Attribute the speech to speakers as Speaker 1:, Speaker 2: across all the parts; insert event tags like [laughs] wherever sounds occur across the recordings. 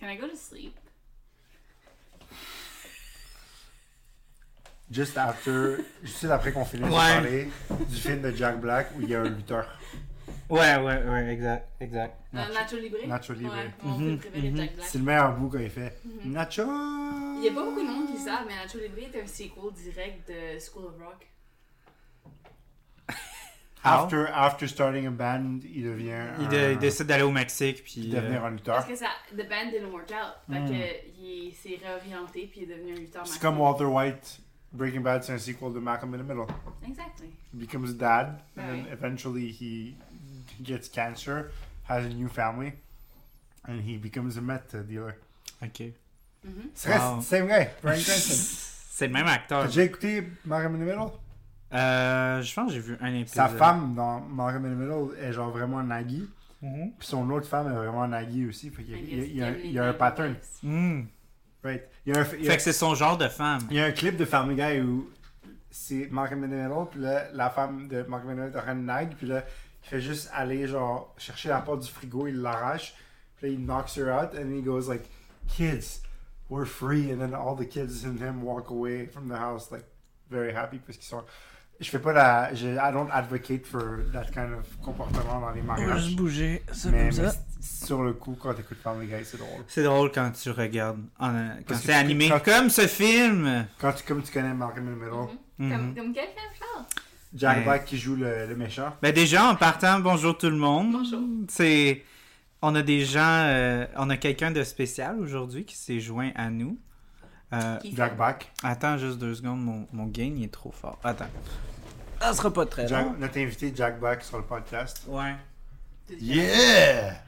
Speaker 1: Can I go to sleep?
Speaker 2: Juste after, juste après qu'on finisse de
Speaker 3: Ouais.
Speaker 2: parler du film de Jack Black où il y a un lutteur.
Speaker 3: Ouais, ouais, ouais, exact, exact.
Speaker 1: Euh, Nacho Libre?
Speaker 2: Nacho Libre. Mm-hmm,
Speaker 1: Ouais, mon film
Speaker 3: Mhm,
Speaker 1: préféré de Jack Black.
Speaker 2: C'est le meilleur bout quand il fait
Speaker 1: Mm-hmm.
Speaker 2: Nacho!
Speaker 1: Il n'y a pas beaucoup de monde qui savent, mais Nacho Libre est un sequel direct de School of Rock.
Speaker 2: Ah. After, after starting a band, il devient.
Speaker 3: Il,
Speaker 2: un-
Speaker 3: dé- il décide d'aller au Mexique, puis.
Speaker 2: devenir
Speaker 3: euh,
Speaker 2: un
Speaker 1: Parce
Speaker 2: lutteur.
Speaker 1: que ça, The Band didn't work out. Fait que il s'est réorienté puis il est devenu un lutteur
Speaker 2: Mm. C'est
Speaker 1: martial.
Speaker 2: comme Walter White. Breaking Bad, c'est un sequel de Malcolm in the Middle.
Speaker 1: Exactly.
Speaker 2: He becomes dad, and
Speaker 1: Right.
Speaker 2: then eventually he gets cancer, has a new family, and he becomes a meth dealer.
Speaker 3: Ok.
Speaker 1: Mm-hmm.
Speaker 2: C'est vrai,
Speaker 3: Wow.
Speaker 2: c'est vrai, Brian
Speaker 3: [laughs]
Speaker 2: Cranston.
Speaker 3: C'est le même acteur.
Speaker 2: T'as déjà écouté Malcolm in the Middle?
Speaker 3: Euh, je pense que j'ai vu un épisode.
Speaker 2: Sa femme dans Malcolm in the Middle est genre vraiment naggy,
Speaker 3: Mhm.
Speaker 2: puis son autre femme est vraiment naggy aussi. Fait qu'il y a-
Speaker 1: I
Speaker 2: il y a,
Speaker 1: guess
Speaker 2: il y a-
Speaker 1: Kevin
Speaker 2: il y a un
Speaker 1: Bacon
Speaker 2: pattern.
Speaker 1: was.
Speaker 3: Mm.
Speaker 2: Right. Il y a un, il y a-
Speaker 3: Fait que c'est son genre de femme.
Speaker 2: Il y a un clip de Family Guy où c'est Malcolm in the Middle, puis là, la femme de Malcolm in the Middle est en train de nag, puis là, il fait juste aller, genre, chercher la porte du frigo, il l'arrache, puis là, il knocks her out, and he goes, like, kids, we're free, and then all the kids and him walk away from the house, like, very happy, parce qu'ils sont... Je fais pas la... Je, I don't advocate for that kind of comportement dans les mariages,
Speaker 3: bouger, ça
Speaker 2: mais, mais sur le coup, quand t'écoutes Family Guy, c'est drôle.
Speaker 3: C'est drôle quand tu regardes, en- euh, quand
Speaker 2: Parce que
Speaker 3: c'est
Speaker 2: tu-
Speaker 3: animé,
Speaker 2: quand-
Speaker 3: comme ce film. Mhm.
Speaker 2: Quand tu, comme tu connais Malcolm in the Middle,
Speaker 1: Mm-hmm. Comme, comme quel film, Charles?
Speaker 2: Jack
Speaker 3: Mais-
Speaker 2: Black qui joue le- le méchant,
Speaker 3: Ben déjà, en partant, bonjour tout le monde.
Speaker 1: Bonjour.
Speaker 3: C'est... On a des gens... euh, on a quelqu'un de spécial aujourd'hui qui s'est joint à nous. Euh,
Speaker 1: Qui
Speaker 2: Jack Black.
Speaker 3: attends juste deux secondes, mon, mon gain il est trop fort. Attends. Ça sera pas très
Speaker 2: Jack- notre invité Jack Black sur le podcast.
Speaker 3: Ouais.
Speaker 1: fait-
Speaker 2: Yeah!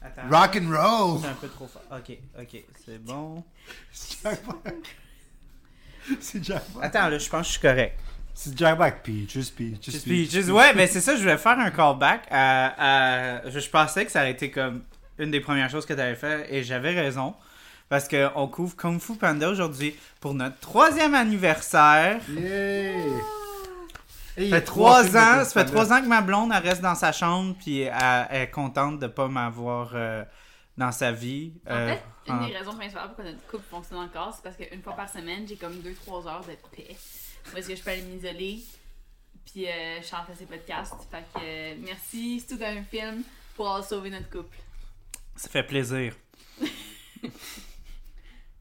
Speaker 3: Attends.
Speaker 2: Rock and roll!
Speaker 3: C'est un peu trop fort. Ok, ok, c'est bon.
Speaker 2: C'est Jack Black. C'est Jack Black.
Speaker 3: Attends, là, je pense que je suis correct.
Speaker 2: C'est Jack Black. Peaches, peaches,
Speaker 3: Just
Speaker 2: peaches.
Speaker 3: be- just- ouais, ben c'est ça, je voulais faire un callback à, à- je, je pensais que ça aurait été comme une des premières choses que tu avais fait et j'avais raison. Parce qu'on couvre Kung Fu Panda aujourd'hui pour notre troisième anniversaire.
Speaker 2: Yeah!
Speaker 3: Ça fait trois ans, ça fait trois ans que ma blonde elle reste dans sa chambre puis elle, elle est contente de pas m'avoir euh, dans sa vie.
Speaker 1: En
Speaker 3: Euh,
Speaker 1: fait, une
Speaker 3: en-
Speaker 1: des raisons principales pourquoi notre couple fonctionne encore, c'est parce qu'une fois par semaine, j'ai comme 2-3 heures de paix. Où est-ce que je peux aller m'isoler? Puis euh, Charles fait ses podcasts. Fait que euh, merci, c'est tout un film pour avoir sauvé notre couple.
Speaker 3: Ça fait plaisir.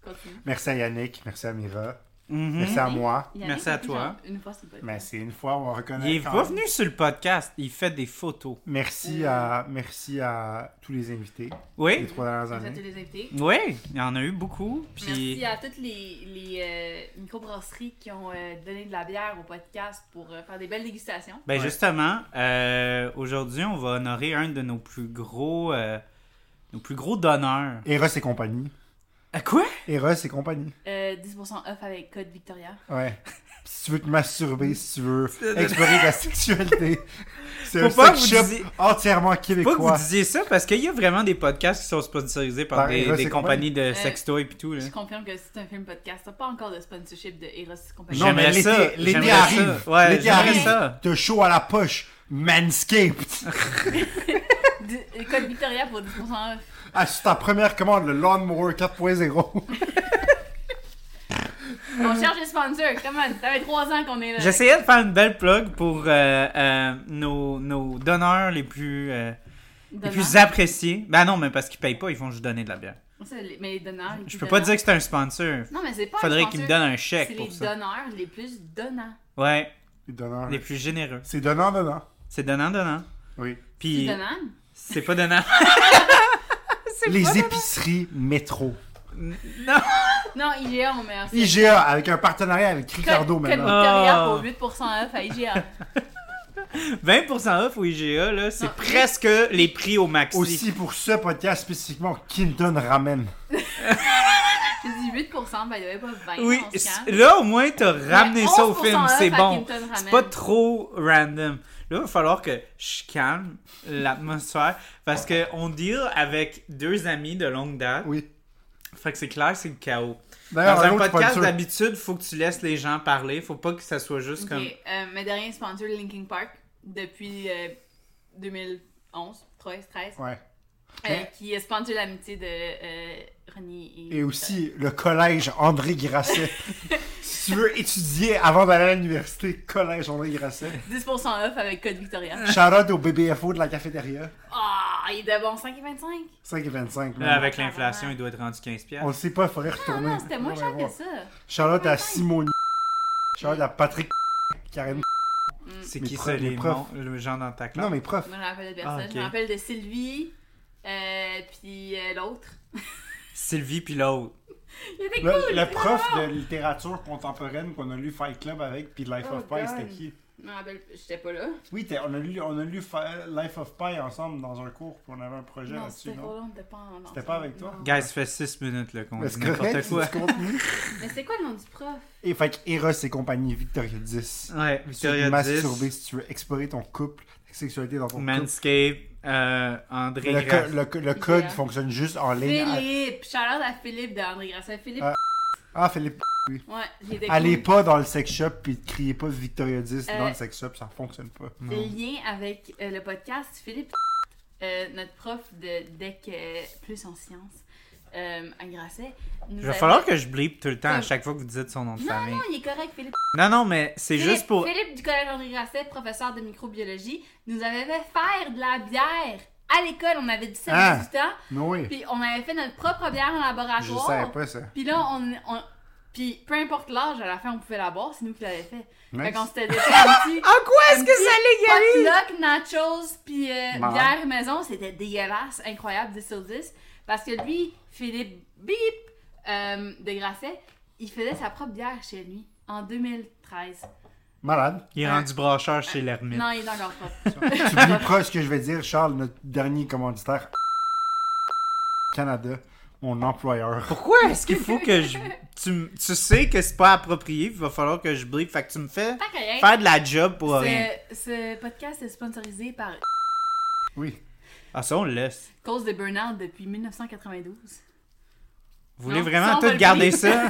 Speaker 1: Continue.
Speaker 2: Merci à Yannick, merci à Mira,
Speaker 3: Mhm.
Speaker 2: merci à moi.
Speaker 1: Yannick,
Speaker 3: Merci à
Speaker 1: c'est
Speaker 3: toi.
Speaker 1: genre Une fois, c'est pas
Speaker 2: Mais c'est une fois, on reconnaît.
Speaker 3: Il est
Speaker 2: quand
Speaker 3: pas
Speaker 2: même.
Speaker 3: venu sur le podcast, il fait des photos.
Speaker 2: Merci à, merci à tous les invités les
Speaker 3: Oui,
Speaker 2: trois dernières
Speaker 1: Merci à tous
Speaker 2: années.
Speaker 1: les invités.
Speaker 3: oui, il y en a eu beaucoup. Puis...
Speaker 1: Merci à toutes les, les euh, microbrasseries qui ont euh, donné de la bière au podcast pour euh, faire des belles dégustations.
Speaker 3: Ben
Speaker 2: Ouais.
Speaker 3: justement, euh, aujourd'hui, on va honorer un de nos plus gros, euh, nos plus gros donneurs.
Speaker 2: Eros et compagnie.
Speaker 3: À quoi
Speaker 2: Eros et compagnie.
Speaker 1: Euh, 10% off avec code Victoria.
Speaker 2: Ouais. [laughs] Si tu veux te masturber, si tu veux explorer ta
Speaker 3: [laughs]
Speaker 2: sexualité, c'est un
Speaker 3: Faut pas que
Speaker 2: sex
Speaker 3: vous
Speaker 2: shop
Speaker 3: disiez-
Speaker 2: entièrement
Speaker 3: Pas que vous
Speaker 2: québécois.
Speaker 3: disiez ça parce qu'il y a vraiment des podcasts qui sont sponsorisés par
Speaker 2: Par
Speaker 3: des,
Speaker 2: Eros
Speaker 3: des
Speaker 2: et
Speaker 3: compagnies de
Speaker 1: Euh,
Speaker 3: sextoy et tout là.
Speaker 1: Je confirme que c'est un film podcast. T'as pas encore de sponsorship de Eros Compagnie.
Speaker 2: Non, mais
Speaker 3: J'aimerais ça,
Speaker 2: l'été, l'été
Speaker 3: j'aimerais
Speaker 2: arrive.
Speaker 3: ça. Ouais,
Speaker 2: l'été
Speaker 3: j'aimerais
Speaker 2: arrive.
Speaker 3: ça.
Speaker 2: T'as chaud à la poche. Manscaped.
Speaker 3: [laughs]
Speaker 1: D- euh, code Victoria pour 10% off.
Speaker 2: Ah, c'est ta première commande, le Lawnmower 4.0.
Speaker 1: On cherche des sponsors. Comment? Ça fait 3 ans qu'on est là.
Speaker 3: J'essayais de faire une belle plug pour euh, euh, nos, nos donneurs les plus, euh, les
Speaker 1: Donneurs.
Speaker 3: plus appréciés. Ben non, mais parce qu'ils payent pas, ils font juste donner de la bière.
Speaker 1: Ça, les- Mais les donneurs. les plus
Speaker 3: Je peux pas
Speaker 1: donnants.
Speaker 3: dire que c'est un sponsor.
Speaker 1: Non, mais c'est pas. un
Speaker 3: Faudrait
Speaker 1: sponsor.
Speaker 3: qu'ils me donnent un
Speaker 1: C'est
Speaker 3: chèque
Speaker 1: les
Speaker 3: pour ça.
Speaker 1: donneurs les plus donnants.
Speaker 3: Ouais,
Speaker 2: C'est donnant.
Speaker 3: [laughs] les plus généreux.
Speaker 2: C'est donnant, donnant.
Speaker 3: C'est donnant donnant.
Speaker 2: Oui.
Speaker 1: Les
Speaker 3: Puis
Speaker 1: donnants?
Speaker 3: C'est pas donnant. [laughs]
Speaker 2: Les épiceries métro.
Speaker 3: Non.
Speaker 1: Non, IGA, mon meilleur. site.
Speaker 2: IGA, avec un partenariat avec Ricardo
Speaker 1: Code, code
Speaker 2: maintenant.
Speaker 1: Victoria
Speaker 3: Oh.
Speaker 1: pour 8% off à IGA.
Speaker 3: 20% off au IGA, là, c'est
Speaker 1: Non.
Speaker 3: presque les prix au maxi.
Speaker 2: Aussi pour ce podcast spécifiquement, Kinton Ramen.
Speaker 1: J'ai dit 8%, ben il y avait pas 20%.
Speaker 3: Oui,
Speaker 1: on se calme.
Speaker 3: là, au moins, t'as ramené
Speaker 1: Ouais,
Speaker 3: ça au film,
Speaker 1: 11%
Speaker 3: c'est
Speaker 1: off à
Speaker 3: bon.
Speaker 1: Clinton Ramen.
Speaker 3: C'est pas trop random. Là, il va falloir que je calme l'atmosphère parce qu'on deal avec deux amis de longue date.
Speaker 2: Oui.
Speaker 3: Fait que c'est clair, c'est le chaos.
Speaker 2: D'ailleurs,
Speaker 3: Dans
Speaker 2: un
Speaker 3: un
Speaker 2: autre
Speaker 3: podcast,
Speaker 2: sponsor.
Speaker 3: d'habitude, faut que tu laisses les gens parler. Faut pas que ça soit juste
Speaker 1: Ok,
Speaker 3: comme.
Speaker 1: euh, mes derniers sponsors, Linkin Park, depuis euh, 2011, 13, 13,
Speaker 2: Ouais.
Speaker 1: euh,
Speaker 2: Mais-
Speaker 1: qui est sponsor l'amitié de euh, Ronnie et...
Speaker 2: Et aussi le collège André
Speaker 3: [laughs]
Speaker 2: Grasset. si tu veux étudier avant d'aller à l'université, collège André Grasset.
Speaker 1: 10% off avec code Victoria.
Speaker 2: [laughs] Shout out au BBFO de la cafétéria.
Speaker 1: Ah, il est de bon 5 et 25.
Speaker 2: 5 et 25.
Speaker 3: Là,
Speaker 2: man.
Speaker 3: avec l'inflation, il doit être rendu 15$.
Speaker 2: On le sait pas, il faudrait
Speaker 1: Non,
Speaker 2: retourner.
Speaker 1: Ah non, c'était moins
Speaker 2: Ouais,
Speaker 1: cher que
Speaker 2: ouais.
Speaker 1: ça.
Speaker 2: Shout out à Simone. Shout out à Patrick. Karen.
Speaker 1: Mm.
Speaker 3: C'est
Speaker 2: Mes
Speaker 3: qui
Speaker 2: profs-
Speaker 3: ça, les
Speaker 2: mes profs.
Speaker 3: noms, le genre dans ta classe?
Speaker 2: Non, mes profs.
Speaker 1: Moi, je me rappelle de
Speaker 3: Ah,
Speaker 1: personne.
Speaker 3: ok.
Speaker 1: Je me rappelle de Sylvie, euh, puis euh, l'autre.
Speaker 3: Sylvie puis l'autre.
Speaker 1: Il était cool!
Speaker 2: Le, le
Speaker 1: finalement.
Speaker 2: prof de littérature contemporaine qu'on a lu Fight Club avec, puis Life
Speaker 1: Oh,
Speaker 2: of Pi,
Speaker 1: God.
Speaker 2: c'était qui
Speaker 1: Je me rappelle, j'étais pas là.
Speaker 2: Oui, t'es- on a lu, on a lu Fi- Life of Pi ensemble dans un cours, puis on avait un projet
Speaker 1: Non,
Speaker 2: là-dessus.
Speaker 1: c'était pas
Speaker 2: non?
Speaker 1: là, on était pas en.
Speaker 2: C'était pas avec toi?
Speaker 1: non.
Speaker 3: Guys, ça fait 6 minutes là, qu'on
Speaker 2: Mais
Speaker 3: dit
Speaker 2: c'est correct,
Speaker 3: n'importe
Speaker 2: c'est
Speaker 3: quoi.
Speaker 2: du contenu.
Speaker 1: Mais c'est quoi le nom du prof?
Speaker 2: Et fait que Eros et compagnie, Victoria 10.
Speaker 3: Ouais,
Speaker 2: tu
Speaker 3: Victoria
Speaker 2: veux te masturber
Speaker 3: 10,
Speaker 2: si tu veux explorer ton couple, ta sexualité dans ton couple.
Speaker 3: Manscape, euh, André
Speaker 2: Le, co-
Speaker 3: Graff.
Speaker 2: le co- le code
Speaker 1: Idéal.
Speaker 2: fonctionne juste en ligne.
Speaker 1: Philippe! Shout out à Philippe d'André Grasset. Philippe,
Speaker 2: Ah. Ah, Philippe,
Speaker 1: ouais, il était cool.
Speaker 2: allez pas dans le sex shop puis criez pas Victoria 10
Speaker 1: Euh,
Speaker 2: dans le sex shop, ça fonctionne pas.
Speaker 1: Le lien avec euh, le podcast, Philippe, euh, notre prof de DEC euh, plus en sciences euh, à Grasset, nous
Speaker 3: Il va
Speaker 1: avait-
Speaker 3: falloir que je bleep tout le temps à chaque fois que vous dites son nom de
Speaker 1: Non,
Speaker 3: famille.
Speaker 1: Non, il est correct, Philippe.
Speaker 3: Non, non, mais c'est
Speaker 1: Philippe,
Speaker 3: juste pour.
Speaker 1: Philippe du collège André Grasset, professeur de microbiologie, nous avait fait faire de la bière à l'école. On avait 17
Speaker 2: Ah.
Speaker 1: 18 ans,
Speaker 2: Non, oui.
Speaker 1: puis on avait fait notre propre bière en
Speaker 2: Je
Speaker 1: laboratoire.
Speaker 2: savais pas ça.
Speaker 1: Puis là, on. on- puis peu importe l'âge, à la fin, on pouvait la boire, c'est nous qui l'avait fait. Fait
Speaker 2: Nice.
Speaker 1: qu'on s'était déjà petit.
Speaker 3: En Ah, quoi est-ce que ça
Speaker 1: Potluck, nachos, puis euh,
Speaker 2: Marrant.
Speaker 1: bière maison, c'était dégueulasse, incroyable, 10 sur 10. Parce que lui, Philippe Bip euh, de Grasset, il faisait sa propre bière chez lui en 2013. [laughs]
Speaker 2: Malade.
Speaker 3: Il est rendu brocheur chez l'ermite.
Speaker 1: Non, il est encore propre.
Speaker 2: tu oublies pas ce que je vais dire, Charles, notre dernier commanditaire. Canada, mon employeur.
Speaker 3: Pourquoi est-ce qu'il faut que je. Tu, m- tu sais que c'est pas approprié, il va falloir que je bleep. Fait que tu me fais
Speaker 1: Pas correct.
Speaker 3: faire de la job pour rien.
Speaker 1: Ce, ce podcast est sponsorisé par
Speaker 2: Oui.
Speaker 3: Ah, ça, on le laisse.
Speaker 1: cause de burn-out depuis 1992.
Speaker 3: Vous voulez
Speaker 1: Non, ça,
Speaker 3: vraiment
Speaker 1: on va
Speaker 3: tout
Speaker 1: le
Speaker 3: garder
Speaker 1: bleep.
Speaker 3: ça?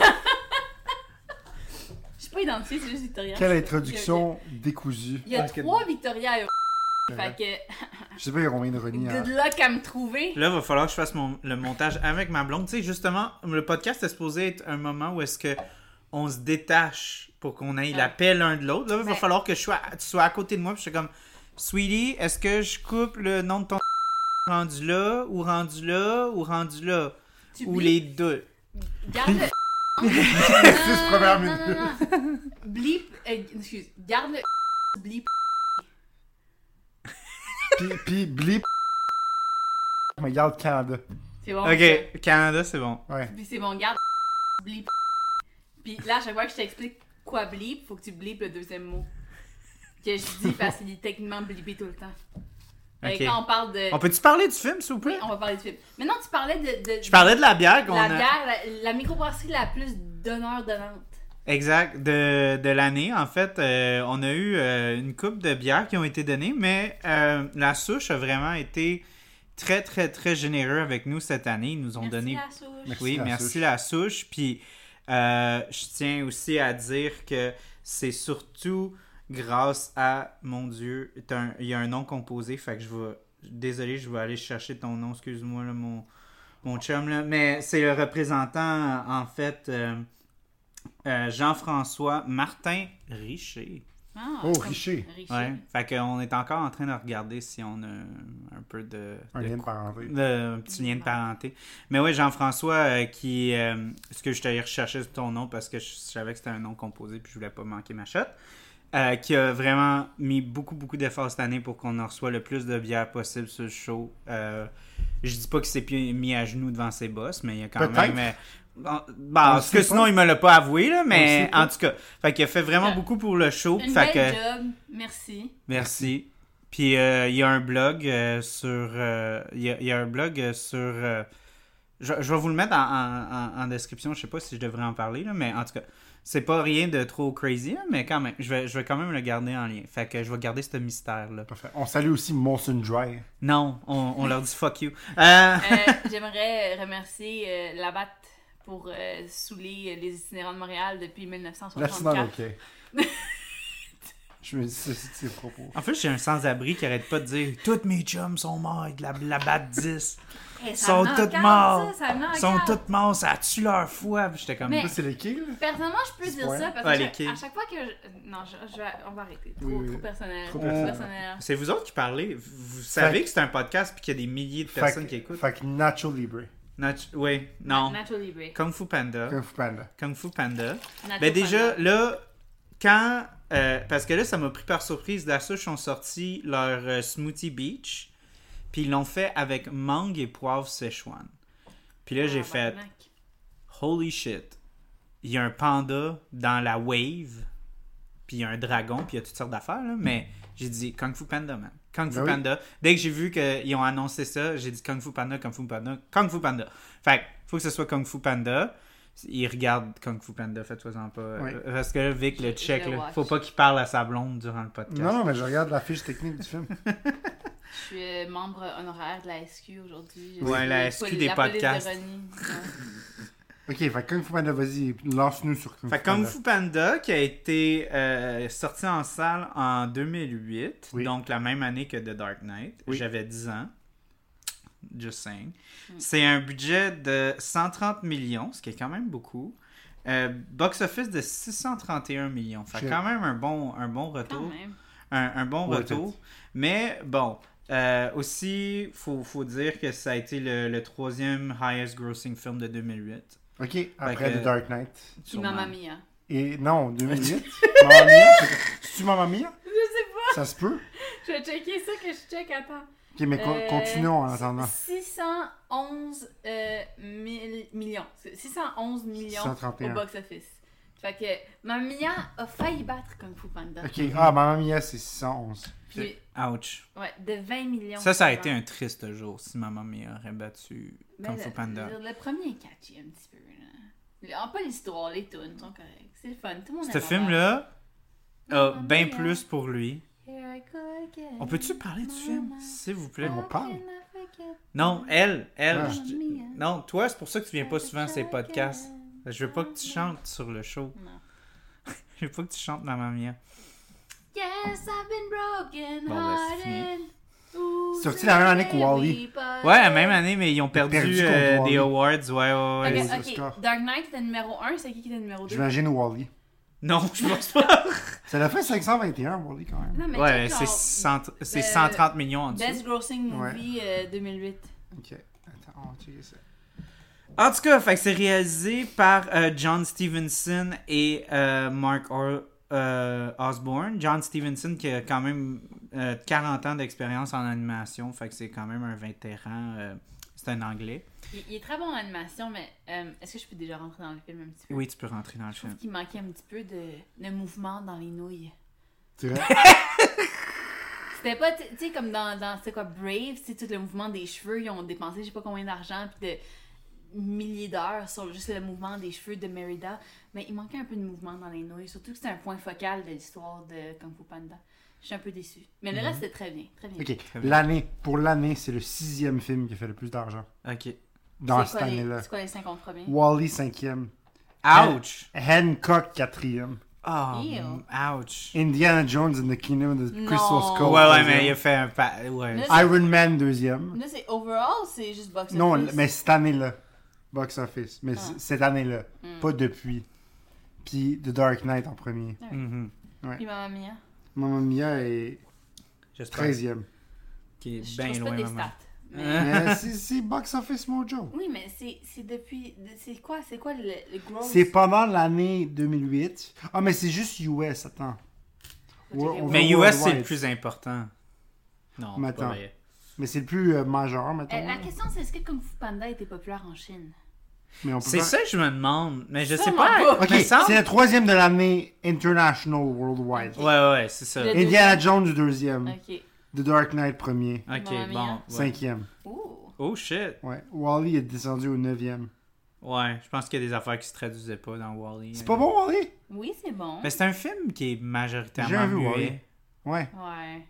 Speaker 1: Je suis pas identifiée, c'est juste Victoria.
Speaker 2: Quelle introduction décousue.
Speaker 1: Il y a
Speaker 3: Ah, quel-
Speaker 1: trois Victoria à Fait que,
Speaker 2: Je sais pas, il y a combien de Ronnie. hein.
Speaker 1: good luck à me trouver.
Speaker 3: Là, va falloir que je fasse mon- le montage avec ma blonde. Tu sais, justement, le podcast est supposé être un moment où est-ce que on se détache pour qu'on aille la paix l'un de l'autre. Là, il va
Speaker 1: Ouais.
Speaker 3: falloir que je sois, tu sois à côté de moi. Puis je suis comme, Sweetie, est-ce que je coupe le nom de ton rendu là, ou rendu là, ou rendu là,
Speaker 1: Tu
Speaker 3: ou
Speaker 1: oublies-
Speaker 3: les deux?
Speaker 1: Garde [laughs] le.
Speaker 2: [laughs] Six premières
Speaker 1: Non, non, non, non. Bleep. euh, excuse. Garde le. Bleep.
Speaker 2: Puis, puis blip. Mais garde Canada.
Speaker 1: C'est bon. ça.
Speaker 3: Ok, Canada, c'est bon.
Speaker 2: Ouais.
Speaker 1: Puis c'est bon, garde bleep. Puis là, à chaque fois que je t'explique quoi bleep, faut que tu bleep le deuxième mot. Que je dis parce qu'il est techniquement bleepé tout le temps. Fait que
Speaker 3: Ok.
Speaker 1: quand on parle de.
Speaker 3: On peut-tu parler du film, s'il vous
Speaker 1: Oui,
Speaker 3: plaît?
Speaker 1: on va parler de film. Maintenant, tu parlais de. de
Speaker 3: Je parlais de la bière
Speaker 1: de
Speaker 3: qu'on
Speaker 1: la
Speaker 3: a.
Speaker 1: bière, la, la microbrasserie la plus d'honneur-donnante.
Speaker 3: Exact, de, de l'année. En fait, euh, on a eu euh, une coupe de bières qui ont été données, mais euh, la souche a vraiment été très, très, très généreux avec nous cette année. Ils nous ont
Speaker 1: Merci
Speaker 3: donné.
Speaker 1: la souche.
Speaker 2: Merci,
Speaker 3: oui,
Speaker 2: la
Speaker 3: merci
Speaker 2: souche.
Speaker 3: la souche. Puis, euh, je tiens aussi à dire que c'est surtout grâce à mon Dieu. t'as un- Il y a un nom composé, fait que je vais. Désolé, je vais aller chercher ton nom, excuse-moi, là, mon, mon chum. Là. Mais c'est le représentant, en fait. euh, euh, Jean-François Martin Richer.
Speaker 1: Ah,
Speaker 2: Oh,
Speaker 1: comme-
Speaker 2: Richer.
Speaker 1: Richer.
Speaker 3: Ouais. Fait qu'on est encore en train de regarder si on a un peu de.
Speaker 2: Un
Speaker 3: de
Speaker 2: lien de parenté.
Speaker 3: de- un petit lien de parenté. Mais oui, Jean-François, euh, qui. euh, ce que je t'allais rechercher sur ton nom parce que je savais que c'était un nom composé puis je voulais pas manquer ma shot. euh, qui a vraiment mis beaucoup, beaucoup d'efforts cette année pour qu'on en reçoive le plus de bières possible sur le show. Euh, je dis pas qu'il s'est pi- mis à genoux devant ses boss, mais il y a quand
Speaker 2: Peut-être.
Speaker 3: même. euh, en- ben, parce
Speaker 2: sait
Speaker 3: que
Speaker 2: pas.
Speaker 3: sinon, il me l'a pas avoué, là,
Speaker 2: On sait
Speaker 3: mais
Speaker 2: pas.
Speaker 3: en tout cas, fait qu'il a fait vraiment
Speaker 1: Ouais.
Speaker 3: beaucoup pour le show.
Speaker 1: Euh, Une
Speaker 3: fait
Speaker 1: belle
Speaker 3: que,
Speaker 1: job. Merci.
Speaker 3: Merci. Puis euh, il y a un blog euh, sur euh, il y, a- il y a un blog euh, sur euh, Je, je vais vous le mettre en, en- en- en description. Je sais pas si je devrais en parler, là, mais en tout cas, c'est pas rien de trop crazy, hein, mais quand même, je vais, je vais quand même le garder en lien. Fait que je vais garder ce mystère-là.
Speaker 2: Parfait. On salue aussi Monsoon Dry.
Speaker 3: Non, on, on leur dit fuck you.
Speaker 1: [laughs]
Speaker 3: Euh,
Speaker 1: Euh, J'aimerais remercier euh, Labatt pour euh, saouler les itinérants de Montréal depuis
Speaker 2: That's not
Speaker 1: 1964.
Speaker 2: okay. [laughs] Je me dis ceci de ses propos.
Speaker 3: En fait, j'ai un sans-abri qui arrête pas de dire Toutes mes chums sont morts de la, la batte 10.
Speaker 1: Eh, ça
Speaker 3: sont
Speaker 1: me
Speaker 3: toutes
Speaker 1: regarde,
Speaker 3: morts.
Speaker 1: ça, ça me
Speaker 3: Ils sont
Speaker 1: Ah, regarde.
Speaker 3: toutes morts, ça tue leur foi. Puis J'étais comme.
Speaker 1: Mais-
Speaker 2: Ça, c'est les kills?
Speaker 1: Personnellement, je peux dire
Speaker 2: Ouais.
Speaker 1: ça parce
Speaker 3: Ouais,
Speaker 1: que
Speaker 3: les
Speaker 1: chaque-
Speaker 3: kills.
Speaker 1: à chaque fois que je... Non, je, je vais- on va arrêter. Trop,
Speaker 2: Oui, oui.
Speaker 1: trop personnel.
Speaker 2: Trop
Speaker 1: Trop
Speaker 2: personnel.
Speaker 1: personnel.
Speaker 3: C'est vous autres qui parlez. Vous savez que c'est un podcast puis qu'il y a des milliers de personnes
Speaker 2: Fait que-
Speaker 3: qui écoutent.
Speaker 2: Fait que Nacho Libre.
Speaker 3: Natu- oui, non. Ben,
Speaker 1: Nacho Libre.
Speaker 3: Kung Fu Panda.
Speaker 2: Kung Fu Panda.
Speaker 3: Kung Fu Panda.
Speaker 1: Nacho
Speaker 3: Ben déjà,
Speaker 1: Panda.
Speaker 3: là, quand... euh, parce que là, ça m'a pris par surprise. La souche ont sorti leur euh, Smoothie Beach. Puis ils l'ont fait avec mangue et poivre Sichuan. Puis là, j'ai
Speaker 1: Ah,
Speaker 3: fait...
Speaker 1: barnac.
Speaker 3: Holy shit. Il y a un panda dans la wave. Puis il y a un dragon. Puis il y a toutes sortes d'affaires. là, Mais j'ai dit Kung Fu Panda, man. Kung Fu
Speaker 2: Ben oui.
Speaker 3: Panda. Dès que j'ai vu qu'ils ont annoncé ça, j'ai dit Kung Fu Panda, Kung Fu Panda, Kung Fu Panda. Fait que, faut que ce soit Kung Fu Panda. Ils regardent Kung Fu Panda, faites-toi-en pas.
Speaker 2: Oui.
Speaker 3: Euh, Parce que là, Vic le
Speaker 1: Je- je
Speaker 3: check,
Speaker 1: le
Speaker 3: là.
Speaker 1: watch.
Speaker 3: faut pas qu'il parle à sa blonde durant le podcast.
Speaker 2: Non, non, mais je regarde la fiche technique du film.
Speaker 3: [laughs]
Speaker 1: Je suis euh, membre honoraire de la SQ aujourd'hui. Je
Speaker 3: Ouais,
Speaker 1: suis
Speaker 3: la
Speaker 1: le
Speaker 3: SQ
Speaker 1: poli-
Speaker 3: des
Speaker 1: la police
Speaker 3: podcasts. [laughs]
Speaker 1: d'ironie. Ouais.
Speaker 2: Ok, fait que Kung Fu Panda, vas-y, lance-nous sur Kung
Speaker 3: Fait
Speaker 2: Fu
Speaker 3: que Kung
Speaker 2: Panda.
Speaker 3: Fu Panda, qui a été euh, sorti en salle en 2008,
Speaker 2: Oui.
Speaker 3: donc la même année que The Dark Knight.
Speaker 2: Oui.
Speaker 3: J'avais 10 ans. Just saying.
Speaker 1: Mm.
Speaker 3: C'est un budget de 130 millions, ce qui est quand même beaucoup. Euh, box office de 631 millions. Fait
Speaker 2: Shit.
Speaker 3: quand même un bon, un bon retour
Speaker 1: Quand même.
Speaker 3: un, un bon
Speaker 2: Ouais,
Speaker 3: retour. Mais bon, euh, aussi, faut, faut dire que ça a été le, le troisième highest grossing film de 2008.
Speaker 2: Ok, après
Speaker 3: que-
Speaker 2: The Dark Knight.
Speaker 1: Puis
Speaker 3: sûrement.
Speaker 1: Mamma Mia.
Speaker 2: Et non,
Speaker 3: [laughs]
Speaker 2: 2008. Mamma Mia? c'est- C'est-tu Mamma Mia?
Speaker 1: Je sais pas.
Speaker 2: Ça se peut?
Speaker 1: Je vais checker ça que je check. Attends.
Speaker 2: Ok, mais con-
Speaker 1: Euh,
Speaker 2: continuons en attendant.
Speaker 1: 611 euh, mille- millions. C'est 611 millions au
Speaker 2: 131.
Speaker 1: box-office. Fait que Mamma Mia a failli battre Kung Fu Panda.
Speaker 2: Ok, ah, Mamma Mia, c'est 611.
Speaker 1: Puis,
Speaker 3: Ouch.
Speaker 1: ouais, de 20 millions.
Speaker 3: Ça, ça a été un triste jour si Maman Mia aurait battu
Speaker 1: Ben,
Speaker 3: Kung
Speaker 1: le-
Speaker 3: Fu Panda.
Speaker 1: Le, le premier est catchy un petit peu. Là. Le- ah, pas l'histoire, les tunes sont correctes. C'est le fun. Tout le monde
Speaker 3: Ce
Speaker 1: aime la
Speaker 3: film-là a
Speaker 1: Mamma
Speaker 3: bien
Speaker 1: Mia.
Speaker 3: plus pour lui.
Speaker 1: Here I go again.
Speaker 3: On peut-tu parler du film,
Speaker 1: Mamma.
Speaker 3: s'il vous plaît?
Speaker 2: On parle.
Speaker 1: How can I forget
Speaker 3: Non, elle, elle.
Speaker 2: Ah.
Speaker 3: je-
Speaker 1: Mamma Mia.
Speaker 3: Non, toi, c'est pour ça que tu viens pas souvent à ces
Speaker 1: Again.
Speaker 3: podcasts. Je veux pas que tu chantes sur le show. [laughs]
Speaker 1: Non.
Speaker 3: Je veux pas que tu chantes Maman Mia.
Speaker 1: Yes, I've been broken
Speaker 3: Bon, ben, c'est fini.
Speaker 1: hearted. Ooh, uh,
Speaker 2: Sorti la même année que Wall-E.
Speaker 1: baby, but-
Speaker 3: Ouais, la même année, mais ils ont perdu,
Speaker 2: perdu
Speaker 3: euh,
Speaker 2: contre Wall-E.
Speaker 3: des awards. Ouais, ouais, ouais.
Speaker 1: Ok,
Speaker 2: les
Speaker 1: ok.
Speaker 2: Oscars.
Speaker 1: Dark Knight était numéro 1, c'est qui qui était numéro 2
Speaker 2: J'imagine Wally.
Speaker 3: Non, je pense pas.
Speaker 2: Ça l'a fait 521, Wally, quand même.
Speaker 1: Non, [laughs] mais
Speaker 3: Ouais,
Speaker 1: check,
Speaker 3: c'est
Speaker 1: genre,
Speaker 3: 100 c'est
Speaker 1: euh,
Speaker 3: 130 millions en dessous.
Speaker 1: Best Grossing Movie euh, 2008.
Speaker 2: Ok, attends, on va checker ça.
Speaker 3: En tout cas, fait que c'est réalisé par euh, John Stevenson et euh, Mark Or- euh, Osborne. John Stevenson qui a quand même euh, 40 ans d'expérience en animation, fait que c'est quand même un vétéran. euh, c'est un anglais.
Speaker 1: Il, il est très bon en animation, mais euh, est-ce que je peux déjà rentrer dans le film un petit peu
Speaker 3: Oui, tu peux rentrer dans le
Speaker 1: Je trouve
Speaker 3: film.
Speaker 1: qu'il manquait un petit peu de, de mouvement dans les nouilles.
Speaker 2: Tu vois?
Speaker 1: C'était pas, tu tu sais, comme dans, dans c'est quoi, Brave, tu sais, tout le mouvement des cheveux, ils ont dépensé je sais pas combien d'argent, puis de milliers d'heures sur juste le mouvement des cheveux de Merida. Mais il manquait un peu de mouvement dans les nouilles, surtout que c'était un point focal de l'histoire de Kung Fu Panda. Je suis un peu déçue. Mais le reste, c'était très bien, très bien.
Speaker 2: Mm-hmm. Ok,
Speaker 3: Très bien.
Speaker 2: l'année, pour l'année, c'est le sixième film qui a fait le plus d'argent
Speaker 3: Ok.
Speaker 2: dans
Speaker 1: C'est
Speaker 2: cette
Speaker 1: quoi les-
Speaker 2: année-là.
Speaker 1: C'est quoi les 50 premiers?
Speaker 2: Wally, cinquième.
Speaker 3: Ouch!
Speaker 2: Hancock, quatrième.
Speaker 3: Oh,
Speaker 1: Ew.
Speaker 3: ouch!
Speaker 2: Indiana Jones and the Kingdom of the
Speaker 1: Non.
Speaker 2: Crystal Skull.
Speaker 3: Ouais, ouais,
Speaker 2: troisième.
Speaker 3: mais il a fait un. pa- Ouais.
Speaker 1: Mais-
Speaker 2: Iron Man, deuxième.
Speaker 1: Là, c'est overall, c'est juste box
Speaker 2: Non,
Speaker 1: office?
Speaker 2: mais cette année-là. Box Office. Mais c- cette année-là.
Speaker 1: Mm.
Speaker 2: Pas depuis. Puis The Dark Knight en premier.
Speaker 3: Mhm.
Speaker 1: Puis Mamma Mia.
Speaker 2: Mamma Mia est
Speaker 3: J'espère
Speaker 2: 13e.
Speaker 3: qu'il est
Speaker 1: Je
Speaker 3: bien
Speaker 1: trouve
Speaker 3: loin,
Speaker 1: pas des
Speaker 3: maman.
Speaker 1: stats. mais-
Speaker 3: Hein? [laughs]
Speaker 2: Mais c'est- c'est Box Office Mojo.
Speaker 1: Oui, mais c'est c'est depuis. C'est quoi, c'est quoi le, le growth?
Speaker 2: C'est pendant l'année 2008. Ah, mais c'est juste US, attends.
Speaker 1: Faut checker.
Speaker 2: on-
Speaker 3: Mais US,
Speaker 2: Worldwide.
Speaker 3: c'est le plus important. Non, c'est pas
Speaker 2: Maintenant.
Speaker 3: vrai.
Speaker 2: Mais c'est le plus euh, majeur,
Speaker 1: Euh,
Speaker 2: maintenant.
Speaker 1: la question, c'est est-ce que Kung Fu Panda était populaire en Chine?
Speaker 2: Mais on peut
Speaker 3: C'est
Speaker 2: pas-
Speaker 3: ça que je me demande, mais je sais
Speaker 1: Sûrement
Speaker 3: pas. hein.
Speaker 1: pas.
Speaker 2: Ok,
Speaker 3: mais ça-
Speaker 2: c'est le troisième de l'année International Worldwide.
Speaker 3: Ouais, ouais, ouais, c'est ça.
Speaker 1: Le-
Speaker 2: Indiana Jones, deuxième.
Speaker 1: Ok.
Speaker 2: The Dark Knight, premier.
Speaker 1: Mamma
Speaker 3: Ok,
Speaker 1: Mia.
Speaker 3: bon. Ah, ouais.
Speaker 2: Cinquième.
Speaker 1: Ouh.
Speaker 3: Oh shit!
Speaker 2: Ouais. Wally est descendu au 9e.
Speaker 3: Ouais, je pense qu'il y a des affaires qui se traduisaient pas dans Wally.
Speaker 2: C'est pas bon, Wally?
Speaker 1: Oui, c'est bon.
Speaker 3: Mais c'est un film qui est majoritairement.
Speaker 2: J'ai jamais vu
Speaker 3: muet.
Speaker 2: Wall-E. Ouais.
Speaker 1: Ouais.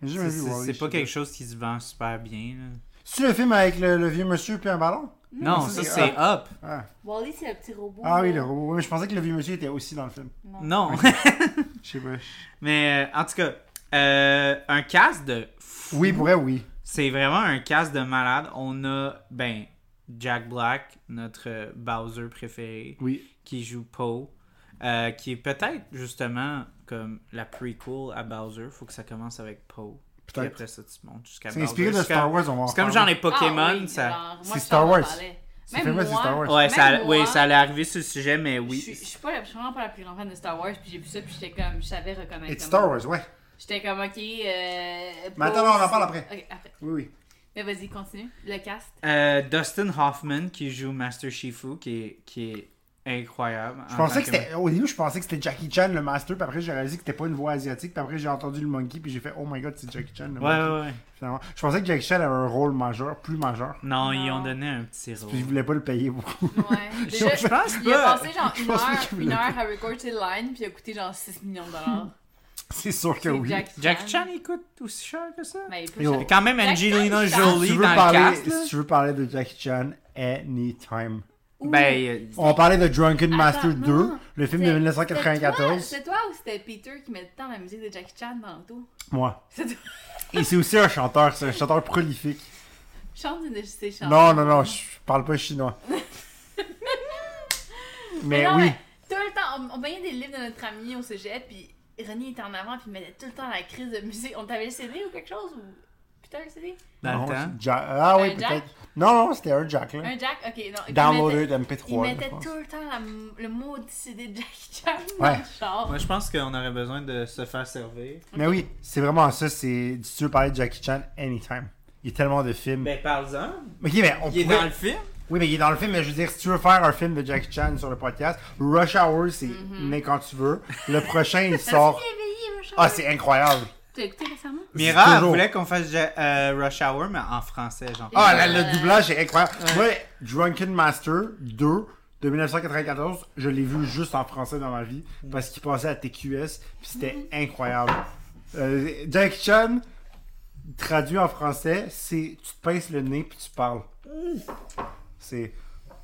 Speaker 2: J'ai
Speaker 3: C'est-
Speaker 2: jamais vu
Speaker 3: C'est
Speaker 2: Wally.
Speaker 3: c'est pas quelque chose qui se vend super bien. là.
Speaker 2: C'est le film avec le, le vieux monsieur puis un ballon?
Speaker 3: Non,
Speaker 2: ça,
Speaker 3: ça
Speaker 2: c'est
Speaker 3: c'est Up.
Speaker 2: Ah,
Speaker 1: Wally, c'est le petit robot.
Speaker 2: Ah oui,
Speaker 1: là.
Speaker 2: le robot. Oui, mais je pensais que le vieux monsieur était aussi dans le film.
Speaker 1: Non.
Speaker 3: Non.
Speaker 2: Je sais pas.
Speaker 3: [laughs] Mais euh, en tout cas, euh, un casque de fou.
Speaker 2: Oui, pour vrai, oui.
Speaker 3: C'est vraiment un casque de malade. On a, ben, Jack Black, notre euh, Bowser préféré,
Speaker 2: Oui.
Speaker 3: qui joue Poe, euh, qui est peut-être justement comme la prequel à Bowser. Faut que ça commence avec Poe. Puis
Speaker 2: Peut-être.
Speaker 3: après ça, tu montes jusqu'à
Speaker 2: C'est
Speaker 3: Bowser.
Speaker 2: inspiré de
Speaker 3: C'est
Speaker 2: Star
Speaker 3: comme-
Speaker 2: Wars, on va en
Speaker 3: C'est comme
Speaker 2: reparler.
Speaker 3: genre les Pokémon,
Speaker 1: Ah oui,
Speaker 3: ça.
Speaker 1: alors, moi,
Speaker 2: C'est
Speaker 1: je t'en
Speaker 2: Star Wars.
Speaker 1: parlais.
Speaker 2: C'est
Speaker 1: Même
Speaker 2: fait,
Speaker 1: moi,
Speaker 2: ouais, c'est Star Wars.
Speaker 3: Ouais, ça,
Speaker 1: Même moi-
Speaker 3: oui, ça allait arriver sur le sujet, mais
Speaker 1: Je
Speaker 3: oui.
Speaker 1: suis- je suis pas la, je suis vraiment pas la plus grande fan de Star Wars, puis j'ai vu ça, puis j'étais comme, je savais reconnaître.
Speaker 2: It's
Speaker 1: comme-
Speaker 2: Star Wars, ouais.
Speaker 1: J'étais comme, ok. Euh,
Speaker 2: Mais attends, on en parle après.
Speaker 1: Ok, après.
Speaker 2: Oui, oui.
Speaker 1: Mais vas-y, continue. Le
Speaker 2: [laughs]
Speaker 1: cast.
Speaker 3: Euh, Dustin Hoffman qui joue Master Shifu, qui est, qui est incroyable.
Speaker 2: Je pensais que c'était. Au début, je pensais que c'était Jackie Chan, le master, puis après, j'ai réalisé que c'était pas une voix asiatique, puis après, j'ai entendu le monkey, puis j'ai fait, oh my god, c'est Jackie Chan, le
Speaker 3: Ouais,
Speaker 2: monkey.
Speaker 3: ouais, ouais.
Speaker 2: Finalement, je pensais que Jackie Chan avait un rôle majeur, plus majeur,
Speaker 1: Non.
Speaker 3: Non, ils ont donné un petit rôle.
Speaker 2: puis je voulais pas le payer beaucoup. [laughs]
Speaker 1: Ouais. Déjà,
Speaker 3: Je pense
Speaker 1: il a
Speaker 3: pas.
Speaker 1: passé genre
Speaker 2: Je
Speaker 1: une
Speaker 2: pense pas
Speaker 1: heure,
Speaker 2: qu'il
Speaker 1: une
Speaker 2: voulait
Speaker 1: heure à recorder le line, puis il a coûté genre 6 millions de dollars.
Speaker 2: c'est sûr [laughs] que
Speaker 1: C'est
Speaker 2: oui.
Speaker 1: Jackie
Speaker 3: Jackie Chan, il coûte aussi cher que ça?
Speaker 1: Ben, il est plus
Speaker 2: Yo.
Speaker 1: cher.
Speaker 3: Et Quand même,
Speaker 1: Jackie Chan,
Speaker 3: Angelina
Speaker 1: il
Speaker 2: Si
Speaker 3: Jolie
Speaker 2: tu, veux
Speaker 3: dans
Speaker 2: parler,
Speaker 3: le cast, là.
Speaker 2: si tu veux parler de Jackie Chan, anytime.
Speaker 3: Ben, euh,
Speaker 2: On parlait de Drunken
Speaker 1: Attends,
Speaker 2: Master
Speaker 1: non,
Speaker 2: 2,
Speaker 1: non.
Speaker 2: le film
Speaker 1: C'est-
Speaker 2: de
Speaker 1: C'est
Speaker 2: 1994.
Speaker 1: toi, c'est toi ou c'était Peter qui mettait tant la musique de Jackie Chan dans l'auto?
Speaker 2: Moi.
Speaker 1: [laughs] C'est toi.
Speaker 2: Et c'est aussi un chanteur, c'est un chanteur prolifique.
Speaker 1: Chante une de ses chansons.
Speaker 2: Non, non, non, je parle pas chinois. mais
Speaker 1: non,
Speaker 2: oui,
Speaker 1: Tout le temps, on, on payait des livres de notre ami au cégep, puis René était en avant, puis il mettait tout le temps la crise de musique. On t'avait le CD ou quelque chose? Ou... Putain, le CD?
Speaker 3: dans
Speaker 2: Non,
Speaker 3: le temps.
Speaker 2: c'est Jack- Ah oui,
Speaker 1: Un Jack?
Speaker 2: peut-être. Non, non, c'était un Jack, là.
Speaker 1: Un Jack? Ok, non. il
Speaker 2: Downloaded
Speaker 1: mettait- Il
Speaker 2: MP3. là,
Speaker 1: mettait
Speaker 2: je pense.
Speaker 1: tout le temps la m- le maudit CD de Jackie Chan dans
Speaker 2: Ouais.
Speaker 1: le char.
Speaker 3: Moi, je pense qu'on aurait besoin de se faire servir.
Speaker 2: Mais oui, c'est vraiment ça. C'est si tu veux parler de Jackie Chan, anytime. Il y a tellement de films.
Speaker 3: Ben, parle-en.
Speaker 2: ok, mais on
Speaker 3: Il est
Speaker 2: pourrait-
Speaker 3: dans le film.
Speaker 2: Oui, mais il est dans le film. Mais je veux dire, si tu veux faire un film de Jackie Chan sur le podcast, Rush Hour, c'est
Speaker 1: Mhm.
Speaker 2: mais quand tu veux. Le prochain,
Speaker 1: [laughs]
Speaker 2: il sort.
Speaker 1: T'as-tu réveillé, mon char?
Speaker 2: Ah, c'est incroyable.
Speaker 1: T'as écouté récemment?
Speaker 3: Mira
Speaker 2: toujours.
Speaker 3: voulait qu'on fasse euh, Rush Hour, mais en français, genre.
Speaker 2: Ah, la- le doublage est incroyable. Moi, Drunken Master 2 de 1994, je l'ai vu juste en français dans ma vie parce qu'il passait à TQS, puis c'était incroyable. Euh, Jackie Chan, traduit en français, c'est tu te pinces le nez puis tu parles. C'est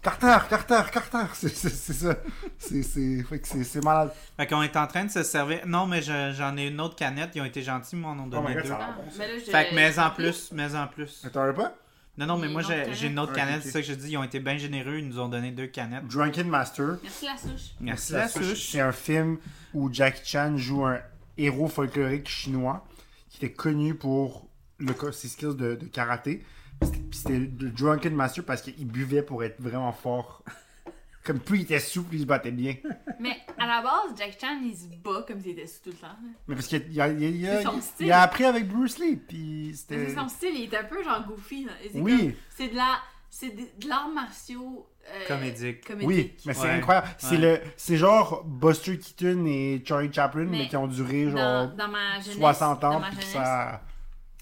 Speaker 2: Carter, Carter, Carter, [laughs] c'est c'est- c'est ça. C'est- C'est fait que c'est- c'est malade.
Speaker 3: Fait qu'on est en train de se servir. Non, mais je- j'en ai une autre canette. Ils ont été gentils, ils m'en ont
Speaker 2: Oh
Speaker 3: donné
Speaker 2: my God,
Speaker 3: deux.
Speaker 2: ça va.
Speaker 1: Ah, mais là, je...
Speaker 3: Fait que, mais en plus, mais en plus.
Speaker 2: Mais t'aurais pas?
Speaker 3: Non, non, mais
Speaker 1: Une
Speaker 3: moi,
Speaker 1: autre
Speaker 3: j'ai
Speaker 1: canette.
Speaker 3: j'ai une autre
Speaker 2: Ah,
Speaker 3: canette.
Speaker 2: ok.
Speaker 3: C'est ça que j'ai dit. Ils ont été bien généreux. Ils nous ont donné deux canettes.
Speaker 2: Drunken Master,
Speaker 1: Merci la souche.
Speaker 3: Merci la souche.
Speaker 2: C'est un film où Jackie Chan joue un héros folklorique chinois qui était connu pour le, co- ses skills de, de karaté. C'était- puis C'était le Drunken Master parce qu'il buvait pour être vraiment fort. [laughs] Comme plus il était souple, plus il se battait bien.
Speaker 1: Mais à la base, Jackie Chan, il se bat comme s'il était sous tout le temps. là.
Speaker 2: Mais parce qu'il a, il a- il a-
Speaker 1: C'est son style.
Speaker 2: il a appris avec Bruce Lee. Puis c'était.
Speaker 1: C'est son style, il est un peu genre goofy. là. C'est
Speaker 2: Oui.
Speaker 1: comme- C'est de la. C'est de, de l'art martiaux. euh,
Speaker 3: Comédique.
Speaker 2: Oui, mais c'est
Speaker 3: Ouais.
Speaker 2: incroyable. C'est le, c'est genre Buster Keaton et Charlie Chaplin, mais,
Speaker 1: Mais
Speaker 2: qui ont duré genre
Speaker 1: Dans, dans ma jeunesse.
Speaker 2: 60
Speaker 1: Dans
Speaker 2: ans.
Speaker 1: ma
Speaker 2: puis
Speaker 1: jeunesse,
Speaker 2: ça...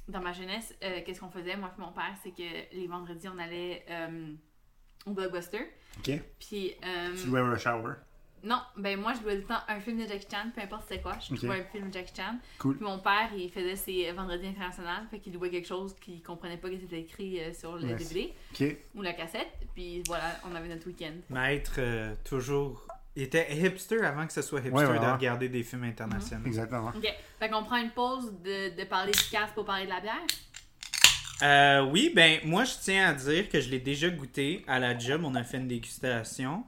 Speaker 1: dans ma jeunesse, euh, qu'est-ce qu'on faisait, moi et mon père, c'est que les vendredis, on allait euh, au Blockbuster.
Speaker 2: Ok.
Speaker 1: Puis. euh,
Speaker 2: Tu jouais Rush Hour.
Speaker 1: Non, ben moi, je louais tout le temps un film de Jackie Chan, peu importe c'était quoi. Je
Speaker 2: Ok.
Speaker 1: trouvais un film de Jackie Chan.
Speaker 2: Cool.
Speaker 1: Puis mon père, il faisait ses vendredis internationaux. Fait qu'il louait quelque chose qu'il comprenait pas que c'était écrit euh, sur le
Speaker 2: Nice.
Speaker 1: DVD
Speaker 2: Ok.
Speaker 1: ou la cassette. Puis voilà, on avait notre week-end.
Speaker 3: Maître, euh, toujours. Il était hipster avant que ce soit hipster
Speaker 2: Ouais,
Speaker 3: de
Speaker 2: vraiment.
Speaker 3: regarder des films internationaux.
Speaker 2: Exactement.
Speaker 1: Ok, fait qu'on prend une pause de, de parler du casque pour parler de la bière.
Speaker 3: Euh, oui, ben, moi, je tiens à dire que je l'ai déjà goûté à la job. On a fait une dégustation.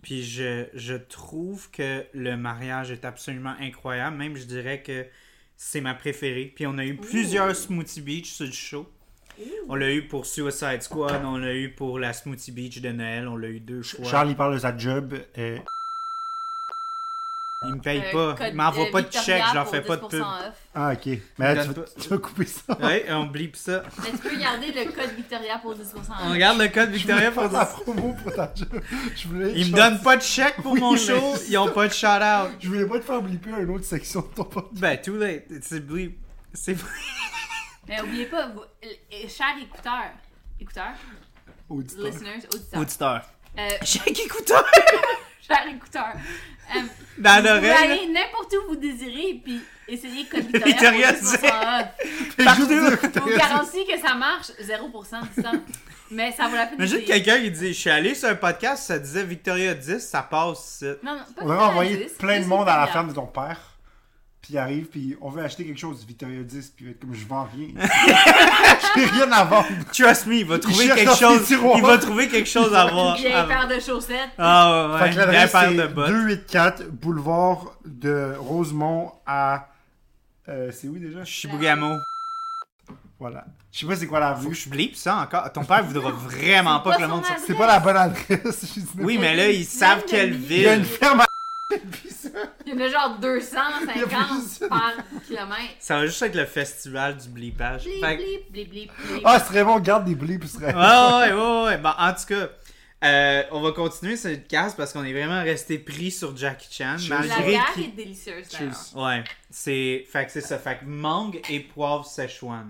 Speaker 3: Puis je, je trouve que le mariage est absolument incroyable. Même, je dirais que c'est ma préférée. Puis on a eu plusieurs Smoothie Beach sur le show. On l'a eu pour Suicide Squad, on l'a eu pour la Smoothie Beach de Noël, on l'a eu deux fois.
Speaker 2: Charles, il parle de sa job. euh,
Speaker 3: il me paye
Speaker 1: Euh,
Speaker 3: pas,
Speaker 1: code,
Speaker 3: il m'envoie
Speaker 1: euh,
Speaker 3: pas de
Speaker 1: Victoria
Speaker 3: chèque, je leur
Speaker 1: pour
Speaker 3: fais pas de pub.
Speaker 1: 10% off.
Speaker 2: Ah, ok. Mais là, tu,
Speaker 3: Donne pas-
Speaker 2: vas, tu vas couper ça.
Speaker 3: [laughs] Ouais, on blip ça.
Speaker 1: Mais tu peux garder le code Victoria pour 10% off.
Speaker 3: On regarde le code Victoria pour
Speaker 2: [laughs] Faire de
Speaker 3: dire-
Speaker 2: la promo pour ta job. Je voulais
Speaker 3: Ils
Speaker 2: je-
Speaker 3: me donnent pas de chèque pour
Speaker 2: Oui,
Speaker 3: mon
Speaker 2: mais-
Speaker 3: show, ils ont pas de shout-out.
Speaker 2: Je voulais pas te faire blipper à une autre section de ton podcast.
Speaker 3: Ben, too late. C'est blip. C'est
Speaker 1: Mais oubliez pas, vous, euh, cher écouteur, écouteur,
Speaker 2: Auditeur.
Speaker 1: Listeners, auditeurs.
Speaker 3: Auditeur.
Speaker 1: Euh,
Speaker 3: Chaque [laughs] écouteur
Speaker 1: cher écouteur. euh,
Speaker 3: dans
Speaker 1: vous
Speaker 3: l'oreille.
Speaker 1: allez n'importe où vous désirez, puis essayez
Speaker 3: [laughs]
Speaker 1: Code Victoria.
Speaker 3: Victoria
Speaker 1: pour
Speaker 3: disait-
Speaker 1: 10% off.
Speaker 3: [laughs] Partout.
Speaker 1: Je vous garantis que ça marche 0% du temps. Mais ça vaut la peine
Speaker 3: Imagine
Speaker 1: d'essayer.
Speaker 3: quelqu'un qui dit Je suis allé sur un podcast, ça disait Victoria 10, ça passe. ici.
Speaker 1: Non, non, pas
Speaker 2: On devrait
Speaker 1: Victoria
Speaker 2: envoyer
Speaker 1: 10,
Speaker 2: plein de
Speaker 1: juste
Speaker 2: monde à la
Speaker 1: Victoria.
Speaker 2: ferme de ton père. Puis il arrive, puis on veut acheter quelque chose, Victoria 10, puis il va être comme je vends
Speaker 3: [laughs]
Speaker 2: rien. J'ai rien à vendre.
Speaker 3: Trust me, il va trouver
Speaker 2: cherche
Speaker 3: quelque
Speaker 2: dans
Speaker 3: chose.
Speaker 2: ses tiroirs.
Speaker 3: Il va trouver
Speaker 2: [laughs]
Speaker 3: quelque chose à voir.
Speaker 1: J'ai
Speaker 3: à
Speaker 1: une
Speaker 3: voir.
Speaker 1: paire de chaussettes.
Speaker 3: Ah ouais,
Speaker 2: fait
Speaker 3: ouais.
Speaker 2: que
Speaker 3: Bien
Speaker 2: l'adresse
Speaker 3: paire
Speaker 2: c'est
Speaker 3: de bottes.
Speaker 2: 284 boulevard de Rosemont à. Euh, c'est où déjà
Speaker 3: Chibougamau.
Speaker 2: Voilà. Je sais pas c'est quoi la
Speaker 3: Faut que
Speaker 2: rue.
Speaker 3: je bleep ça encore. Ton père voudra vraiment
Speaker 1: C'est
Speaker 3: pas que le monde
Speaker 1: son
Speaker 3: soit.
Speaker 2: C'est pas la bonne adresse. [laughs] je suis désolé.
Speaker 3: Oui, euh, mais là, ils savent quelle
Speaker 2: Il y a
Speaker 1: ville.
Speaker 2: une
Speaker 3: ville.
Speaker 2: ferme à. [laughs] puis ça.
Speaker 1: Il y en a genre
Speaker 2: Il y a plus
Speaker 1: 250
Speaker 2: de-
Speaker 1: par kilomètre.
Speaker 3: Ça va juste être le festival du bleepage.
Speaker 1: Blip,
Speaker 3: Fait que-
Speaker 1: blip, blip, blip, blip.
Speaker 2: Ah, ce serait bon, garde des blés, puis ce serait.
Speaker 3: Ouais, ouais, ouais, ouais. Bon, en tout cas, euh, on va continuer cette casse parce qu'on est vraiment resté pris sur Jackie Chan.
Speaker 2: Cheers.
Speaker 1: La
Speaker 3: Malgré
Speaker 1: bière
Speaker 3: qu'il-
Speaker 1: est délicieuse
Speaker 2: Cheers.
Speaker 1: d'ailleurs.
Speaker 3: Ouais, c'est. Fait que c'est ça. Fait que mangue et poivre Szechuan.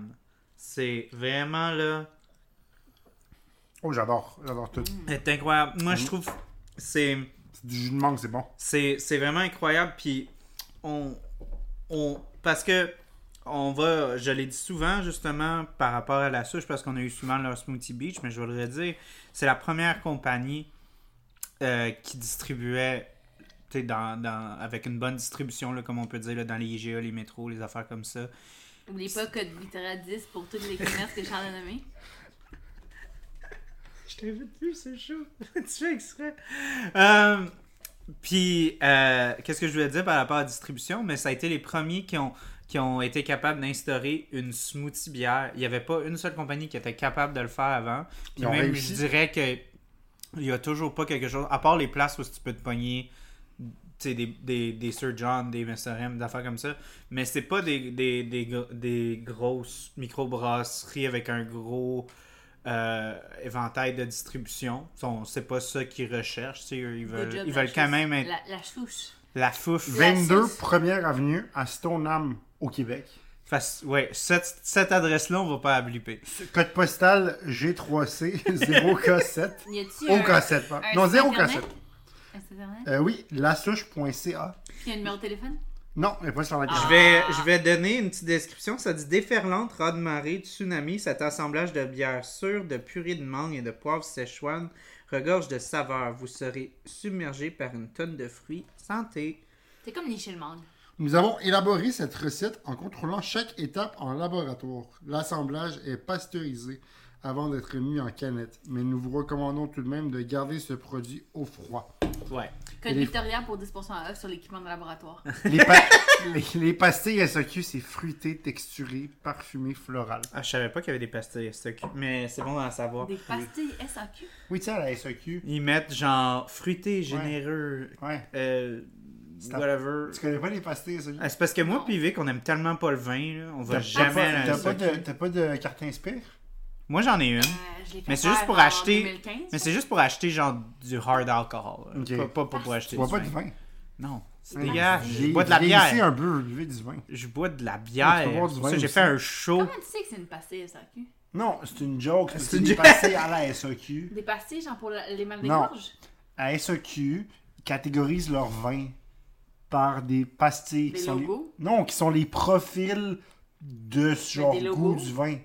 Speaker 3: C'est vraiment là.
Speaker 2: Oh, j'adore. J'adore tout.
Speaker 1: Mm.
Speaker 3: C'est incroyable. Moi, je trouve. C'est.
Speaker 2: C'est du jus de mangue, c'est bon.
Speaker 3: C'est, c'est vraiment incroyable. Puis, on, on. Parce que, on va. Je l'ai dit souvent, justement, par rapport à la souche, parce qu'on a eu souvent leur Smoothie Beach, mais je vais le redire. C'est la première compagnie euh, qui distribuait. tu sais, Dans, dans, avec une bonne distribution, là, comme on peut dire, là, dans les IGA, les métros, les affaires comme ça.
Speaker 1: N'oubliez pas Code Victoria 10 pour tous les commerces que Charles a nommés.
Speaker 3: Je t'invite plus, c'est chaud. [laughs] tu fais exprès. Euh, Puis, euh, qu'est-ce que je voulais dire par rapport à la distribution? Mais ça a été les premiers qui ont, qui ont été capables d'instaurer une smoothie bière. Il n'y avait pas une seule compagnie qui était capable de le faire avant. Puis
Speaker 2: Ils ont
Speaker 3: même,
Speaker 2: réussi.
Speaker 3: je dirais que il n'y a toujours pas quelque chose, à part les places où tu peux te pogner tu sais, des, des, des Sir John, des MSRM, des affaires comme ça. Mais c'est pas des, des, des, gr- des grosses microbrasseries avec un gros euh, éventail de distribution. Sont- C'est pas ça qu'ils recherchent. tu sais, eux, Ils
Speaker 1: Good
Speaker 3: veulent,
Speaker 1: job,
Speaker 3: ils
Speaker 1: la
Speaker 3: veulent quand
Speaker 1: chousse.
Speaker 3: même être
Speaker 1: La, la chouche.
Speaker 3: la fouf.
Speaker 1: La
Speaker 2: 22
Speaker 1: sauce.
Speaker 2: première avenue à Stoneham, au Québec.
Speaker 3: Face- ouais, cette, cette adresse-là, on va pas la blipper.
Speaker 2: Code postal G3C 0K7.
Speaker 1: Y a-tu
Speaker 2: Au
Speaker 1: un,
Speaker 2: K7, pardon.
Speaker 1: un
Speaker 2: Non,
Speaker 1: site
Speaker 2: 0 K7.
Speaker 1: internet? Un site internet?
Speaker 2: Euh, oui, lassouche.ca.
Speaker 1: Puis un numéro de téléphone?
Speaker 2: Non, elle est pas sur la
Speaker 1: Ah.
Speaker 3: Je
Speaker 2: gueule.
Speaker 3: vais, je vais donner une petite description. Ça dit déferlante, raz de marée, tsunami, cet assemblage de bières sûres, de purée de mangue et de poivre Szechuan regorge de saveurs. Vous serez submergé par une tonne de fruits. Santé.
Speaker 1: C'est comme nicher le mangue.
Speaker 2: Nous avons élaboré cette recette en contrôlant chaque étape en laboratoire. L'assemblage est pasteurisé avant d'être mis en canette, mais nous vous recommandons tout de même de garder ce produit au froid.
Speaker 3: Ouais.
Speaker 1: Code
Speaker 2: les-
Speaker 1: Victoria pour 10% off sur l'équipement de laboratoire.
Speaker 2: Les, pa-
Speaker 3: [laughs]
Speaker 2: les- les pastilles SAQ, c'est fruité, texturé, parfumé, floral.
Speaker 3: Ah, je savais pas qu'il y avait des pastilles SAQ, mais c'est bon à savoir.
Speaker 1: Des pastilles SAQ.
Speaker 2: Oui, tiens, la SAQ.
Speaker 3: Ils mettent genre fruité, généreux,
Speaker 2: Ouais.
Speaker 3: euh,
Speaker 2: C'est un-
Speaker 3: whatever.
Speaker 2: Tu connais pas les pastilles SAQ?
Speaker 3: Ah, c'est parce que moi,
Speaker 1: Non.
Speaker 3: puis Vic, on aime tellement pas le vin, là, on va
Speaker 2: T'as
Speaker 3: jamais
Speaker 2: pas-
Speaker 3: à la
Speaker 2: T'as pas,
Speaker 3: SAQ.
Speaker 2: de- t'as pas de carte inspire?
Speaker 3: Moi, j'en ai une.
Speaker 1: Euh, je l'ai fait
Speaker 3: Mais c'est juste
Speaker 1: faire
Speaker 3: pour
Speaker 1: en
Speaker 3: acheter-
Speaker 1: 2015.
Speaker 3: Mais c'est juste pour acheter genre du hard alcohol. là.
Speaker 2: Ok.
Speaker 3: Pas, pas pour, pour
Speaker 2: Tu
Speaker 3: acheter
Speaker 2: bois
Speaker 3: du
Speaker 2: pas
Speaker 3: vin.
Speaker 2: du vin?
Speaker 3: Non, c'est
Speaker 2: Hein,
Speaker 3: dégueulasse.
Speaker 2: j'ai-
Speaker 3: Je bois de la
Speaker 2: j'ai ici
Speaker 3: bière.
Speaker 2: un peu relevé du vin.
Speaker 3: Je bois de la
Speaker 2: Ouais, tu peux
Speaker 3: bière.
Speaker 2: boire du
Speaker 3: C'est pour
Speaker 2: vin
Speaker 3: ça que J'ai
Speaker 2: aussi.
Speaker 3: fait un show.
Speaker 1: Comment tu sais que c'est une pastille SAQ?
Speaker 2: Non, c'est une joke.
Speaker 3: C'est
Speaker 2: C'est
Speaker 3: une
Speaker 2: une
Speaker 3: joke.
Speaker 2: passé à la [laughs] SAQ.
Speaker 1: Des pastilles, genre pour la- les mal des
Speaker 2: Non.
Speaker 1: gorges?
Speaker 2: À SAQ, catégorisent leurs vins par des pastilles
Speaker 1: Des
Speaker 2: qui sont les-
Speaker 1: logos?
Speaker 2: Non, qui sont les profils de ce
Speaker 1: Mais
Speaker 2: genre
Speaker 1: des
Speaker 2: goût
Speaker 1: logos?
Speaker 2: du vin.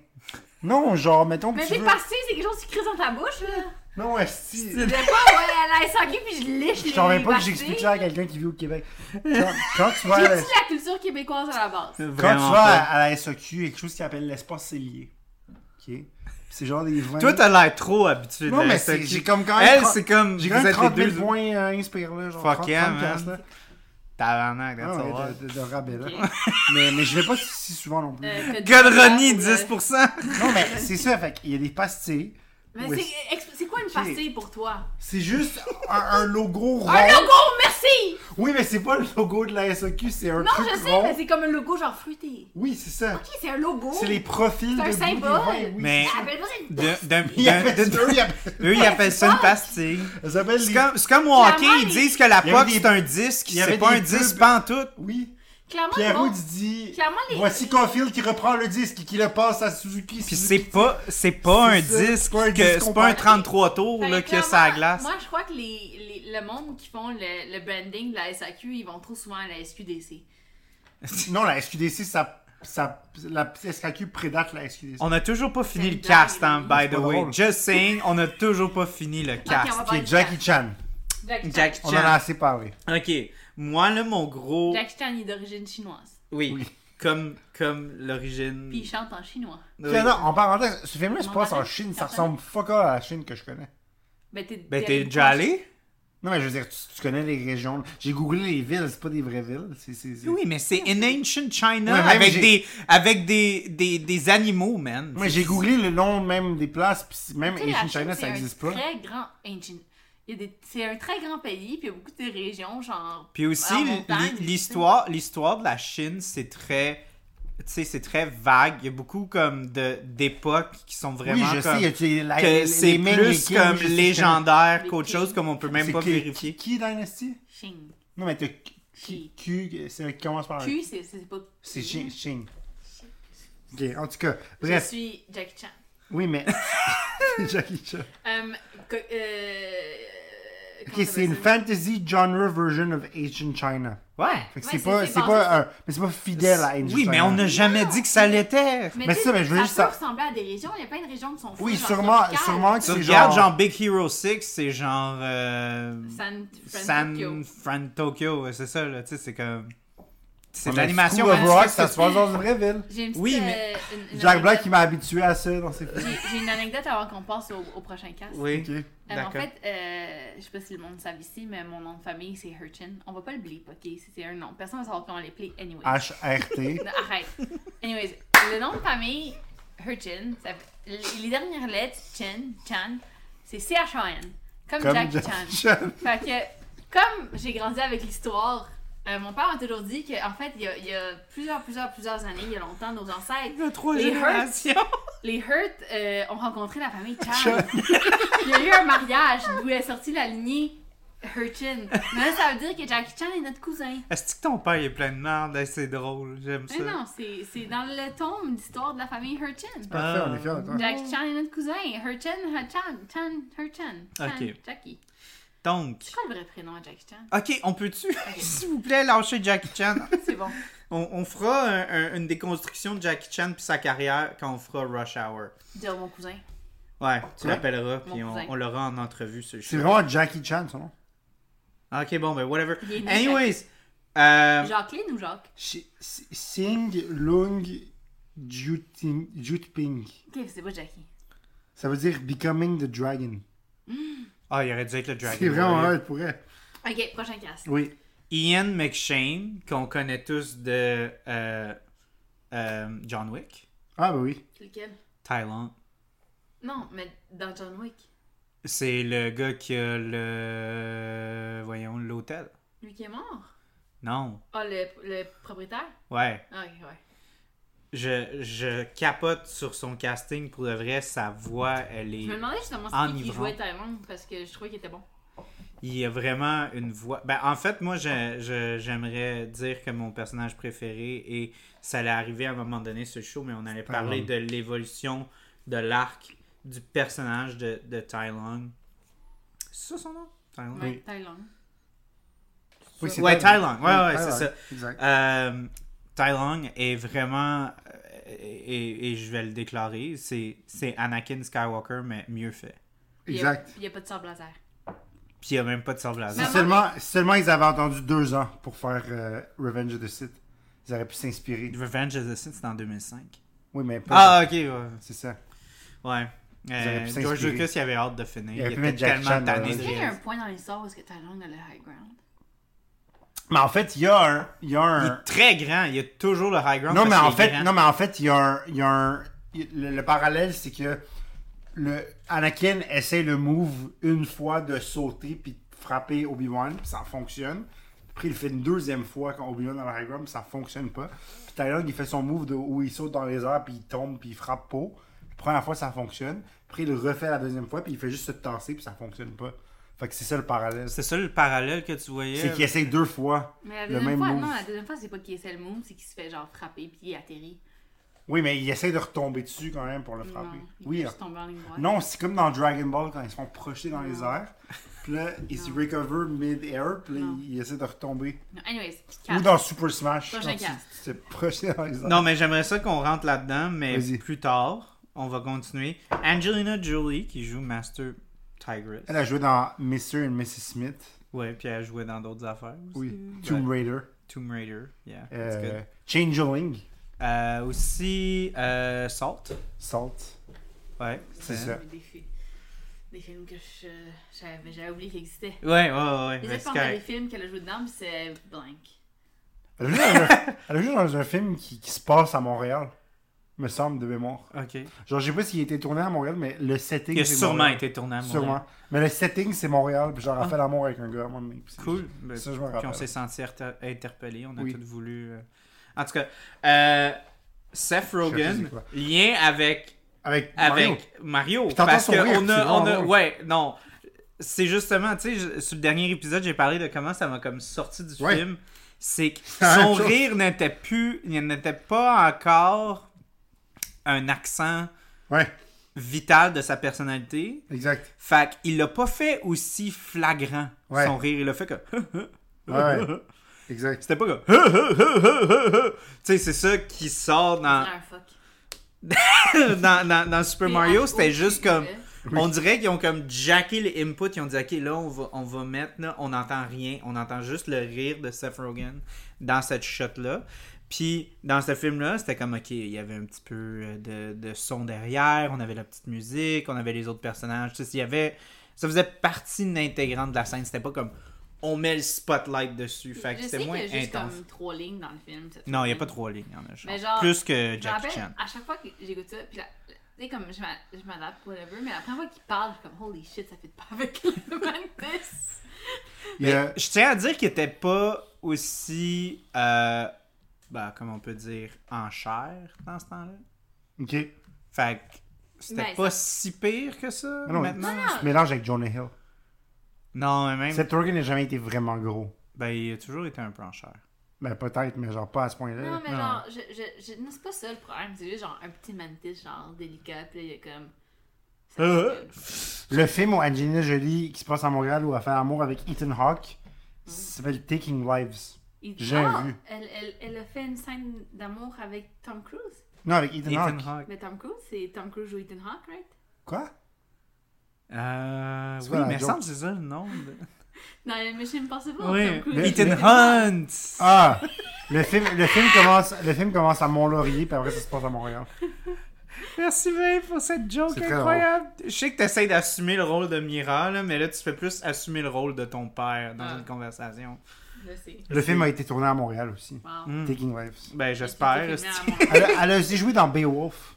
Speaker 2: Non, genre, mettons que
Speaker 1: Mais
Speaker 2: tu
Speaker 1: des
Speaker 2: veux...
Speaker 1: pastilles, c'est quelque chose qui crie dans ta bouche, là!
Speaker 2: Non, esti...
Speaker 1: Je vais pas, ouais, à la SAQ puis je liche les
Speaker 2: Je t'en reviens pas que
Speaker 1: pastilles.
Speaker 2: j'explique ça à quelqu'un qui vit au Québec. Quand, quand tu vas, à la,
Speaker 1: [laughs] J'ai-tu la culture québécoise à la base?
Speaker 2: quand tu
Speaker 3: Vraiment
Speaker 2: vas
Speaker 3: pas.
Speaker 2: à, à la SAQ, il y a quelque chose qui s'appelle l'espace cellier. OK? C'est genre des vins...
Speaker 3: Toi, t'as l'air trop habitué de
Speaker 2: Non,
Speaker 3: la
Speaker 2: mais
Speaker 3: SAQ.
Speaker 2: c'est- j'ai comme quand même...
Speaker 3: Elle,
Speaker 2: tra-
Speaker 3: c'est comme.
Speaker 2: J'ai
Speaker 3: vous
Speaker 2: quand même
Speaker 3: êtes
Speaker 2: 30
Speaker 3: les
Speaker 2: 000
Speaker 3: deux.
Speaker 2: points euh, inspire, là, genre
Speaker 3: Fuck
Speaker 2: 30,
Speaker 3: yeah,
Speaker 2: 30
Speaker 3: man.
Speaker 2: piastres, là.
Speaker 3: Tabarnak,
Speaker 2: Ah
Speaker 3: that's
Speaker 2: ouais,
Speaker 3: a lot.
Speaker 2: de, de, de rabais, là.
Speaker 1: Ok.
Speaker 2: Mais, mais je vais pas si souvent non plus.
Speaker 1: Euh, Code
Speaker 3: Godroni,
Speaker 1: Victoria pour, euh,
Speaker 3: 10%.
Speaker 2: Non, mais c'est ça, fait qu'il y a des pastilles.
Speaker 1: Mais
Speaker 2: Oui.
Speaker 1: c'est- exp- c'est quoi une pastille pour toi?
Speaker 2: C'est juste un, un logo rond.
Speaker 1: Un logo, merci!
Speaker 2: Oui, mais c'est pas le logo de la SAQ, c'est un
Speaker 1: Non,
Speaker 2: truc
Speaker 1: je sais,
Speaker 2: rond.
Speaker 1: mais c'est comme un logo genre fruité.
Speaker 2: Oui, c'est ça.
Speaker 1: Ok, c'est un logo. Ah, ben,
Speaker 2: C'est les profils
Speaker 1: C'est un
Speaker 2: de goût des
Speaker 1: symbole.
Speaker 2: vins, oui,
Speaker 3: Mais-
Speaker 2: c'est ça.
Speaker 1: Appelle-moi une
Speaker 3: D'un- d'un-
Speaker 2: [laughs] Il y avait-
Speaker 3: d'un-
Speaker 2: eux, il y avait-
Speaker 3: Eux, ils appellent ça une pastille.
Speaker 2: Ça s'appelle
Speaker 3: C'est
Speaker 2: les-
Speaker 3: comme, c'est comme au hockey,
Speaker 1: Clairement,
Speaker 3: ils
Speaker 1: les-
Speaker 3: disent que la
Speaker 2: Il y avait
Speaker 3: POC,
Speaker 2: des-
Speaker 3: c'est un disque.
Speaker 2: il y avait
Speaker 3: C'est pas
Speaker 2: des
Speaker 3: un disque
Speaker 2: pubs.
Speaker 3: pantoute.
Speaker 2: Oui.
Speaker 1: Clairement,
Speaker 2: Pierre
Speaker 1: Ah, bon,
Speaker 2: dit
Speaker 1: clairement les.
Speaker 2: Voici Caulfield qui reprend le disque et qui le passe à Suzuki.
Speaker 3: Puis c'est
Speaker 2: Suzuki-
Speaker 3: pas, c'est pas
Speaker 2: C'est
Speaker 3: un
Speaker 2: ça,
Speaker 3: disque,
Speaker 2: c'est pas un
Speaker 3: que-
Speaker 2: disque
Speaker 3: c'est pas un
Speaker 2: compact.
Speaker 3: 33 tours
Speaker 1: Fait
Speaker 3: là,
Speaker 1: que
Speaker 3: qui a
Speaker 1: Ben, clairement,
Speaker 3: sa glace.
Speaker 1: Moi, je crois que les, les- le monde qui font le, le branding de la SAQ, ils vont trop souvent à la SQDC.
Speaker 2: Non, la SQDC, ça, ça, la SKQ prédate la SQDC.
Speaker 3: On a toujours pas fini
Speaker 1: C'est
Speaker 3: le cast, hein,
Speaker 1: dingue.
Speaker 3: by the
Speaker 2: C'est pas
Speaker 3: way.
Speaker 2: drôle.
Speaker 3: Just saying, on a toujours pas fini le cast.
Speaker 1: on va
Speaker 2: Qui est Jackie Chan.
Speaker 1: Jackie Chan.
Speaker 3: Jack
Speaker 2: On en
Speaker 3: Chan.
Speaker 2: a assez parlé.
Speaker 3: Ok, moi là, mon gros.
Speaker 1: Jackie Chan est d'origine chinoise.
Speaker 3: Oui,
Speaker 2: Oui.
Speaker 3: comme, comme l'origine.
Speaker 1: Puis il chante en chinois.
Speaker 3: Oui.
Speaker 2: Tiens, non, en parenthèse, ce film-là se
Speaker 1: On
Speaker 2: passe
Speaker 1: en a-
Speaker 2: en Chine, ça
Speaker 1: on en a-
Speaker 2: ressemble fuck all à la Chine que je connais.
Speaker 1: Ben, t'es
Speaker 3: Ben, t'es déjà allé?
Speaker 2: Non, mais je veux dire, tu, tu connais les régions. J'ai googlé les villes, c'est pas des vraies villes. C'est, c'est, c'est-
Speaker 3: Oui, mais c'est in ancient China
Speaker 2: Ouais, même
Speaker 3: avec,
Speaker 2: j'ai-
Speaker 3: des, avec des, des, des animaux, man.
Speaker 2: Mais j'ai googlé le nom même des places, puis c'est- même
Speaker 1: Tu sais, la
Speaker 2: Asian
Speaker 1: Chine,
Speaker 2: China,
Speaker 1: c'est
Speaker 2: ça
Speaker 1: un
Speaker 2: existe pas.
Speaker 1: Très grand. ancient- il y a des- C'est un très grand pays, puis il y a beaucoup de régions, genre.
Speaker 3: Puis aussi,
Speaker 1: en montagne,
Speaker 3: l'hi- l'histoire, l'histoire de la Chine, c'est très, tu sais, c'est très vague. Il y a beaucoup comme de d'époques qui sont
Speaker 2: Oui,
Speaker 3: vraiment
Speaker 2: je
Speaker 3: comme
Speaker 2: sais, y a- y a la- les-
Speaker 3: que
Speaker 2: les
Speaker 3: c'est
Speaker 2: Ming, les
Speaker 3: plus
Speaker 2: Qing,
Speaker 3: comme
Speaker 2: je sais, je
Speaker 3: légendaire
Speaker 1: connais.
Speaker 3: qu'autre
Speaker 1: Les Qing.
Speaker 3: chose, comme on peut
Speaker 2: connais.
Speaker 3: même pas
Speaker 2: C'est qui-
Speaker 3: vérifier.
Speaker 2: Qui, qui Dynasty
Speaker 1: Ching.
Speaker 2: Non, mais t'as Q,
Speaker 1: Qi.
Speaker 2: Q, c'est qui commence par un
Speaker 1: Q, c'est c'est pas.
Speaker 2: C'est Xing. Xing. Ok, en tout cas,
Speaker 1: Je
Speaker 2: bref.
Speaker 1: suis Jackie Chan. [laughs]
Speaker 2: Oui, mais. [laughs] Jackie Chan.
Speaker 1: Euh, que- euh, comment
Speaker 2: Ok,
Speaker 1: ça
Speaker 2: c'est une
Speaker 1: s'appelle?
Speaker 2: fantasy genre version of Asian China.
Speaker 3: Ouais.
Speaker 2: Fait que
Speaker 1: Ouais,
Speaker 2: c'est
Speaker 1: c'est-
Speaker 2: pas,
Speaker 1: c'est
Speaker 2: c'est
Speaker 1: basé
Speaker 2: pas
Speaker 1: sur-
Speaker 2: un- mais c'est pas fidèle à Asian
Speaker 3: Oui, mais
Speaker 2: China.
Speaker 3: on n'a jamais dit que ça l'était.
Speaker 1: tu
Speaker 2: Mais ça,
Speaker 1: sais,
Speaker 2: mais je veux
Speaker 1: ça
Speaker 2: juste
Speaker 1: peut
Speaker 2: ça-
Speaker 1: ressembler à des régions. Il y a plein de régions qui sont.
Speaker 2: Oui,
Speaker 1: full, genre,
Speaker 2: sûrement,
Speaker 1: tropicales.
Speaker 2: sûrement que
Speaker 3: Tu
Speaker 2: c'est
Speaker 3: regardes
Speaker 2: genre.
Speaker 3: genre... Big Hero 6, c'est genre euh,
Speaker 1: San Fran Tokyo.
Speaker 3: San Fran Tokyo, ouais, c'est ça là, tu sais, c'est comme c'est de
Speaker 2: Ouais, mais
Speaker 3: l'animation.
Speaker 2: School of
Speaker 3: mais-
Speaker 2: Rock, ça se passe dans une vraie ville.
Speaker 1: J'ai une petite,
Speaker 3: Oui,
Speaker 1: euh,
Speaker 3: mais-
Speaker 1: une- une
Speaker 2: Jack Black,
Speaker 1: anecdote.
Speaker 2: il m'a habitué à ça dans ses films.
Speaker 1: J'ai- J'ai une anecdote avant qu'on passe au, au prochain cast.
Speaker 3: Oui.
Speaker 2: Ok.
Speaker 1: Euh, en
Speaker 3: D'accord.
Speaker 1: fait, euh, je sais pas si le monde savait ici, mais mon nom de famille c'est Hurchin. On va pas le bleep, ok? C'est- C'est un nom. Personne va savoir comment l'appeler, anyway. [laughs]
Speaker 2: Ah, HRT.
Speaker 1: Non, arrête. Anyways, le nom de famille Hurchin, ça fait- les les dernières lettres, Chen, Chan, c'est C-H-A-N. Comme,
Speaker 2: Comme
Speaker 1: Jackie
Speaker 2: Jack
Speaker 1: Chan.
Speaker 2: Chan.
Speaker 1: Fait que, comme j'ai grandi avec l'histoire, euh, mon père m'a toujours dit qu'en fait, il y, a, il y a plusieurs, plusieurs, plusieurs années, il y a longtemps, nos ancêtres,
Speaker 3: trois
Speaker 1: Les
Speaker 3: générations.
Speaker 1: les Hurt euh, ont rencontré la famille Chan. [laughs] il y a eu un mariage d'où est sortie la lignée Hurchin. Mais là, ça veut dire que Jackie Chan est notre cousin.
Speaker 3: Est-ce que ton père il est plein de merde? Hey, C'est drôle, j'aime ça.
Speaker 1: Mais non, c'est c'est dans le tome d'histoire de la famille
Speaker 3: Ah,
Speaker 1: Hurchin.
Speaker 2: Parfait, on est fiers. attends.
Speaker 1: Jackie Chan est notre cousin. Hurchin, Hurchan, Chan, Hurchin. Chan,
Speaker 3: Ok.
Speaker 1: Jackie.
Speaker 3: Donc,
Speaker 1: C'est quoi le vrai prénom à Jackie Chan?
Speaker 3: ok,
Speaker 1: [laughs]
Speaker 3: on peut-tu, [laughs] s'il vous plaît, lâcher Jackie Chan?
Speaker 1: C'est bon.
Speaker 3: On, on fera un- un- une déconstruction de Jackie Chan puis sa carrière quand on fera Rush Hour.
Speaker 1: Dire mon cousin.
Speaker 3: Ouais, tu
Speaker 2: Ouais.
Speaker 3: l'appelleras
Speaker 1: Mon
Speaker 3: puis on,
Speaker 1: cousin.
Speaker 3: on l'aura en entrevue sur le
Speaker 2: C'est
Speaker 3: show.
Speaker 2: vraiment Jackie Chan, son nom.
Speaker 3: Ok, bon, ben whatever.
Speaker 1: Il est né
Speaker 3: Anyways, euh,
Speaker 1: Jacqueline ou Jacques?
Speaker 2: Shi- Si- Sing Lung Juting- Jutping.
Speaker 1: Ok, c'est pas Jackie.
Speaker 2: Ça veut dire Becoming the Dragon.
Speaker 3: ah, il aurait dû être le Dragon.
Speaker 2: C'est vraiment
Speaker 3: Warrior.
Speaker 2: hard pour elle.
Speaker 1: Ok, prochain cast.
Speaker 2: Oui.
Speaker 3: Ian McShane, qu'on connaît tous de euh, euh, John Wick,
Speaker 2: Ah, bah oui.
Speaker 1: C'est lequel?
Speaker 3: Thailand.
Speaker 1: Non, mais dans John Wick.
Speaker 3: C'est le gars qui a le. Voyons, l'hôtel.
Speaker 1: Lui qui est mort?
Speaker 3: Non.
Speaker 1: Ah, le, le propriétaire?
Speaker 3: Ouais.
Speaker 1: Ah, ok, ouais.
Speaker 3: Je, je capote sur son casting pour de vrai. Sa voix, elle
Speaker 1: Je me
Speaker 3: est.
Speaker 1: demandais justement
Speaker 3: En
Speaker 1: si qui
Speaker 3: Iran.
Speaker 1: jouait Thaïlande parce que je trouvais qu'il était bon.
Speaker 3: Il a vraiment une voix. Ben, en fait, moi, je- je- j'aimerais dire que mon personnage préféré, et ça allait arriver à un moment donné ce show, mais on allait parler de l'évolution de l'arc du personnage de, de Tai Lung. C'est ça son nom? Tai Lung?
Speaker 1: Ouais, Thaïlande.
Speaker 2: Oui, c'est
Speaker 3: Ouais,
Speaker 2: Thai-
Speaker 3: Tai Lung. Ouais, ouais,
Speaker 2: Thai
Speaker 3: c'est
Speaker 2: Lung.
Speaker 3: ça.
Speaker 2: Exact.
Speaker 3: Euh, Tai Lung est vraiment. euh, Et, et je vais le déclarer, c'est c'est Anakin Skywalker, mais mieux fait.
Speaker 1: Il y a-
Speaker 2: Exact.
Speaker 1: Il n'y a, pas de sable laser.
Speaker 3: Puis il n'y a même pas de sable laser.
Speaker 2: Si
Speaker 1: Maman-
Speaker 2: seulement, si seulement ils avaient attendu deux ans pour faire euh, Revenge of the Sith, ils auraient pu s'inspirer.
Speaker 3: Revenge of the Sith, c'est en 2005.
Speaker 2: Oui, mais pas.
Speaker 3: Ah, ok, ouais.
Speaker 2: C'est ça. auraient
Speaker 3: Ouais. Euh,
Speaker 2: pu
Speaker 3: George
Speaker 2: s'inspirer.
Speaker 3: Lucas, il avait hâte de finir.
Speaker 2: Il aurait
Speaker 3: Il,
Speaker 2: pu
Speaker 3: était
Speaker 2: mettre Jackie
Speaker 3: tellement
Speaker 2: Chan
Speaker 3: tanné de
Speaker 1: Est-ce qu'il y a un
Speaker 3: rien.
Speaker 1: point dans l'histoire où est-ce que Thaïlande a le high ground?
Speaker 2: Mais en fait, il y a un. Il y a
Speaker 3: Il
Speaker 2: un...
Speaker 3: est très grand, il a toujours le high ground.
Speaker 2: Non, mais
Speaker 3: parce
Speaker 2: en
Speaker 3: qu'il est
Speaker 2: fait,
Speaker 3: grand.
Speaker 2: non, mais en fait, il y a un. il y a un- il- le, le parallèle, c'est que le Anakin essaie le move une fois de sauter puis de frapper Obi-Wan, puis ça fonctionne. Puis il le fait une deuxième fois quand Obi-Wan est dans le high ground, puis ça fonctionne pas. Puis Tyler, il fait son move de, où il saute dans les airs, puis il tombe, puis il frappe pas. La première fois, ça fonctionne. Puis il le refait la deuxième fois, puis il fait juste se tasser, puis ça fonctionne pas. Fait que c'est ça le parallèle.
Speaker 3: C'est ça le parallèle que tu voyais.
Speaker 2: C'est qu'il essaye deux fois.
Speaker 1: Mais la
Speaker 2: Le
Speaker 1: deuxième
Speaker 2: même
Speaker 1: fois,
Speaker 2: move.
Speaker 1: non, la deuxième fois, c'est pas qu'il essaie le move, c'est qu'il se fait genre frapper puis il atterrit.
Speaker 2: Oui, mais il essaye de retomber dessus quand même pour le frapper.
Speaker 1: Non, il
Speaker 2: oui,
Speaker 1: est
Speaker 2: hein.
Speaker 1: juste tombé en ligne droite.
Speaker 2: non, c'est comme dans Dragon Ball quand ils se font projeter dans les
Speaker 1: Non.
Speaker 2: airs. Puis là, ils se
Speaker 1: Ah. Non.
Speaker 2: recover mid-air, puis là,
Speaker 1: Non.
Speaker 2: il essaie de retomber.
Speaker 1: Non, Anyways,
Speaker 2: Ou
Speaker 1: Kat,
Speaker 2: dans Super Smash.
Speaker 1: Prochain
Speaker 2: quand tu-
Speaker 1: cast.
Speaker 2: tu te projeté dans les airs.
Speaker 3: Non, mais j'aimerais ça qu'on rentre là-dedans, mais
Speaker 2: Vas-y.
Speaker 3: plus tard, on va continuer. Angelina Jolie, qui joue Master Tigress.
Speaker 2: Elle a joué dans Mr. et Mrs. Smith.
Speaker 3: Ouais, puis elle a joué dans d'autres affaires aussi.
Speaker 2: Oui.
Speaker 3: Ouais.
Speaker 2: Tomb Raider.
Speaker 3: Tomb Raider, yeah, that's
Speaker 2: Euh,
Speaker 3: good.
Speaker 2: Changeling.
Speaker 3: Euh, aussi, euh, Salt.
Speaker 2: Salt.
Speaker 3: Ouais,
Speaker 2: C'est ça.
Speaker 1: des, films- des films que je- j'avais j'avais oublié qu'ils existaient.
Speaker 3: Ouais, ouais, ouais.
Speaker 1: Les autres
Speaker 3: mais c'est
Speaker 1: fois, on a des
Speaker 3: correct.
Speaker 1: films qu'elle a joué dedans, puis c'est blank.
Speaker 2: Elle a joué dans
Speaker 1: [laughs]
Speaker 2: un, elle a joué dans un film qui, qui se passe à Montréal. Me semble, de mémoire.
Speaker 3: Ok.
Speaker 2: Genre, je sais pas s'il a été tourné à Montréal, mais le setting.
Speaker 3: Il a
Speaker 2: c'est
Speaker 3: sûrement
Speaker 2: Montréal.
Speaker 3: été tourné à Montréal.
Speaker 2: Sûrement. Mais le setting, c'est Montréal. Puis genre, elle
Speaker 1: Ah.
Speaker 2: fait l'amour avec un gars à un moment donné, puis c'est-
Speaker 3: Cool. Ben,
Speaker 2: Ça, je me
Speaker 3: Puis on
Speaker 2: rappelle.
Speaker 3: s'est senti inter- interpellé, on a
Speaker 2: Oui.
Speaker 3: tout voulu. euh. En tout cas, euh, Seth
Speaker 2: Chercher,
Speaker 3: Rogen,
Speaker 2: c'est quoi?
Speaker 3: lien avec
Speaker 2: Avec. Mario.
Speaker 3: avec Mario.
Speaker 2: Puis t'entends
Speaker 3: parce
Speaker 2: son
Speaker 3: que
Speaker 2: rire,
Speaker 3: on
Speaker 2: puis
Speaker 3: a,
Speaker 2: c'est
Speaker 3: on
Speaker 2: vraiment
Speaker 3: a,
Speaker 2: drôle.
Speaker 3: ouais, non. C'est justement, tu sais, je- sur le dernier épisode, j'ai parlé de comment ça m'a comme sorti du
Speaker 2: Ouais. Ah,
Speaker 3: film. C'est
Speaker 2: [laughs]
Speaker 3: que
Speaker 2: la
Speaker 3: son
Speaker 2: même chose.
Speaker 3: rire n'était plus, il n'était pas encore un accent
Speaker 2: Ouais,
Speaker 3: vital de sa personnalité.
Speaker 2: exact.
Speaker 3: Fait qu'il l'a pas fait aussi flagrant,
Speaker 2: Ouais.
Speaker 3: son rire. Il l'a fait que. [laughs]
Speaker 2: Ouais, exact.
Speaker 3: C'était pas comme. [laughs] Tu sais, c'est ça qui sort
Speaker 1: C'est
Speaker 3: dans,
Speaker 1: un fuck.
Speaker 3: [coughs] dans, dans, dans Super
Speaker 1: Et
Speaker 3: Mario.
Speaker 1: elle
Speaker 3: C'était
Speaker 1: aussi,
Speaker 3: juste comme.
Speaker 1: là.
Speaker 2: Oui.
Speaker 3: On dirait qu'ils ont comme jacké le input. Ils ont dit, OK, là, on va, on va mettre, là, on n'entend rien. On entend juste le rire de Seth Rogen dans cette shot-là. Puis, dans ce film-là, c'était comme, OK, il y avait un petit peu euh, de, de son derrière. On avait la petite musique. On avait les autres personnages. Tu sais, il y avait. Ça faisait partie intégrante de la scène. C'était pas comme. On met le spotlight dessus. Fait que
Speaker 1: Je sais
Speaker 3: c'était
Speaker 1: qu'il y
Speaker 3: moins
Speaker 1: a juste
Speaker 3: intense.
Speaker 1: comme trois lignes dans le film. cette
Speaker 3: Non, il n'y a
Speaker 1: fois-là.
Speaker 3: pas trois lignes, il y en a genre.
Speaker 1: Mais genre,
Speaker 3: plus que
Speaker 1: Je me
Speaker 3: Jackie
Speaker 1: rappelle,
Speaker 3: Chan.
Speaker 1: à chaque fois que j'écoute ça, puis la- la- tu sais, comme je m'a- je m'adapte, whatever, mais la première fois qu'il parle, je suis comme, holy shit, ça fait pas avec le [laughs] mantis.
Speaker 2: Il y a-
Speaker 3: Je tiens à dire qu'il n'était pas aussi, euh, ben, comment on peut dire, en chair dans ce temps-là.
Speaker 2: Ok. Mais
Speaker 3: Fait que c'était
Speaker 1: Ben,
Speaker 3: pas si pire que ça
Speaker 2: non,
Speaker 3: maintenant.
Speaker 2: il
Speaker 1: Ah.
Speaker 2: se mélange avec Jonah Hill.
Speaker 3: Non, mais même,
Speaker 2: Seth Rogen n'a jamais été vraiment gros.
Speaker 3: ben, il a toujours été un peu en chair.
Speaker 2: Ben peut-être, mais genre pas à ce
Speaker 1: Non,
Speaker 2: point-là.
Speaker 1: mais
Speaker 3: Non.
Speaker 1: genre, je, je, je- non, c'est pas ça le problème, c'est juste genre un petit mantis, genre délicat, puis là, il y a comme. ça
Speaker 3: Euh.
Speaker 1: fait que-
Speaker 2: Le film où Angelina Jolie qui se passe à Montréal où elle fait amour avec Ethan Hawke
Speaker 1: Mm.
Speaker 2: ça s'appelle Taking Lives.
Speaker 1: il-
Speaker 2: J'ai
Speaker 1: Ah,
Speaker 2: vu.
Speaker 1: Elle, elle, elle a fait une scène d'amour avec Tom Cruise.
Speaker 2: Non, avec Ethan,
Speaker 3: Ethan
Speaker 2: Hawke.
Speaker 3: Hawke.
Speaker 1: Mais Tom Cruise, c'est Tom Cruise ou Ethan Hawke, right?
Speaker 2: Quoi
Speaker 3: Euh,
Speaker 2: C'est
Speaker 3: oui,
Speaker 2: quoi la
Speaker 3: mais il me
Speaker 2: joke?
Speaker 3: semble que c'est ça le nom.
Speaker 1: [laughs]
Speaker 3: de-
Speaker 1: Dans Mission Impossible, Tom
Speaker 3: Oui,
Speaker 1: Cruise.
Speaker 2: Mais-
Speaker 1: [laughs]
Speaker 3: Ethan
Speaker 2: mais-
Speaker 3: Hunt.
Speaker 2: Ah le film, le, film commence, le film commence à Mont-Laurier, puis après ça se passe à Montréal.
Speaker 3: Merci Vé pour cette joke
Speaker 2: C'est très
Speaker 3: incroyable. Je sais que t'essayes d'assumer le rôle de Mira, là, mais là tu fais plus assumer le rôle de ton père dans
Speaker 1: Ah.
Speaker 3: une conversation.
Speaker 1: Je sais.
Speaker 2: Le film a été tourné à Montréal aussi.
Speaker 1: Wow.
Speaker 3: Hmm.
Speaker 2: Taking Lives.
Speaker 3: Ben j'espère.
Speaker 1: Et puis, c'est
Speaker 3: esti.
Speaker 1: [laughs] filmé à Montréal.
Speaker 2: Elle a, elle a aussi joué dans Beowulf,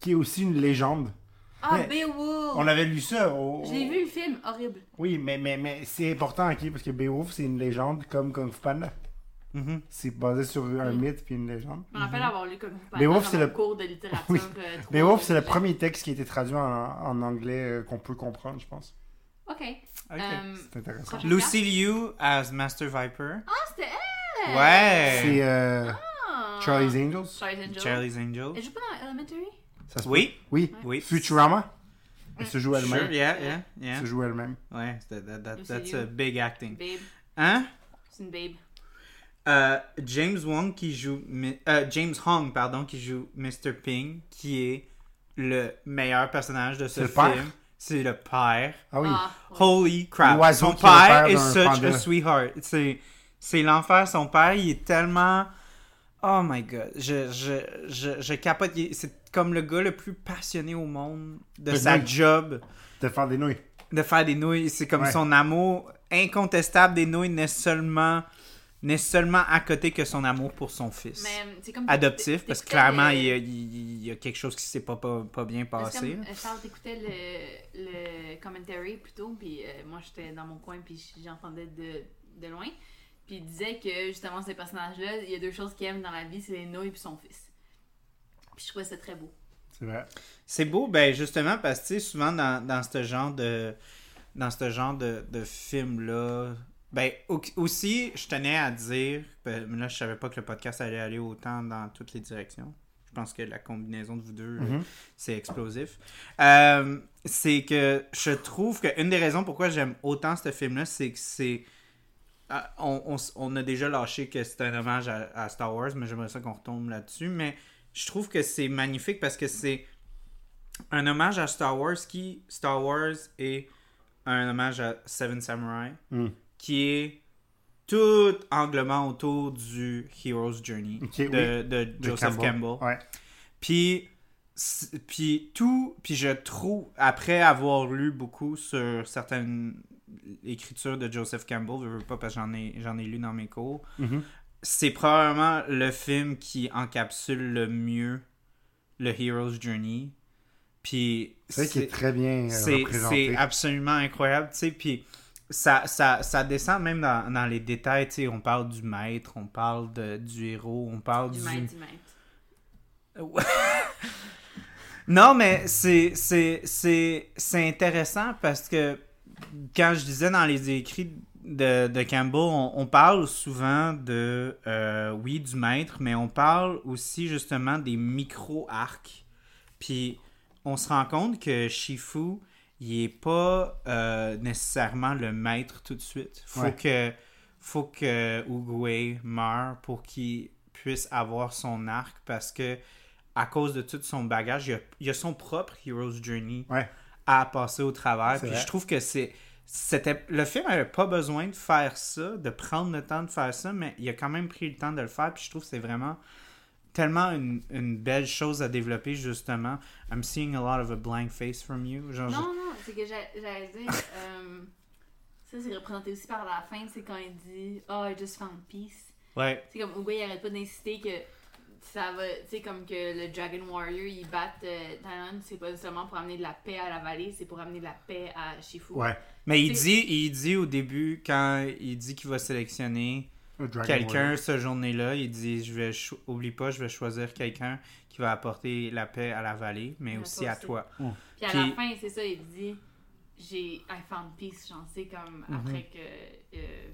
Speaker 2: qui est aussi une légende.
Speaker 1: Ah,
Speaker 2: Mais-
Speaker 1: Beowulf!
Speaker 2: On avait lu ça. au-
Speaker 1: J'ai vu le film, horrible.
Speaker 2: Oui, mais, mais, mais c'est important, ok, parce que Beowulf, c'est une légende comme Kung Fu Panda.
Speaker 3: Mhm.
Speaker 2: C'est basé sur un
Speaker 1: Mm.
Speaker 2: mythe puis une légende.
Speaker 1: Je me rappelle avoir lu comme vous
Speaker 2: Mhm. Beowulf,
Speaker 1: dans
Speaker 2: c'est
Speaker 1: mon
Speaker 2: le-
Speaker 1: cours de littérature.
Speaker 2: Oui.
Speaker 1: euh, trop
Speaker 2: Beowulf, c'est le
Speaker 1: longtemps.
Speaker 2: premier texte qui a été traduit en, en anglais euh, qu'on peut comprendre, je pense.
Speaker 1: Ok.
Speaker 3: [laughs] Ok.
Speaker 1: Euh,
Speaker 2: C'est intéressant.
Speaker 1: prochain
Speaker 3: Lucy Liu as Master Viper.
Speaker 1: Ah, c'était elle!
Speaker 3: ouais.
Speaker 2: C'est euh,
Speaker 1: Ah.
Speaker 2: Charlie's Angels.
Speaker 1: Charlie's Angel.
Speaker 3: Charlie's Angel.
Speaker 1: Elle joue pas dans Elementary?
Speaker 2: Ça se peut?
Speaker 3: Oui,
Speaker 2: Oui.
Speaker 3: oui.
Speaker 2: Futurama. Elle se joue
Speaker 3: Sure,
Speaker 2: elle-même.
Speaker 3: yeah, yeah, yeah.
Speaker 2: Elle se joue elle-même.
Speaker 3: Ouais, that- that- that-
Speaker 1: Lucy
Speaker 3: that's
Speaker 1: Liu.
Speaker 3: a big acting.
Speaker 1: Babe.
Speaker 3: Hein?
Speaker 1: C'est une babe.
Speaker 3: Euh, James Wong qui joue Mi- euh, James Hong pardon qui joue Mr Ping qui est le meilleur personnage de ce
Speaker 2: C'est le père?
Speaker 3: film. C'est le père.
Speaker 2: Ah oui.
Speaker 1: Ah, ouais.
Speaker 3: Holy crap.
Speaker 2: L'oiseau
Speaker 3: Son
Speaker 2: qui est le
Speaker 3: père
Speaker 2: père
Speaker 3: est
Speaker 2: d'un
Speaker 3: such
Speaker 2: panda.
Speaker 3: a sweetheart. C'est, c'est l'enfer. Son père, il est tellement. Oh my god. Je, je, je, je capote. Il- C'est comme le gars le plus passionné au monde de
Speaker 2: Mais
Speaker 3: sa
Speaker 2: oui.
Speaker 3: job,
Speaker 2: De faire des nouilles.
Speaker 3: de faire des nouilles. C'est comme
Speaker 2: Ouais.
Speaker 3: son amour incontestable des nouilles n'est seulement, n'est seulement à côté que son amour pour son fils.
Speaker 1: Mais euh, c'est comme.
Speaker 3: Adoptif,
Speaker 1: t'écoutais
Speaker 3: parce que clairement,
Speaker 1: le-
Speaker 3: il y a, il y a quelque chose qui s'est pas, pas, pas bien
Speaker 1: C'est
Speaker 3: passé.
Speaker 1: comme, euh, Charles, t'écoutais le, le commentary plutôt, puis euh, moi j'étais dans mon coin, puis j'entendais de, de loin. Puis il disait que justement, ces personnages-là, il y a deux choses qu'ils aiment dans la vie c'est les nouilles et son fils. Puis je trouvais ça très beau.
Speaker 2: C'est vrai.
Speaker 3: C'est beau, ben justement, parce que tu sais, souvent dans, dans ce genre de, dans ce genre de, de film-là. Ben, au- aussi, je tenais à dire, ben, là, je savais pas que le podcast allait aller autant dans toutes les directions. Je pense que la combinaison de vous deux, euh,
Speaker 2: Mhm.
Speaker 3: c'est explosif. Euh, c'est que je trouve qu'une des raisons pourquoi j'aime autant ce film-là, c'est que c'est. Ah, On, on s- on a déjà lâché que c'est un hommage à, à Star Wars, mais j'aimerais ça qu'on retombe là-dessus. Mais je trouve que c'est magnifique parce que c'est un hommage à Star Wars qui, Star Wars, est un hommage à Seven Samurai,
Speaker 2: Mm.
Speaker 3: qui est tout anglement autour du Hero's Journey
Speaker 2: Ok,
Speaker 3: de, de
Speaker 2: De
Speaker 3: Joseph Campbell.
Speaker 2: Ouais.
Speaker 3: Puis, c- puis tout, puis je trouve, après avoir lu beaucoup sur certaines écritures de Joseph Campbell, je veux pas parce que j'en ai, j'en ai lu dans mes cours,
Speaker 2: Mhm.
Speaker 3: c'est probablement le film qui encapsule le mieux le Hero's Journey. Puis
Speaker 2: C'est vrai qu'il est très bien euh,
Speaker 3: c'est-
Speaker 2: représenté.
Speaker 3: C'est absolument incroyable, tu sais, puis ça, ça, ça descend même dans, dans les détails, tu sais, on parle du maître, on parle de- du héros, on parle
Speaker 1: Du
Speaker 3: du...
Speaker 1: maître, du maître.
Speaker 3: Non, mais c'est, c'est, c'est, c'est intéressant parce que quand je disais dans les écrits de, de Campbell, on, on parle souvent de, euh, oui, du maître, mais on parle aussi justement des micro-arcs. Puis on se rend compte que Shifu, il est pas euh, nécessairement le maître tout de suite. Faut
Speaker 2: Ouais.
Speaker 3: que faut que Oogway meure pour qu'il puisse avoir son arc parce que à cause de tout son bagage, il y a, il y a son propre Hero's Journey
Speaker 2: Ouais.
Speaker 3: à passer au travers.
Speaker 2: C'est
Speaker 3: Puis
Speaker 2: vrai.
Speaker 3: je trouve que c'est c'était le film avait pas besoin de faire ça, de prendre le temps de faire ça, mais il a quand même pris le temps de le faire. Puis je trouve que c'est vraiment tellement une, une belle chose à développer justement. I'm seeing a lot of a blank face from you. Genre,
Speaker 1: Non, non, c'est que j'a- j'allais dire. euh, ça, c'est représenté aussi par la fin, c'est quand il dit Oh, I just found peace.
Speaker 3: je- Ouais.
Speaker 1: C'est comme Oogway, il arrête pas d'insister que ça va. Tu sais, comme que le Dragon Warrior, il bat euh, Talon, c'est pas seulement pour amener de la paix à la vallée, c'est pour amener de la paix à Shifu.
Speaker 2: Ouais.
Speaker 3: Mais il
Speaker 1: C'est-
Speaker 3: dit, il dit au début quand il dit qu'il va sélectionner
Speaker 2: Le Dragon
Speaker 3: quelqu'un
Speaker 2: Warrior.
Speaker 3: ce journée-là, il dit je vais cho- oublie pas, je vais choisir quelqu'un qui va apporter la paix à la vallée, mais
Speaker 1: À
Speaker 3: aussi
Speaker 1: toi
Speaker 3: à
Speaker 1: aussi.
Speaker 3: toi.
Speaker 1: Puis à
Speaker 3: Puis-
Speaker 1: la fin, c'est ça, il dit J'ai I found peace, j'en sais, comme
Speaker 3: Mhm.
Speaker 1: après que euh,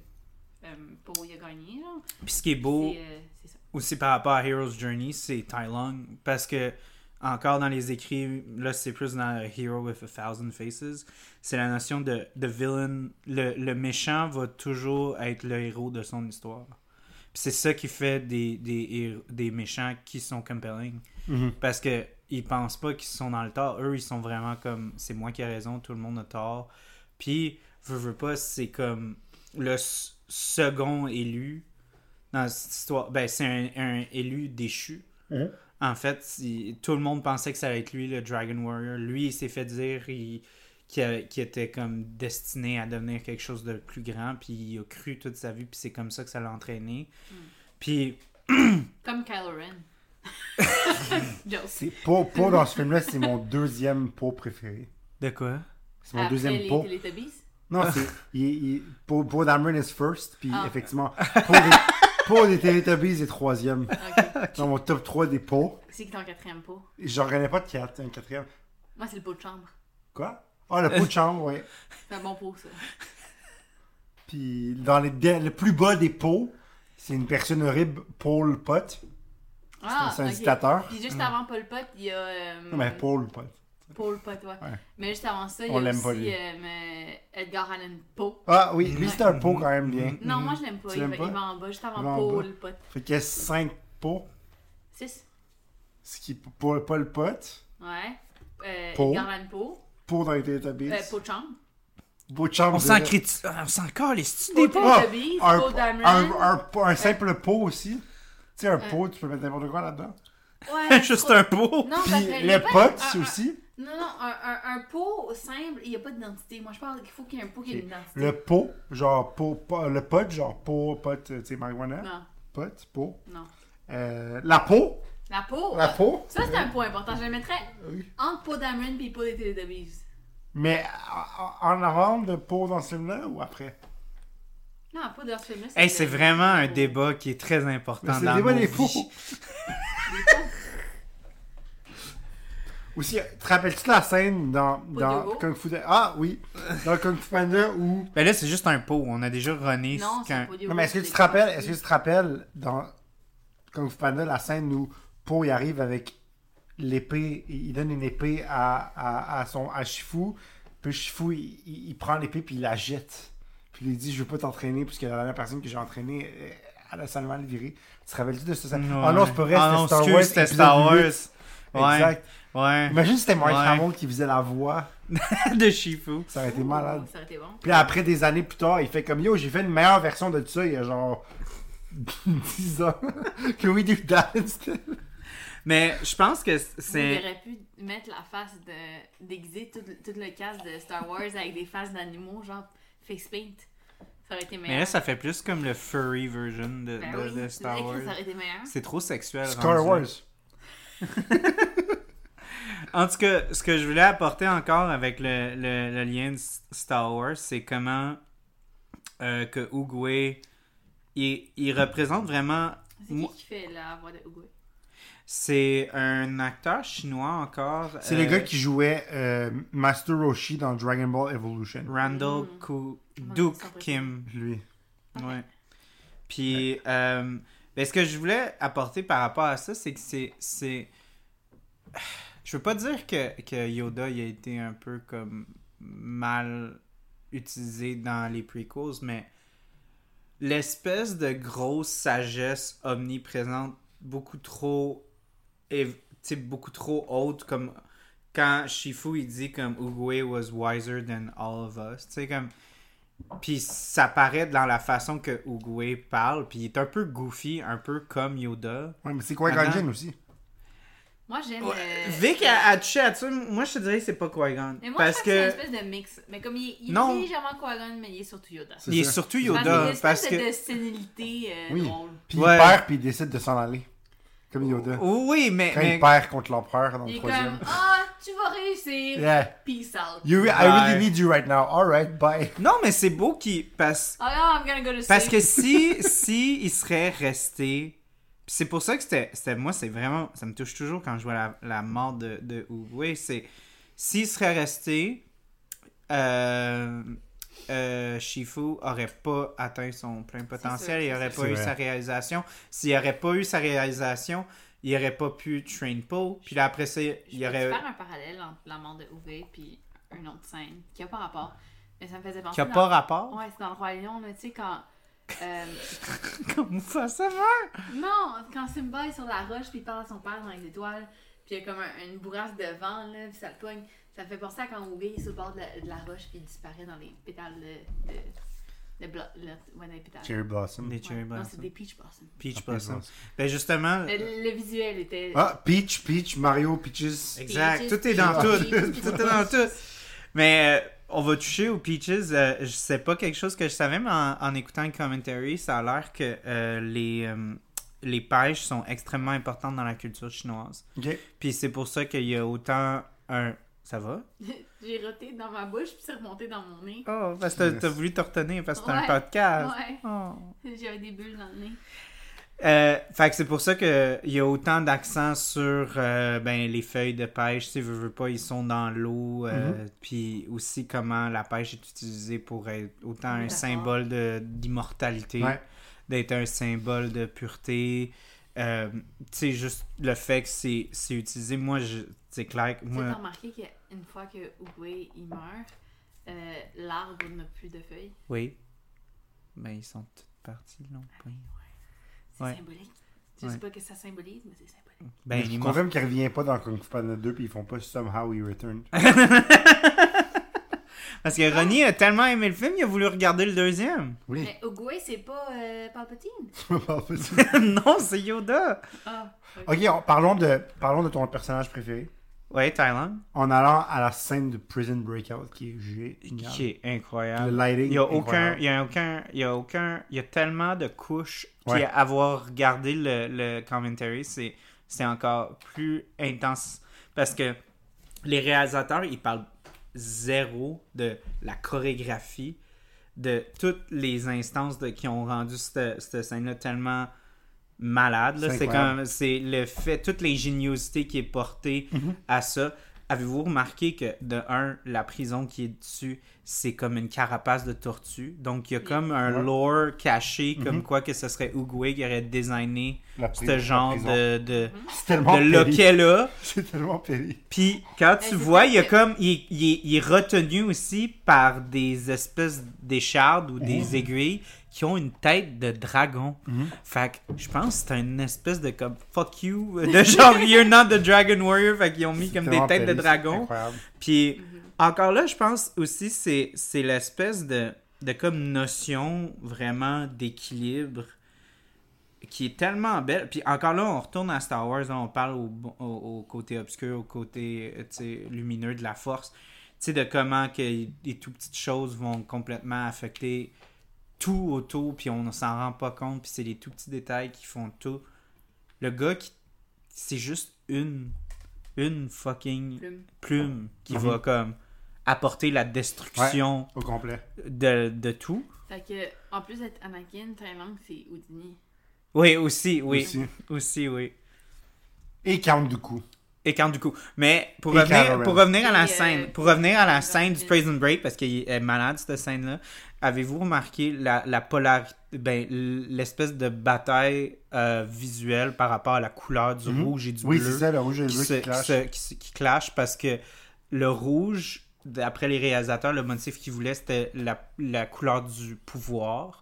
Speaker 1: euh, Poe, il a gagné, genre.
Speaker 3: Puis ce qui est beau
Speaker 1: C'est, euh, c'est ça.
Speaker 3: aussi par rapport à Hero's Journey, c'est Tai Lung parce que encore dans les écrits, là c'est plus dans Hero with a Thousand Faces, c'est la notion de, de villain, le, le méchant va toujours être le héros de son histoire. Puis c'est ça qui fait des, des, héros- des méchants qui sont compelling.
Speaker 2: Mhm.
Speaker 3: parce que ils pensent pas qu'ils sont dans le tort. Eux, ils sont vraiment comme c'est moi qui ai raison, tout le monde a tort. Puis, veux, veux pas, c'est comme le s- second élu dans cette histoire. Ben, c'est un, un élu déchu.
Speaker 2: Mhm.
Speaker 3: En fait, il- tout le monde pensait que ça allait être lui, le Dragon Warrior. Lui, il s'est fait dire il- qu'il a- qu'il était comme destiné à devenir quelque chose de plus grand, puis il a cru toute sa vie, puis c'est comme ça que ça l'a entraîné. Puis,
Speaker 1: Comme Kylo Ren. Jokes.
Speaker 2: C'est Poe- Poe dans ce film-là, c'est mon deuxième pot préféré.
Speaker 3: de quoi
Speaker 2: C'est mon
Speaker 1: Après
Speaker 2: deuxième
Speaker 1: les
Speaker 2: pot.
Speaker 1: Teletubbies.
Speaker 2: Non, c'est. il- il- Poe Poe Dameron is first, puis
Speaker 1: Ah.
Speaker 2: effectivement, Poe des, Poe des Teletubbies est troisième. [laughs]
Speaker 1: Ok.
Speaker 2: Dans mon top 3 des pots.
Speaker 1: c'est qui ton quatrième pot?
Speaker 2: J'en connais pas de quatre, un quatrième.
Speaker 1: Moi, c'est le pot de chambre.
Speaker 2: Quoi? Ah, le pot de chambre, ouais.
Speaker 1: C'est un bon pot, ça.
Speaker 2: Puis dans les de- le plus bas des pots, c'est une personne horrible, Paul Pot. c'est un
Speaker 1: Ah,
Speaker 2: Mm.
Speaker 1: ok.
Speaker 2: dictateur.
Speaker 1: Puis juste avant Paul Pot, il y a. euh,
Speaker 2: Non, mais Paul Pot.
Speaker 1: Paul Pot, ouais.
Speaker 2: Ouais.
Speaker 1: Mais juste avant ça, il y
Speaker 2: On
Speaker 1: a
Speaker 2: l'aime
Speaker 1: aussi
Speaker 2: pas, lui.
Speaker 1: euh, mais Edgar Allan Poe.
Speaker 2: Ah oui, lui c'est un pot quand même bien.
Speaker 1: Mm. Non, moi, je l'aime pas.
Speaker 2: Mm-hmm. Tu
Speaker 1: Il va,
Speaker 2: l'aimes pas?
Speaker 1: il va en bas, juste
Speaker 2: Il va
Speaker 1: avant
Speaker 2: en
Speaker 1: Paul Pot.
Speaker 2: Fait qu'il y a 5 pots,
Speaker 1: Six.
Speaker 2: ce qui est Paul, Paul Pot,
Speaker 1: Ouais. Euh,
Speaker 2: Poe.
Speaker 1: Edgar Allan Poe.
Speaker 2: pot dans les Teletubbies.
Speaker 1: Euh, pot de chambre.
Speaker 2: Pot de chambre.
Speaker 3: On
Speaker 2: je
Speaker 3: s'en
Speaker 2: dirais.
Speaker 3: crie, on s'en colle, est-ce
Speaker 1: Pot
Speaker 3: des
Speaker 1: de
Speaker 3: pots?
Speaker 2: Ah,
Speaker 1: Teletubbies.
Speaker 2: un,
Speaker 1: Pot Dameron.
Speaker 2: un, un, pot- un simple pot aussi. Tu sais, un pot, tu peux mettre n'importe quoi là-dedans. [laughs]
Speaker 1: Ouais.
Speaker 3: Juste
Speaker 1: pot-
Speaker 3: un pot.
Speaker 1: Non, parce
Speaker 2: Puis
Speaker 1: que
Speaker 2: le
Speaker 1: pot-
Speaker 2: pot
Speaker 1: un-
Speaker 2: c'est
Speaker 1: un-
Speaker 2: aussi.
Speaker 1: Non, non, un, un, un pot simple, il n'y a pas d'identité. Moi, je pense qu'il faut qu'il y ait un pot qui ait une identité.
Speaker 2: Le pot, genre pot, pot- le pot, genre pot, pot, euh, tu sais, marijuana.
Speaker 1: Non,
Speaker 2: Pot, pot.
Speaker 1: non.
Speaker 2: Euh, la peau.
Speaker 1: La peau.
Speaker 2: La peau.
Speaker 1: Ça, c'est un pot important. Je le mettrais
Speaker 2: Oui.
Speaker 1: entre pot d'Amryn et pot des Teletubbies.
Speaker 2: Mais en- en avant de pot dans ce film-là ou après?
Speaker 1: Non, pot de film
Speaker 3: Hey, c'est vraiment un débat qui est très
Speaker 2: Mais [laughs]
Speaker 3: important
Speaker 2: c'est
Speaker 3: dans
Speaker 2: le débat
Speaker 3: nos
Speaker 2: des
Speaker 3: vies.
Speaker 2: pots. Aussi, te rappelles-tu la scène dans,
Speaker 1: de
Speaker 2: dans
Speaker 1: go.
Speaker 2: Kung Fu... Ah oui, dans Kung Fu Panda où...
Speaker 3: Ben là, c'est juste un pot. On a déjà runné.
Speaker 1: Non,
Speaker 3: qu'un-
Speaker 1: c'est pas du
Speaker 2: Non, mais est-ce que tu te rappelles, est-ce que tu te rappelles dans Kung Fu Panda la scène où Po il arrive avec l'épée, il il donne une épée à, à, à son à Shifu, puis Shifu il, il- il prend l'épée puis il la jette. Puis il dit je veux pas t'entraîner puisque la dernière personne que j'ai entraînée euh, elle a seulement le viré. Tu te rappelles-tu de cette scène Ah non, c'est pas vrai,
Speaker 3: Ah
Speaker 2: c'était
Speaker 3: non,
Speaker 2: Star
Speaker 3: excuse,
Speaker 2: Wars.
Speaker 3: c'était
Speaker 2: épisode
Speaker 3: Star Wars.
Speaker 2: huit.
Speaker 3: Ouais.
Speaker 2: Exact.
Speaker 3: Ouais.
Speaker 2: Imagine si c'était Mark
Speaker 3: Ouais.
Speaker 2: Hamill qui faisait la voix,
Speaker 3: [laughs] de Shifu.
Speaker 2: ça aurait été malade.
Speaker 1: Ça aurait été bon.
Speaker 2: Puis là, après des années plus tard, il fait comme yo, j'ai fait une meilleure version de ça il y a genre [laughs] 10 ans. [laughs] Can we do that instead?
Speaker 3: Mais je pense que
Speaker 1: Vous
Speaker 3: c'est.
Speaker 1: auriez pu mettre la face de. déguiser tout, tout le cast de Star Wars avec des faces d'animaux, genre face paint. Ça aurait été meilleur.
Speaker 3: Mais là, ça fait plus comme le furry version de,
Speaker 1: Ben
Speaker 3: de-
Speaker 1: oui,
Speaker 3: de
Speaker 1: c'est
Speaker 3: Star
Speaker 1: vrai
Speaker 3: Wars.
Speaker 1: que Ça aurait été meilleur.
Speaker 3: C'est trop sexuel.
Speaker 2: Star
Speaker 3: rendu.
Speaker 2: Wars.
Speaker 3: En tout cas, ce que je voulais apporter encore avec le, le- le lien de S- Star Wars, c'est comment euh, que Oogway, il, il représente vraiment...
Speaker 1: C'est
Speaker 3: Moi-
Speaker 1: qui qui fait la voix de Oogway?
Speaker 3: C'est un acteur chinois encore.
Speaker 2: C'est
Speaker 3: euh,
Speaker 2: le gars qui jouait euh, Master Roshi dans Dragon Ball Evolution.
Speaker 3: Randall
Speaker 1: Mm.
Speaker 3: Ku-
Speaker 1: Ouais,
Speaker 3: Duke
Speaker 1: c'est
Speaker 3: Kim.
Speaker 2: Lui.
Speaker 3: Ouais. Puis, euh, ben, ce que je voulais apporter par rapport à ça, c'est que c'est. c'est... Je veux pas dire que, que Yoda il a été un peu comme mal utilisé dans les prequels, mais l'espèce de grosse sagesse omniprésente, beaucoup trop. év- tu sais, beaucoup trop haute, comme quand Shifu il dit comme Oogway was wiser than all of us. Tu sais, comme. Puis ça paraît dans la façon que Oogway parle, puis il est un peu goofy, un peu comme Yoda.
Speaker 2: Ouais, mais c'est quoi
Speaker 3: Adam.
Speaker 2: Ganjin aussi?
Speaker 1: Moi, j'aime. euh,
Speaker 3: Vic a, a touché à ça, moi je te dirais que c'est pas Qui-Gon.
Speaker 1: Mais moi,
Speaker 3: Parce
Speaker 1: je pense que c'est
Speaker 3: que.
Speaker 1: une espèce de mix. Mais comme il, il
Speaker 3: Non.
Speaker 1: est légèrement Qui-Gon, mais il est surtout Yoda.
Speaker 2: C'est
Speaker 3: Il est
Speaker 2: ça.
Speaker 3: surtout
Speaker 2: Parce
Speaker 3: Yoda,
Speaker 1: Parce,
Speaker 3: parce
Speaker 1: qu'il y a une espèce
Speaker 3: que.
Speaker 1: de sénilité euh,
Speaker 2: Oui.
Speaker 1: drôle.
Speaker 2: Puis
Speaker 3: Ouais.
Speaker 2: il perd, puis il décide de s'en aller. Comme Yoda.
Speaker 3: Oui, mais.
Speaker 2: Quand
Speaker 3: mais-
Speaker 2: il perd contre l'empereur dans
Speaker 1: Il
Speaker 2: le
Speaker 1: est
Speaker 2: troisième.
Speaker 1: comme Ah, tu vas réussir.
Speaker 2: Yeah.
Speaker 1: Peace out.
Speaker 2: You re- I
Speaker 3: Bye.
Speaker 2: really need you right now. Alright, bye.
Speaker 3: Non, mais c'est beau qu'il. Parce,
Speaker 1: Oh non, I'm gonna go to sleep.
Speaker 3: parce que si,
Speaker 1: [laughs]
Speaker 3: si il serait resté. Puis c'est pour ça que c'était. c'était- Moi, c'est vraiment. Ça me touche toujours quand je vois la, la mort de, de Oogway. C'est. S'il serait resté. Euh, euh, Shifu aurait pas atteint son plein
Speaker 1: sûr,
Speaker 3: potentiel, il
Speaker 1: c'est
Speaker 3: aurait
Speaker 1: sûr.
Speaker 3: pas
Speaker 2: C'est
Speaker 3: eu
Speaker 2: vrai.
Speaker 3: sa réalisation. S'il aurait pas eu sa réalisation, il aurait pas pu train Poe. Puis là, après ça,
Speaker 1: Je
Speaker 3: il
Speaker 1: peux
Speaker 3: aurait.
Speaker 1: faire un parallèle entre la mort de Oogway puis une autre scène qui a pas rapport. Mais ça me faisait penser.
Speaker 3: Qui a
Speaker 1: dans-
Speaker 3: pas
Speaker 1: [laughs]
Speaker 3: rapport.
Speaker 1: Ouais, c'est dans le Roi Lion, là, tu sais, quand. euh, [laughs]
Speaker 3: Comme ça,
Speaker 1: non, quand Simba est sur la roche puis il parle à son père dans les étoiles, puis il y a comme un- une bourrasse de vent, là, puis ça le pogne. Ça me fait penser à quand Oogway est sur le bord de la, de la roche puis il disparaît dans les pétales de. de, de blo- le- ouais, dans les pétales.
Speaker 2: Cherry Blossom.
Speaker 3: Des
Speaker 1: Ouais.
Speaker 3: cherry
Speaker 1: Non, c'est
Speaker 3: blossom.
Speaker 1: des peach blossoms.
Speaker 3: Peach
Speaker 2: Après,
Speaker 3: blossom.
Speaker 2: Blossom.
Speaker 3: Ben justement,
Speaker 1: Mais Le, le visuel était.
Speaker 2: Ah, Peach, Peach, Mario, Peaches.
Speaker 3: exact,
Speaker 1: Peaches,
Speaker 3: tout est dans tout.
Speaker 1: peaches, peaches,
Speaker 3: tout est dans tout. Mais euh, on va toucher aux peaches. euh, je sais pas quelque chose que je savais, mais en, en écoutant le commentary, ça a l'air que euh, les, euh, les pêches sont extrêmement importantes dans la culture chinoise.
Speaker 2: Ok.
Speaker 3: Puis c'est pour ça qu'il y a autant un. Ça va?
Speaker 1: [laughs] J'ai roté dans ma bouche puis c'est remonté dans mon nez.
Speaker 3: Oh, parce que t'as-
Speaker 2: Yes.
Speaker 3: t'as voulu te retenir parce que c'est un
Speaker 1: Ouais,
Speaker 3: podcast.
Speaker 1: Ouais, [laughs]
Speaker 3: Oh.
Speaker 1: j'avais des bulles dans le nez.
Speaker 3: Euh, fait que c'est pour ça qu'il y a autant d'accent sur euh, ben, les feuilles de pêche. Si veux, veux pas, ils sont dans l'eau.
Speaker 2: Mhm.
Speaker 3: euh, Puis aussi comment la pêche est utilisée pour être autant un
Speaker 1: D'accord.
Speaker 3: symbole de- d'immortalité,
Speaker 2: Ouais.
Speaker 3: d'être un symbole de pureté. Euh, tu sais, juste le fait que c'est c'est utilisé. Moi, je- c'est clair que
Speaker 1: Tu as
Speaker 3: moi.
Speaker 1: remarqué qu'une fois que Oogway il meurt, euh, l'arbre n'a plus de feuilles.
Speaker 3: Oui. Ben, ils sont toutes parties, là. oui.
Speaker 1: C'est
Speaker 3: Ouais.
Speaker 1: symbolique. Je
Speaker 3: Ouais.
Speaker 1: sais pas que ça symbolise, mais c'est symbolique.
Speaker 2: je
Speaker 3: Ben, ils
Speaker 2: vous
Speaker 3: meurent.
Speaker 2: confirme qu'il revient pas dans Kung Fu Panda 2 puis ils font pas Somehow He
Speaker 3: [laughs]
Speaker 2: Returned.
Speaker 3: Parce que Ronnie a tellement aimé le film, il a voulu regarder le deuxième. [laughs]
Speaker 2: Oui.
Speaker 1: Mais Oogway, c'est pas euh, Palpatine.
Speaker 2: Tu [laughs] me parles pas de ça.
Speaker 3: non, c'est Yoda.
Speaker 1: Ah,
Speaker 2: ok, on- parlons, de, parlons de ton personnage préféré.
Speaker 3: Ouais, Thaïlande.
Speaker 2: En allant à la scène de Prison Breakout qui est géniale.
Speaker 3: Qui est
Speaker 2: Le
Speaker 3: incroyable.
Speaker 2: lighting.
Speaker 3: Il y a aucun,
Speaker 2: incroyable.
Speaker 3: il y a aucun, il y a aucun, il y a tellement de couches. Puis
Speaker 2: Ouais.
Speaker 3: avoir regardé le, le commentary, c'est, c'est encore plus intense parce que les réalisateurs, ils parlent zéro de la chorégraphie, de toutes les instances de, qui ont rendu cette, cette scène-là tellement malade. là.
Speaker 2: C'est
Speaker 3: C'est
Speaker 2: incroyable.
Speaker 3: comme c'est le fait, toute l'ingéniosité qui est portée
Speaker 2: Mhm.
Speaker 3: à ça. Avez-vous remarqué que de un, la prison qui est dessus, c'est comme une carapace de tortue. Donc il y a comme un
Speaker 2: Ouais. Mhm.
Speaker 3: lore caché, comme quoi que ce serait Oogway qui aurait designé
Speaker 2: La pri-
Speaker 3: ce
Speaker 2: la
Speaker 3: genre
Speaker 2: prison.
Speaker 3: de, de,
Speaker 2: C'est tellement
Speaker 3: de
Speaker 2: péri.
Speaker 3: loquet-là.
Speaker 2: [laughs] C'est tellement péri.
Speaker 3: Puis quand
Speaker 1: Mais
Speaker 3: tu
Speaker 1: Euh, c'est
Speaker 3: vois,
Speaker 1: vrai
Speaker 3: il y a
Speaker 1: que-
Speaker 3: comme il, est- il est- il est retenu aussi par des espèces d'échardes ou des
Speaker 2: Mhm.
Speaker 3: aiguilles qui ont une tête de dragon. Fait que je pense que c'est une espèce de comme fuck you [laughs] de genre you're not the dragon warrior. Fait qu'ils ont mis comme des
Speaker 2: Tellement
Speaker 3: têtes de
Speaker 2: péri, c'est
Speaker 3: dragon.
Speaker 2: incroyable.
Speaker 3: Puis encore là, je pense aussi c'est c'est l'espèce de de comme notion vraiment d'équilibre qui est tellement belle. Puis encore là, on retourne à Star Wars, hein, on parle au, bon- au- au côté obscur, au côté euh, tu sais, lumineux de la force, tu sais, de comment que les toutes petites choses vont complètement affecter tout autour, puis on ne s'en rend pas compte, puis c'est les tout petits détails qui font tout. Le gars, qui, c'est juste une, une fucking
Speaker 1: Plume.
Speaker 3: plume qui
Speaker 2: Mhm.
Speaker 3: va comme apporter la destruction
Speaker 2: Au complet.
Speaker 3: de, de tout.
Speaker 1: Fait que, en plus d'être Anakin, ta langue, c'est Houdini.
Speaker 3: Oui, aussi, oui. Aussi,
Speaker 2: Aussi.
Speaker 3: oui.
Speaker 2: Et Count du coup.
Speaker 3: Et quand du coup. Mais pour
Speaker 2: Et
Speaker 3: revenir,
Speaker 2: Kylo Ren.
Speaker 3: pour revenir à la
Speaker 1: Et, euh,
Speaker 3: scène, pour revenir à la
Speaker 1: Kylo
Speaker 3: scène du
Speaker 1: Ren.
Speaker 3: Prison Break, parce qu'elle est malade cette scène-là, avez-vous remarqué la, la polarité, ben, l'espèce de bataille euh, visuelle par rapport à la couleur du
Speaker 2: Mhm.
Speaker 3: rouge et du
Speaker 2: Oui,
Speaker 3: bleu?
Speaker 2: c'est ça, le rouge et le
Speaker 3: qui,
Speaker 2: bleu
Speaker 3: se-
Speaker 2: qui clash.
Speaker 3: qui se- qui se- qui clash parce que le rouge, d'après les réalisateurs, le motif qu'ils voulaient, c'était la, la couleur du pouvoir.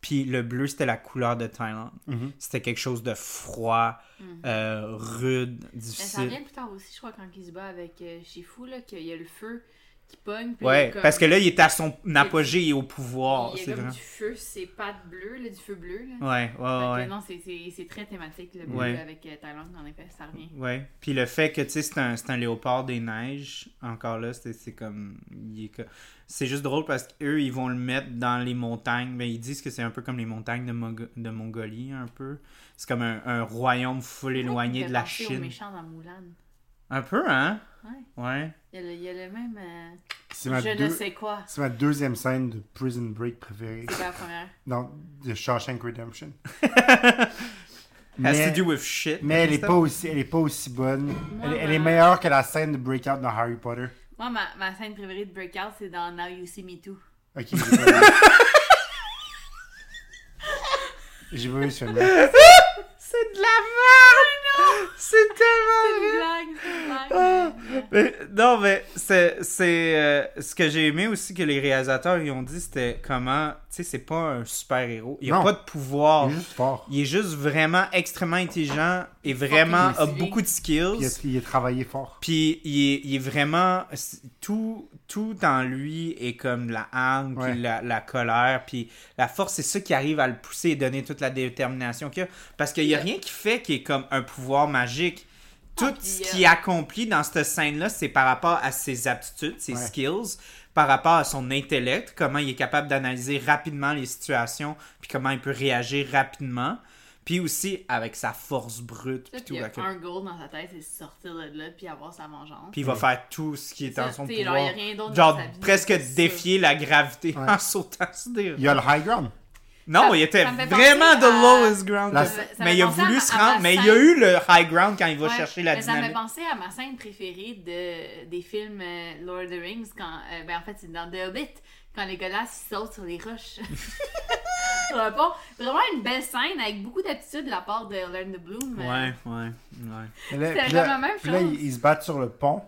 Speaker 3: Puis le bleu, c'était la couleur de Thaïlande.
Speaker 2: Mhm.
Speaker 3: C'était quelque chose de froid,
Speaker 1: Mhm.
Speaker 3: euh, rude,
Speaker 1: Mais ça revient
Speaker 3: difficile.
Speaker 1: plus tard aussi, je crois, quand il se bat avec euh, Shifu, là, qu'il y a le feu qui pogne. puis il y
Speaker 3: Ouais,
Speaker 1: a comme-
Speaker 3: parce que là, il est à son apogée et au pouvoir.
Speaker 1: Il y
Speaker 3: C'est
Speaker 1: a comme
Speaker 3: vraiment...
Speaker 1: du feu, sur ses pattes bleues, là, du feu bleu. Là.
Speaker 3: Ouais, ouais,
Speaker 1: Fait que
Speaker 3: ouais.
Speaker 1: Non, c'est- c'est c'est très thématique, le bleu
Speaker 3: Ouais.
Speaker 1: avec euh, Thaïlande, en effet, ça revient.
Speaker 3: Ouais. Puis le fait que, tu sais, c'est un, c'est un léopard des neiges, encore là, c'est c'est comme. il est co- C'est juste drôle parce qu'eux, ils vont le mettre dans les montagnes. Mais ils disent que c'est un peu comme les montagnes de, Mongo- de Mongolie, un peu. C'est comme un, un royaume full éloigné de la
Speaker 1: Il
Speaker 3: Chine.
Speaker 1: méchant dans Mulan.
Speaker 3: Un peu, hein?
Speaker 1: Ouais.
Speaker 3: Ouais.
Speaker 1: Il y a le, il y a le même euh,
Speaker 2: C'est ma,
Speaker 1: je
Speaker 2: deux-
Speaker 1: ne sais quoi.
Speaker 2: c'est ma deuxième scène de Prison Break préférée.
Speaker 1: C'est pas la première.
Speaker 2: Non, de Shawshank
Speaker 3: [laughs]
Speaker 2: Redemption.
Speaker 3: Has
Speaker 2: mais,
Speaker 3: to do with shit.
Speaker 2: mais elle est
Speaker 3: [laughs] Christophe.
Speaker 2: pas aussi, elle est pas aussi bonne. elle, elle est
Speaker 1: ma-
Speaker 2: meilleure que la scène de Breakout dans Harry Potter.
Speaker 1: Moi, ma, ma scène préférée de Breakout, c'est dans Now You See Me Too.
Speaker 2: Ok. j'ai pas vu. J'ai pas vu ce film.
Speaker 3: C'est de la merde! C'est tellement
Speaker 1: C'est
Speaker 3: vrai!
Speaker 1: une blague, c'est une blague.
Speaker 3: Ah,
Speaker 1: mais-
Speaker 3: mais- non, mais c'est, c'est, euh, ce que j'ai aimé aussi que les réalisateurs ils ont dit, c'était comment, tu sais, c'est pas un super-héros. Il a
Speaker 2: Non.
Speaker 3: pas de pouvoir.
Speaker 2: Il est juste fort.
Speaker 3: Il est juste vraiment extrêmement intelligent et vraiment a
Speaker 1: motivé.
Speaker 3: beaucoup de
Speaker 2: Puis Il
Speaker 3: skills.
Speaker 2: a, il a travaillé fort.
Speaker 3: Puis il est, il est vraiment. c'est- Tout, tout en lui est comme la hargne,
Speaker 2: Ouais.
Speaker 3: puis la, la colère, puis la force, c'est ça qui arrive à le pousser et donner toute la détermination qu'il a. Parce qu'il n'y a
Speaker 1: Yeah.
Speaker 3: rien qui fait qu'il est comme un pouvoir magique. Tout
Speaker 1: Ah, puis,
Speaker 3: ce
Speaker 1: euh,
Speaker 3: qu'il accomplit dans cette scène-là, c'est par rapport à ses aptitudes, ses
Speaker 2: Ouais.
Speaker 3: skills, par rapport à son intellect, comment il est capable d'analyser rapidement les situations, puis comment il peut réagir rapidement. Puis aussi avec sa force
Speaker 1: Là,
Speaker 3: brute, puis
Speaker 1: puis
Speaker 3: tout.
Speaker 1: il y a
Speaker 3: Fait que-
Speaker 1: un goal dans sa tête, c'est de sortir de là puis avoir sa vengeance.
Speaker 3: puis il va faire tout ce qui est en
Speaker 1: Ça,
Speaker 3: son
Speaker 1: t'sais, genre,
Speaker 3: pouvoir.
Speaker 1: y a rien d'autre
Speaker 3: genre
Speaker 1: dans sa vie,
Speaker 3: presque
Speaker 1: c'est ça.
Speaker 3: défier la gravité
Speaker 2: Ouais.
Speaker 3: en sautant sur des
Speaker 2: Il a le high ground.
Speaker 3: Non,
Speaker 1: Ça-
Speaker 3: il était
Speaker 1: ça me fait
Speaker 3: vraiment
Speaker 1: penser
Speaker 3: the
Speaker 1: à-
Speaker 3: lowest ground.
Speaker 2: La-
Speaker 3: possible.
Speaker 1: Ça me
Speaker 3: mais il a
Speaker 1: fait penser
Speaker 3: voulu
Speaker 1: à-
Speaker 3: se
Speaker 1: à
Speaker 3: rendre,
Speaker 1: ma
Speaker 3: mais il
Speaker 1: scène.
Speaker 3: y a eu le high ground quand il va
Speaker 1: Ouais,
Speaker 3: chercher la
Speaker 1: mais ça me fait
Speaker 3: dynamique.
Speaker 1: penser à ma scène préférée de, des films euh, Lord of the Rings, quand, euh, ben en fait, c'est dans The Hobbit, quand les gars sautent sur les
Speaker 3: [laughs]
Speaker 1: roches. sur un pont. Vraiment une belle scène avec beaucoup d'aptitude de la part de Learn the Bloom. euh,
Speaker 3: Ouais, ouais, ouais.
Speaker 2: Et là-
Speaker 1: C'était
Speaker 2: puis là-
Speaker 1: comme la même
Speaker 2: puis là,
Speaker 1: chose.
Speaker 2: ils, ils se battent sur le pont.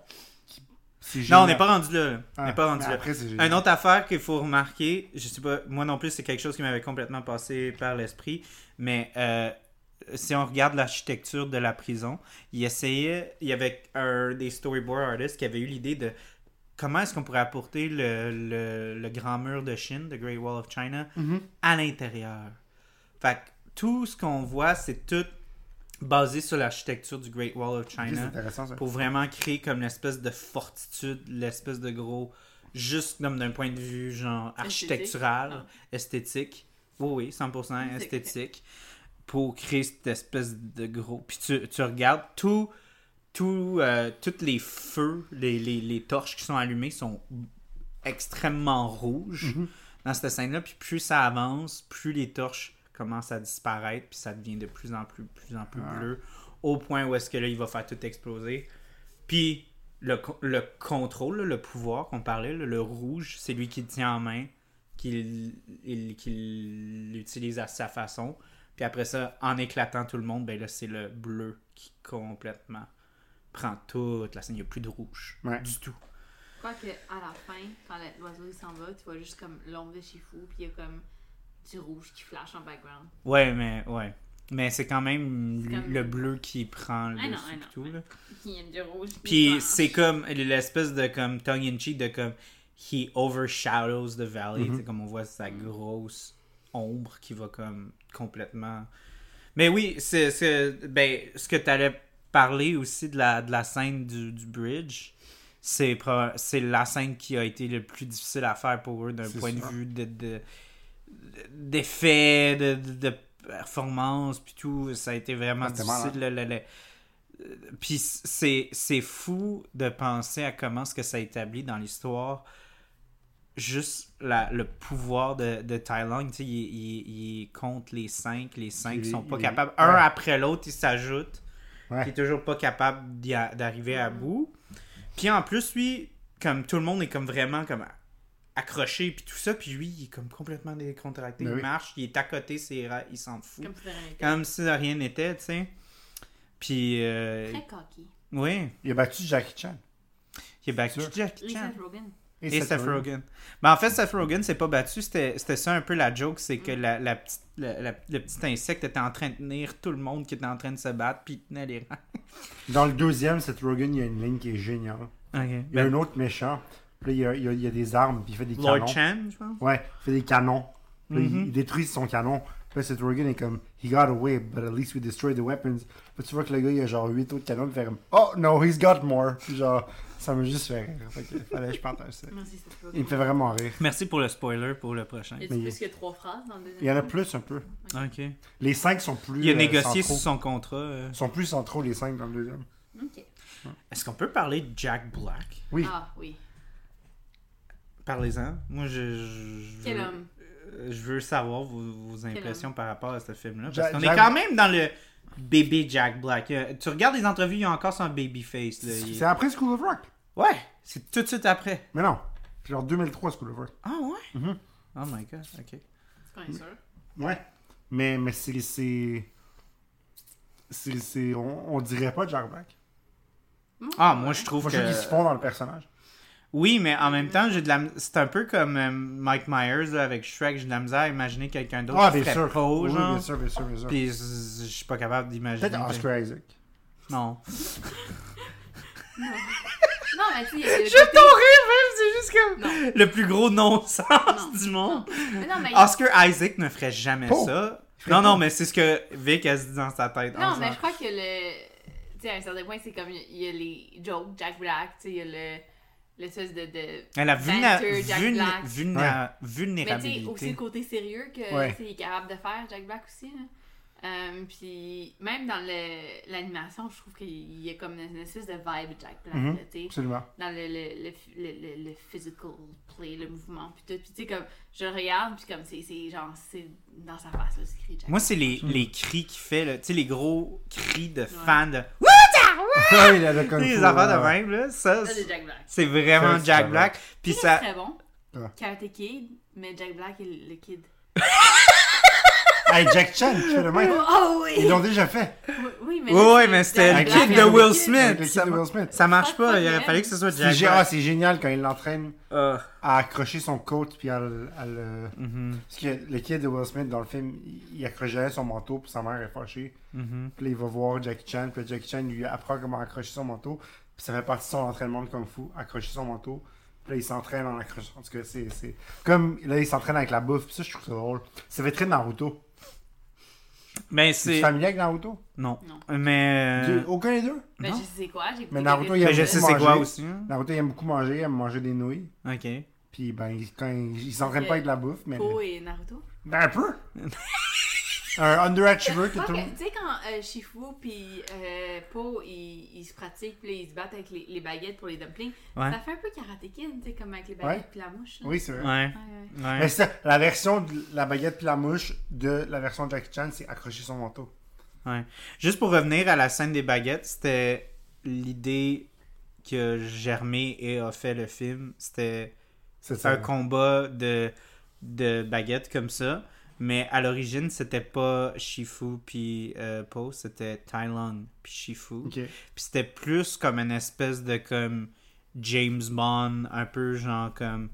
Speaker 2: Qui- c'est
Speaker 3: Non,
Speaker 2: génial.
Speaker 3: on n'est pas rendu là. là. On n'est
Speaker 2: Ah,
Speaker 3: pas rendu
Speaker 2: mais
Speaker 3: là.
Speaker 2: Après, c'est génial.
Speaker 3: Une autre affaire qu'il faut remarquer, je sais pas, moi non plus, c'est quelque chose qui m'avait complètement passé par l'esprit, mais euh, si on regarde l'architecture de la prison, il essayait, il y avait un des storyboard artists qui avait eu l'idée de comment est-ce qu'on pourrait apporter le, le- le grand mur de Chine, the Great Wall of China,
Speaker 2: Mhm.
Speaker 3: à l'intérieur. Fait que tout ce qu'on voit, c'est tout basé sur l'architecture du Great Wall of
Speaker 2: Ok, C'est
Speaker 3: China
Speaker 2: intéressant ça.
Speaker 3: pour vraiment créer comme l'espèce de fortitude, l'espèce de gros, juste comme d'un point de vue genre
Speaker 1: Esthétique.
Speaker 3: architectural, esthétique. Oui, oui, 100%
Speaker 1: Esthétique.
Speaker 3: esthétique. Pour créer cette espèce de gros. Puis tu, tu regardes tout, tout, euh, tous les feux, les, les, les torches qui sont allumées sont extrêmement rouges dans cette scène-là. Puis plus ça avance, plus les torches commence à disparaître, puis ça devient de plus en plus, plus en plus
Speaker 2: Ah.
Speaker 3: bleu, au point où est-ce que là, il va faire tout exploser. Puis le, co- le contrôle, là, le pouvoir qu'on parlait, là, le rouge, c'est lui qui le tient en main, qu'il il- qu'il l'utilise à sa façon. Puis après ça, en éclatant tout le monde, ben là, c'est le bleu qui complètement prend toute la scène. Il n'y a plus de rouge
Speaker 2: Ouais.
Speaker 3: du tout.
Speaker 1: Quoi que à la fin, quand le- l'oiseau il s'en va, tu vois juste comme l'ombre de chez fou, puis il y a comme du rouge qui flash en background. [laughs]
Speaker 3: Ouais, mais ouais. Mais c'est quand même
Speaker 1: C'est
Speaker 3: l-
Speaker 1: comme-
Speaker 3: le bleu qui prend le
Speaker 1: Ah non,
Speaker 3: dessus
Speaker 1: ah
Speaker 3: et
Speaker 1: non,
Speaker 3: tout,
Speaker 1: ouais.
Speaker 3: là.
Speaker 1: Il y a du rouge. qui
Speaker 3: Puis
Speaker 1: flash.
Speaker 3: c'est comme l'espèce de comme tongue in cheek de comme he overshadows the valley,
Speaker 2: Mm-hmm.
Speaker 3: c'est comme on voit sa grosse ombre qui va comme complètement. Mais oui, c'est c'est- ben ce que t'allais parler aussi de la de la scène du, du bridge, c'est proba- c'est la scène qui a été le plus difficile à faire pour eux d'un
Speaker 2: C'est
Speaker 3: point de
Speaker 2: ça.
Speaker 3: vue de de- d'effet de, de, de performance puis tout, ça a été vraiment
Speaker 2: Ah, c'était mal,
Speaker 3: difficile. le- le- le- puis c'est c'est fou de penser à comment ce que ça établit dans l'histoire juste la- le pouvoir de, de Thailand. Tu sais, il, il- il compte les cinq, les cinq
Speaker 2: Il est-
Speaker 3: sont pas
Speaker 2: il est-
Speaker 3: capables.
Speaker 2: ouais.
Speaker 3: Un après l'autre, ils s'ajoutent.
Speaker 2: Ouais.
Speaker 3: Il est toujours pas capable d'y a- d'arriver à bout. Puis en plus, lui, comme tout le monde est comme vraiment comme accroché puis tout ça, puis lui, il est comme complètement décontracté.
Speaker 2: Ben
Speaker 3: il
Speaker 2: oui.
Speaker 3: marche, il est à côté, c'est ra- il s'en fout.
Speaker 1: Comme si de rien n'était.
Speaker 3: Comme si de rien n'était, tu sais. Puis, euh,
Speaker 1: Très cocky.
Speaker 3: oui.
Speaker 2: Il a battu Jackie Chan.
Speaker 3: Il est battu
Speaker 2: Sûr.
Speaker 3: Jackie
Speaker 1: Et
Speaker 3: Chan.
Speaker 1: Seth Rogen.
Speaker 3: Et Seth Rogen. Mais en fait, Seth Rogen s'est pas battu. C'était c'était ça un peu la joke. C'est
Speaker 1: Mm.
Speaker 3: que la, la petite- la- la- le petit insecte était en train de tenir tout le monde qui était en train de se battre. Puis il tenait les rangs.
Speaker 2: Dans le deuxième, Seth Rogen, il y a une ligne qui est géniale.
Speaker 3: Ben,
Speaker 2: Il y a un autre méchant. Puis là, il y a, il y a- il y a des armes, puis il fait des
Speaker 3: Lord
Speaker 2: canons.
Speaker 3: Chan, je pense.
Speaker 2: Ouais, il fait des canons. Puis là, il-
Speaker 3: Mhm.
Speaker 2: il détruit son canon. Puis là, Seth Rogen est comme, he got away, but at least we destroyed the weapons. Puis tu vois que le gars, il a genre 8 autres canons, puis il fait comme, oh no, he's got more. Puis genre, ça me juste fait rire. Fait que fallait que je partage ça.
Speaker 1: Merci Seth Rogen.
Speaker 2: Il me fait vraiment rire.
Speaker 3: Merci pour le spoiler pour le prochain.
Speaker 1: Y a
Speaker 2: Mais il-
Speaker 1: plus que trois phrases dans le deuxième
Speaker 2: Il y en a
Speaker 1: film?
Speaker 2: plus un peu.
Speaker 3: Ok.
Speaker 2: Les 5 sont plus.
Speaker 3: Il a
Speaker 2: euh, centraux.
Speaker 3: négocié sur son contrat. euh.
Speaker 2: sont plus centraux, les 5 dans le deuxième.
Speaker 1: Ok.
Speaker 3: Est-ce qu'on peut parler de Jack Black
Speaker 2: Oui.
Speaker 1: Ah oui.
Speaker 3: Parlez-en. Moi, je. je- je
Speaker 1: Quel
Speaker 3: veux-
Speaker 1: homme.
Speaker 3: euh, Je veux savoir vos, vos impressions par rapport à ce film-là. Parce
Speaker 2: Jack-
Speaker 3: qu'on est
Speaker 2: Jack-
Speaker 3: quand même dans le bébé Jack Black. Euh, Tu regardes les entrevues, il y a encore son baby face. là. Il-
Speaker 2: C'est après School of Rock.
Speaker 3: Ouais, c'est tout de suite après.
Speaker 2: Mais non. C'est genre 2003, School of Rock.
Speaker 3: Ah ouais?
Speaker 2: Mm-hmm.
Speaker 3: Oh my god, ok.
Speaker 1: C'est quand même sûr.
Speaker 2: Ouais. Mais, mais c'est. c'est- c'est- c'est- on, on dirait pas Jack Black.
Speaker 3: Ah, moi je trouve
Speaker 2: Moi, je
Speaker 3: que.
Speaker 2: trouve qu'ils se font dans le personnage.
Speaker 3: Oui, mais en même temps, j'ai de la. C'est un peu comme euh, Mike Myers là, avec Shrek, j'ai de la misère à imaginer quelqu'un d'autre
Speaker 2: Ah,
Speaker 3: qui
Speaker 2: bien
Speaker 3: ferait
Speaker 2: sûr.
Speaker 3: pro,
Speaker 2: Oui,
Speaker 3: genre.
Speaker 2: bien sûr, bien sûr, bien sûr.
Speaker 3: Puis je je suis pas capable d'imaginer.
Speaker 2: Peut-être Oscar Isaac.
Speaker 3: Non.
Speaker 1: Non, mais tu sais, il y a le
Speaker 3: [laughs] Je
Speaker 1: côté-
Speaker 3: ton rire, même, c'est juste
Speaker 1: Non.
Speaker 3: comme le plus gros
Speaker 1: Non.
Speaker 3: non-sens du monde.
Speaker 1: Mais non, mais il y a-
Speaker 3: Oscar Isaac ne ferait jamais
Speaker 2: Ah. Oh.
Speaker 3: ça.
Speaker 2: ferait
Speaker 3: Non, non,
Speaker 2: pas.
Speaker 3: mais c'est ce que Vic a dit dans sa tête. en
Speaker 1: Non, mais
Speaker 3: disant-
Speaker 1: je crois que le. Tu sais, à un certain point, c'est comme. Il y a les jokes, Jack Black, tu sais, il y a le. L'espèce de. de...
Speaker 3: Elle a vulna-
Speaker 1: Banter, Jack
Speaker 3: vulna-
Speaker 1: Black.
Speaker 3: vulna-
Speaker 1: Mais tu sais,
Speaker 3: vulnérabilité.
Speaker 1: aussi le côté sérieux que
Speaker 2: Ouais.
Speaker 1: tu sais, il est capable de faire, Jack Black aussi. Là. Euh, puis même dans le- l'animation, je trouve qu'il y a comme une espèce de vibe Jack Black,
Speaker 2: Mhm.
Speaker 3: Mm-hmm.
Speaker 1: là, tu sais.
Speaker 3: [laughs]
Speaker 2: Absolument.
Speaker 1: dans le, le, le, le, le- le physical play, le mouvement, puis tout. Puis tu sais, comme, je le regarde, puis comme, c'est- c'est genre, c'est dans sa face, là, c'est écrit Jack.
Speaker 3: Moi, c'est les,
Speaker 2: Hmm.
Speaker 3: les cris qu'il fait, là. tu sais, les gros cris de fans de Wouh!
Speaker 2: Ah oui, il a le
Speaker 3: Tu
Speaker 2: Kung
Speaker 3: sais,
Speaker 2: Fu,
Speaker 3: Les affaires
Speaker 2: euh,
Speaker 3: de même, là. Ça,
Speaker 1: Là, c'est
Speaker 3: c'est-
Speaker 1: Jack Black.
Speaker 3: c'est vraiment
Speaker 2: Ça, c'est
Speaker 3: Jack
Speaker 2: vrai.
Speaker 3: Black. Puis
Speaker 1: C'est
Speaker 3: ça.
Speaker 1: très bon.
Speaker 2: Ah.
Speaker 1: Karate Kid, mais Jack Black est le le kid.
Speaker 2: Hey, Jack Chan, tu fais le même.
Speaker 1: Oh
Speaker 2: Ils
Speaker 1: oui!
Speaker 2: l'ont déjà fait.
Speaker 1: Oui, mais,
Speaker 3: Oui, oui, mais c'était
Speaker 2: Jack
Speaker 3: le
Speaker 2: Black
Speaker 3: kid de
Speaker 2: est le
Speaker 3: Will
Speaker 2: kid. Avec le kid
Speaker 3: Smith. Ça,
Speaker 2: de Will Smith.
Speaker 3: ça marche
Speaker 1: Pas
Speaker 3: pas.
Speaker 1: de
Speaker 3: Il aurait
Speaker 1: même.
Speaker 3: fallu que ce soit
Speaker 2: C'est
Speaker 3: Jack
Speaker 2: gé- ah,
Speaker 3: Black.
Speaker 2: c'est génial quand il l'entraîne
Speaker 3: Ah.
Speaker 2: à accrocher son coat puis à, le- à le.
Speaker 3: Mhm,
Speaker 2: Parce que le kid de Will Smith dans le film, il il accroche jamais son manteau puis sa mère est fâchée.
Speaker 3: mhm.
Speaker 2: Puis là, il va voir Jackie Chan, puis là, Jackie Chan lui apprend comment accrocher son manteau. Puis ça fait partie de son entraînement de Kung Fu, accrocher son manteau. Puis là, il s'entraîne en accrochant. En tout cas, c'est. c'est- Comme là, il s'entraîne avec la bouffe, puis ça, je trouve ça drôle. Ça fait très Naruto.
Speaker 3: Mais
Speaker 2: Tu es
Speaker 3: c'est.
Speaker 2: familier avec Naruto
Speaker 3: Non.
Speaker 1: Non.
Speaker 3: Mais. euh,
Speaker 2: Tu- Aucun des deux
Speaker 1: Mais
Speaker 3: Non.
Speaker 1: Ben, je sais quoi, j'ai écouté
Speaker 2: Mais Naruto,
Speaker 1: quelques
Speaker 2: il y a
Speaker 3: mais je
Speaker 1: épisodes.
Speaker 3: sais
Speaker 2: beaucoup
Speaker 3: c'est quoi
Speaker 2: mangé.
Speaker 3: aussi. hein.
Speaker 2: Naruto, il aime beaucoup manger, il aime manger des nouilles.
Speaker 3: Ok.
Speaker 2: Puis ben, il, quand il, il s'entraîne pas avec de la bouffe, mais.
Speaker 1: Po et Naruto.
Speaker 2: Ben, un peu Un underachiever
Speaker 1: Je
Speaker 2: que
Speaker 1: crois
Speaker 2: tout le
Speaker 1: que,
Speaker 2: monde.
Speaker 1: tu sais, quand euh, Shifu puis euh, Po, ils, ils se pratiquent, puis là, ils se battent avec les, les baguettes pour les dumplings,
Speaker 3: Ouais.
Speaker 1: ça fait un peu karaté kid, tu sais, comme avec les baguettes
Speaker 2: Ouais.
Speaker 1: puis la mouche. là.
Speaker 2: Oui, c'est vrai.
Speaker 3: Ouais.
Speaker 1: Ouais, ouais.
Speaker 2: Mais
Speaker 3: Ouais.
Speaker 2: c'est ça, la version de la baguette puis la mouche de la version de Jackie Chan, c'est accrocher son manteau.
Speaker 3: ouais. Juste pour revenir à la scène des baguettes, c'était l'idée que Germé et a fait le film. C'était
Speaker 2: C'est
Speaker 3: C'est
Speaker 2: ça.
Speaker 3: un combat de, de baguettes comme ça. Mais à l'origine, c'était pas Shifu puis euh, Po, c'était Tai Lung puis Shifu.
Speaker 2: Ok.
Speaker 3: Puis c'était plus comme une espèce de comme James Bond, un peu genre comme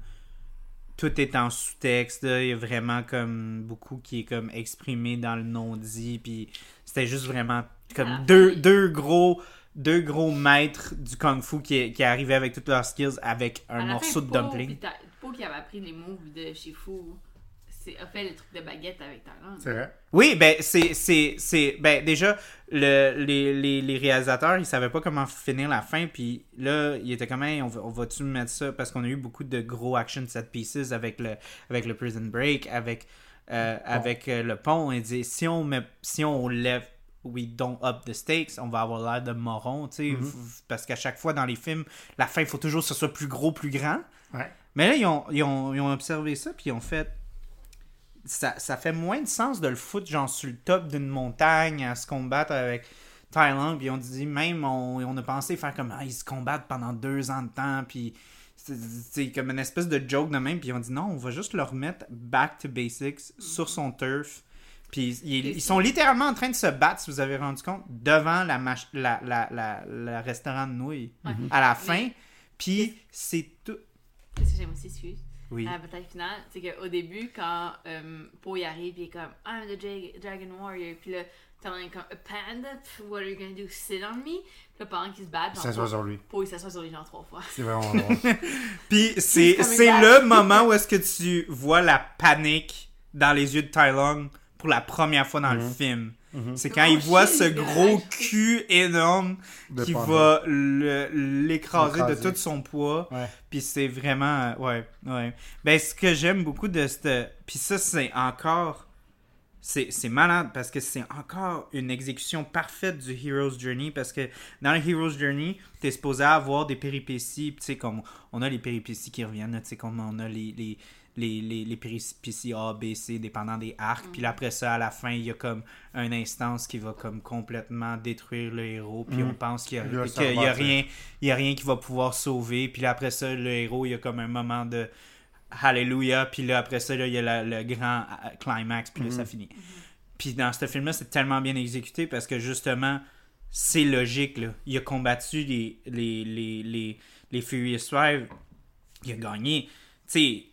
Speaker 3: tout est en sous-texte, là. il y a vraiment comme beaucoup qui est comme exprimé dans le non-dit puis c'était juste vraiment comme
Speaker 1: Ah.
Speaker 3: deux, deux gros deux gros maîtres du kung-fu qui, qui arrivaient avec toutes leurs skills avec
Speaker 1: À
Speaker 3: un
Speaker 1: la fin,
Speaker 3: morceau de
Speaker 1: Po,
Speaker 3: dumpling.
Speaker 1: puis Ta- Po qui avait appris les moves de Shifu, c'est- a fait le truc de baguette avec Talon.
Speaker 2: C'est vrai.
Speaker 3: Oui, ben c'est c'est c'est ben déjà le les, les, les réalisateurs, ils savaient pas comment finir la fin puis là, ils étaient comme Hey, on va on va-tu mettre ça parce qu'on a eu beaucoup de gros action set pieces avec le avec le Prison Break, avec euh, avec euh, le pont, ils disaient si on met si on lève we don't up the stakes, on va avoir l'air de moron, tu sais, f- parce qu'à chaque fois dans les films, la fin, il faut toujours que ce soit plus gros, plus grand.
Speaker 2: Ouais.
Speaker 3: Mais là, ils ont, ils ont, ils ont observé ça, puis ils ont fait. Ça, ça fait moins de sens de le foutre, genre, sur le top d'une montagne à se combattre avec Thaïlande, puis ils ont dit, même, on, on a pensé faire comme, ah, ils se combattent pendant deux ans de temps, puis c'est- c'est comme une espèce de joke de même, puis ils ont dit, non, on va juste le remettre back to basics sur son turf. Puis ils, ils sont littéralement en train de se battre, si vous avez rendu compte, devant la, mach- la, la, la- la restaurant de nouilles
Speaker 1: Ouais.
Speaker 3: à la
Speaker 1: Mais-
Speaker 3: fin. Puis c'est tout.
Speaker 1: Qu'est-ce que j'aime aussi, excuse?
Speaker 3: Oui.
Speaker 1: à la bataille finale, c'est qu'au début, quand euh, Po y arrive, il est comme I'm the dra- Dragon Warrior, puis là, t'en es comme A panda, pff, what are you gonna do? Sit on me? Puis là, pendant qu'ils se battent,
Speaker 2: Ça
Speaker 1: genre,
Speaker 2: soit sur lui.
Speaker 1: Po il s'assoit sur les gens trois fois.
Speaker 2: C'est
Speaker 3: [laughs]
Speaker 2: vraiment drôle.
Speaker 3: Puis c'est
Speaker 1: He's coming
Speaker 3: c'est
Speaker 1: back.
Speaker 3: le moment où est-ce que tu vois la panique dans les yeux de Tai Lung pour la première fois
Speaker 2: Mhm.
Speaker 3: dans le film. C'est quand
Speaker 1: Oh,
Speaker 3: il voit
Speaker 1: shit,
Speaker 3: ce
Speaker 1: le
Speaker 3: gros
Speaker 1: rage.
Speaker 3: cul énorme
Speaker 2: De
Speaker 3: qui
Speaker 2: panda.
Speaker 3: va le- l'écraser de
Speaker 2: L'écraser.
Speaker 3: tout son poids.
Speaker 2: Ouais.
Speaker 3: Puis c'est vraiment... euh, Ouais, ouais. Ben, ce que j'aime beaucoup de cette... Puis ça, c'est encore... C'est c'est malade parce que c'est encore une exécution parfaite du Hero's Journey parce que dans le Hero's Journey, t'es supposé avoir des péripéties, puis tu sais, comme on a les péripéties qui reviennent, là, tu sais, comme on a les, les, les, les, les péripéties A, B, C, dépendant des arcs, puis là, après ça, à la fin, il y a comme une instance qui va comme complètement détruire le héros, puis on pense qu'il y a,
Speaker 2: Il y a
Speaker 3: qu'il y a- il y a
Speaker 2: Sarbat,
Speaker 3: rien, il y a rien qui va pouvoir sauver, puis là, après ça, le héros, il y a comme un moment de Hallelujah, puis là, après ça, là, il y a la- le grand euh, climax, puis là, ça finit. Puis dans ce film-là, c'est tellement bien exécuté parce que justement, c'est logique. Là. Il a combattu les, les, les, les, les Furious Five. Il a gagné. Tu sais,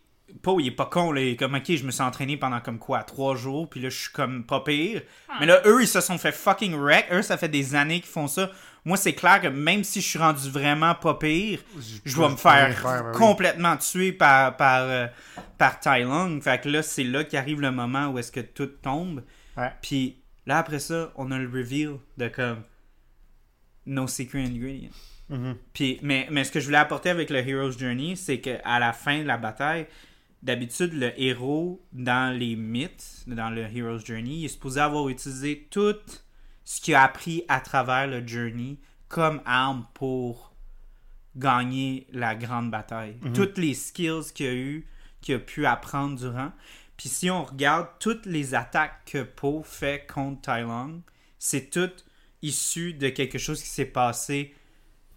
Speaker 3: Poe, il est pas con. Là. Il est comme, OK, je me suis entraîné pendant comme quoi, trois jours. Puis là, je suis comme pas pire. Mais là, eux, ils se sont fait fucking wreck. Eux, ça fait des années qu'ils font ça. Moi, c'est clair que même si je suis rendu vraiment pas pire, je vais me faire
Speaker 2: ben oui.
Speaker 3: complètement tuer par, par, euh, par Tai Lung. Fait que là, c'est là qu'arrive le moment où est-ce que tout tombe.
Speaker 2: Ouais.
Speaker 3: Puis là, après ça, on a le reveal de comme No Secret Ingredient.
Speaker 2: Mhm.
Speaker 3: Puis, mais, mais ce que je voulais apporter avec le Hero's Journey, c'est qu'à la fin de la bataille, d'habitude, le héros, dans les mythes, dans le Hero's Journey, il est supposé avoir utilisé tout ce qu'il a appris à travers le Journey comme arme pour gagner la grande bataille. Toutes les skills qu'il a eu, qu'il a pu apprendre durant. Puis si on regarde toutes les attaques que Po fait contre Tai Lung, c'est tout issu de quelque chose qui s'est passé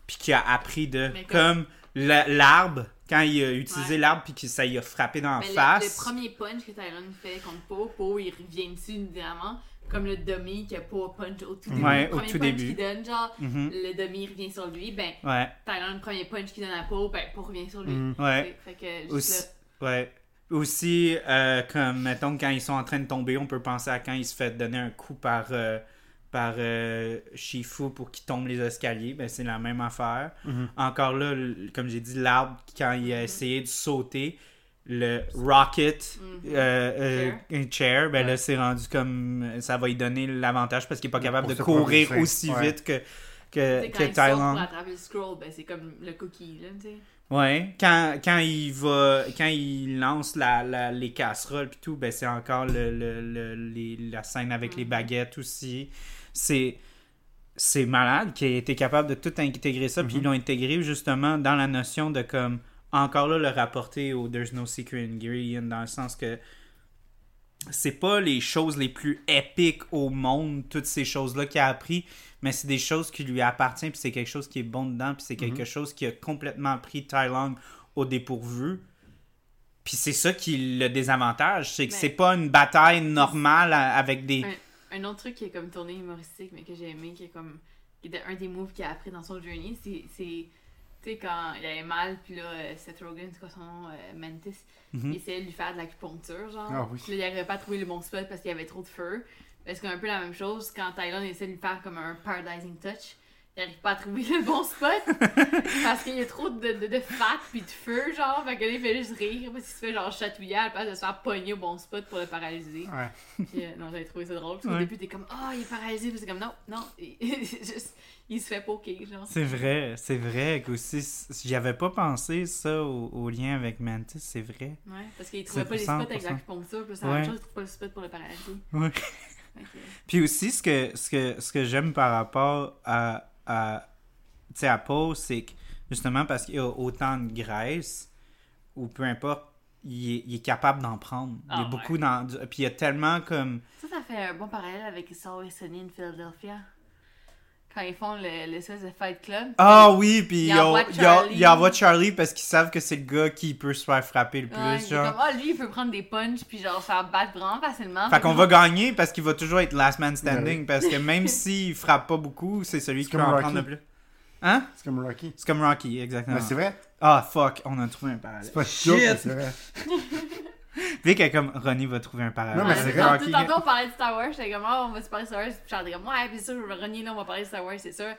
Speaker 3: puis qui a appris de
Speaker 1: Mais comme-
Speaker 3: comme la- l'arbre quand il a utilisé
Speaker 1: Ouais.
Speaker 3: l'arbre puis que ça y a frappé dans la
Speaker 1: Mais le, le
Speaker 3: face.
Speaker 1: premier punch que Tyron fait contre Po, Po il revient dessus évidemment, comme le dummy que Po punch au tout début.
Speaker 3: Ouais,
Speaker 1: le
Speaker 3: au
Speaker 1: premier
Speaker 3: tout
Speaker 1: punch
Speaker 3: début.
Speaker 1: qu'il donne, genre,
Speaker 3: Mhm.
Speaker 1: le dummy il revient sur lui, ben
Speaker 3: Ouais,
Speaker 1: Tyron, le premier punch qu'il donne à Po, ben Po revient sur lui.
Speaker 2: Mhm.
Speaker 3: ouais.
Speaker 1: Fait- Fait que juste
Speaker 3: Mm. Aussi,
Speaker 1: là,
Speaker 3: ouais. Aussi, euh, comme, mettons, quand ils sont en train de tomber, on peut penser à quand il se fait donner un coup par, euh, par euh, Shifu pour qu'il tombe les escaliers. Ben, c'est la même affaire.
Speaker 2: Mhm.
Speaker 3: Encore là, l- comme j'ai dit, l'arbre, quand il a essayé de sauter, le rocket,
Speaker 1: Mhm.
Speaker 3: euh, euh, un chair, ben
Speaker 2: Ouais.
Speaker 3: là, c'est rendu comme... Ça va lui donner l'avantage parce qu'il est pas capable
Speaker 2: Pour
Speaker 3: de
Speaker 2: se
Speaker 3: courir
Speaker 2: propulser.
Speaker 3: aussi
Speaker 2: Ouais.
Speaker 3: vite que,
Speaker 1: tu
Speaker 3: que,
Speaker 1: sais, quand
Speaker 3: euh, que
Speaker 1: il sort
Speaker 3: Thailand.
Speaker 1: pour attraper le scroll, ben c'est comme le cookie, là, tu sais.
Speaker 3: Ouais, quand, quand il va quand il lance la, la- les casseroles puis tout, ben c'est encore le, le- le- les- la scène avec les baguettes aussi. C'est c'est malade qu'il ait été capable de tout intégrer ça puis ils l'ont intégré justement dans la notion de comme encore là le rapporter au there's no secret ingredient dans le sens que c'est pas les choses les plus épiques au monde, toutes ces choses-là qu'il a appris, mais c'est des choses qui lui appartiennent, puis c'est quelque chose qui est bon dedans, puis c'est quelque chose qui a complètement pris Tai Lung au dépourvu. Puis c'est ça qui le désavantage, c'est que
Speaker 1: Mais-
Speaker 3: c'est pas une bataille normale à- avec des...
Speaker 1: Un autre truc qui est comme tourné humoristique, mais que j'ai aimé, qui est comme. qui était un des moves qu'il a appris dans son journey, c'est. c'est- Tu sais, quand il avait mal, puis là, euh, Seth Rogen, c'est quoi son nom, euh, Mantis,
Speaker 3: Mhm.
Speaker 1: il essayait de lui faire de l'acupuncture, genre.
Speaker 2: Ah oui.
Speaker 1: Puis là, il n'arrivait pas à trouver le bon spot parce qu'il y avait trop de feu. Parce qu'on a un peu la même chose quand Thailand essaie de lui faire comme un paradising touch. Il n'arrive pas à trouver le bon spot parce qu'il y a trop de, de, de fat puis de feu, genre. Fait que là, il fait juste rire parce qu'il se fait genre chatouiller à la place de se faire pogner au bon spot pour le paralyser.
Speaker 2: Ouais.
Speaker 1: Puis, euh, non, j'avais trouvé ça drôle. Parce qu'au
Speaker 3: Ouais.
Speaker 1: début, t'es comme, ah, il est paralysé. Puis c'est comme, non, non, [laughs] il, c'est juste, il se fait poker, genre.
Speaker 3: C'est vrai, c'est vrai qu'aussi, c- j'y avais pas pensé ça au, au lien avec Mantis, c'est vrai.
Speaker 1: Ouais, parce qu'il trouvait
Speaker 3: C'est
Speaker 1: pas les spots avec
Speaker 3: 100%.
Speaker 1: l'acupuncture. Puis c'est la même
Speaker 3: Ouais.
Speaker 1: chose, il trouve pas le spot pour le paralyser.
Speaker 3: Ouais.
Speaker 1: Fait que-
Speaker 3: Puis aussi, ce que, ce que, ce que j'aime par rapport à, à, tu sais, à Paul, c'est que justement parce qu'il a autant de graisse, ou peu importe, il est, il est capable d'en prendre. Il
Speaker 1: Ah,
Speaker 3: y a
Speaker 1: ouais.
Speaker 3: beaucoup d'en... du- Puis il y a tellement comme...
Speaker 1: Ça, ça fait un bon parallèle avec It's Always Sunny in Philadelphia. Quand ils font le- l'espèce de Fight Club.
Speaker 3: Ah oui, puis
Speaker 1: Il
Speaker 3: il,
Speaker 1: envoie
Speaker 3: envoie, il en-
Speaker 1: Charlie.
Speaker 3: il envoie Charlie parce qu'ils savent que c'est le gars qui peut se faire frapper le plus.
Speaker 1: Ouais, il est
Speaker 3: genre.
Speaker 1: comme, ah, lui, il peut prendre des punches puis genre se faire battre vraiment facilement.
Speaker 3: Fait qu'on va
Speaker 1: ah.
Speaker 3: gagner parce qu'il va toujours être last man standing
Speaker 2: Ouais.
Speaker 3: parce
Speaker 1: [laughs]
Speaker 3: que même s'il frappe pas beaucoup, c'est celui
Speaker 2: Ben C'est
Speaker 3: qui peut
Speaker 2: comme
Speaker 3: en
Speaker 2: Rocky.
Speaker 3: prendre le plus. Hein?
Speaker 2: C'est comme Rocky.
Speaker 3: C'est comme Rocky, exactement.
Speaker 2: Mais c'est vrai.
Speaker 3: Ah fuck, on a trouvé un parallèle.
Speaker 2: C'est pas
Speaker 3: Shit!
Speaker 2: sûr, mais c'est vrai.
Speaker 3: Vic est comme Ronnie va trouver un parallèle.
Speaker 2: Non, Ah, mais c'est
Speaker 1: Tant-
Speaker 2: vrai,
Speaker 3: Rocky-
Speaker 1: Tantôt, on parlait de Star Wars, j'étais comme, ah, on va se parler de Star Wars. Puis j'étais comme, ouais, puis c'est sûr, Ronnie, là, on va parler de Star Wars, c'est sûr.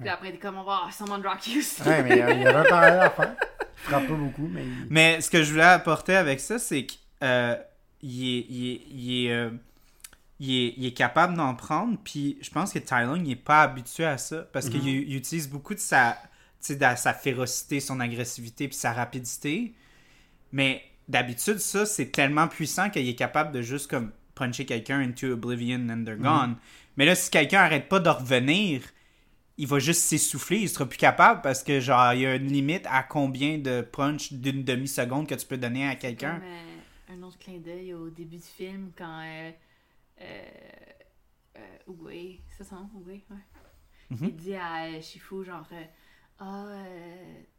Speaker 1: Puis après, il était comme, on va avoir sûrement de Rocky aussi.
Speaker 2: Ouais, mais euh, il y avait un parallèle à faire. Il frappe pas beaucoup, mais. il-
Speaker 3: Mais ce que je voulais apporter avec ça, c'est qu'il est, il est- il est, euh, il est- il est capable d'en prendre. Puis je pense que Tylon, il est pas habitué à ça parce
Speaker 2: Mhm.
Speaker 3: qu'il il utilise beaucoup de sa, tu sais, de sa férocité, son agressivité, puis sa rapidité. Mais d'habitude, ça, c'est tellement puissant qu'il est capable de juste comme puncher quelqu'un into oblivion and they're gone. Mais là, si quelqu'un arrête pas de revenir, il va juste s'essouffler, il sera plus capable parce que genre il y a une limite à combien de punch d'une demi-seconde que tu peux donner à quelqu'un.
Speaker 1: Comme, euh, un autre clin d'œil au début du film quand euh, euh, euh, Oogway, c'est ça son nom, Oogway, ouais.
Speaker 2: Mm-hmm.
Speaker 1: Il dit à euh, Shifu genre euh, ah euh,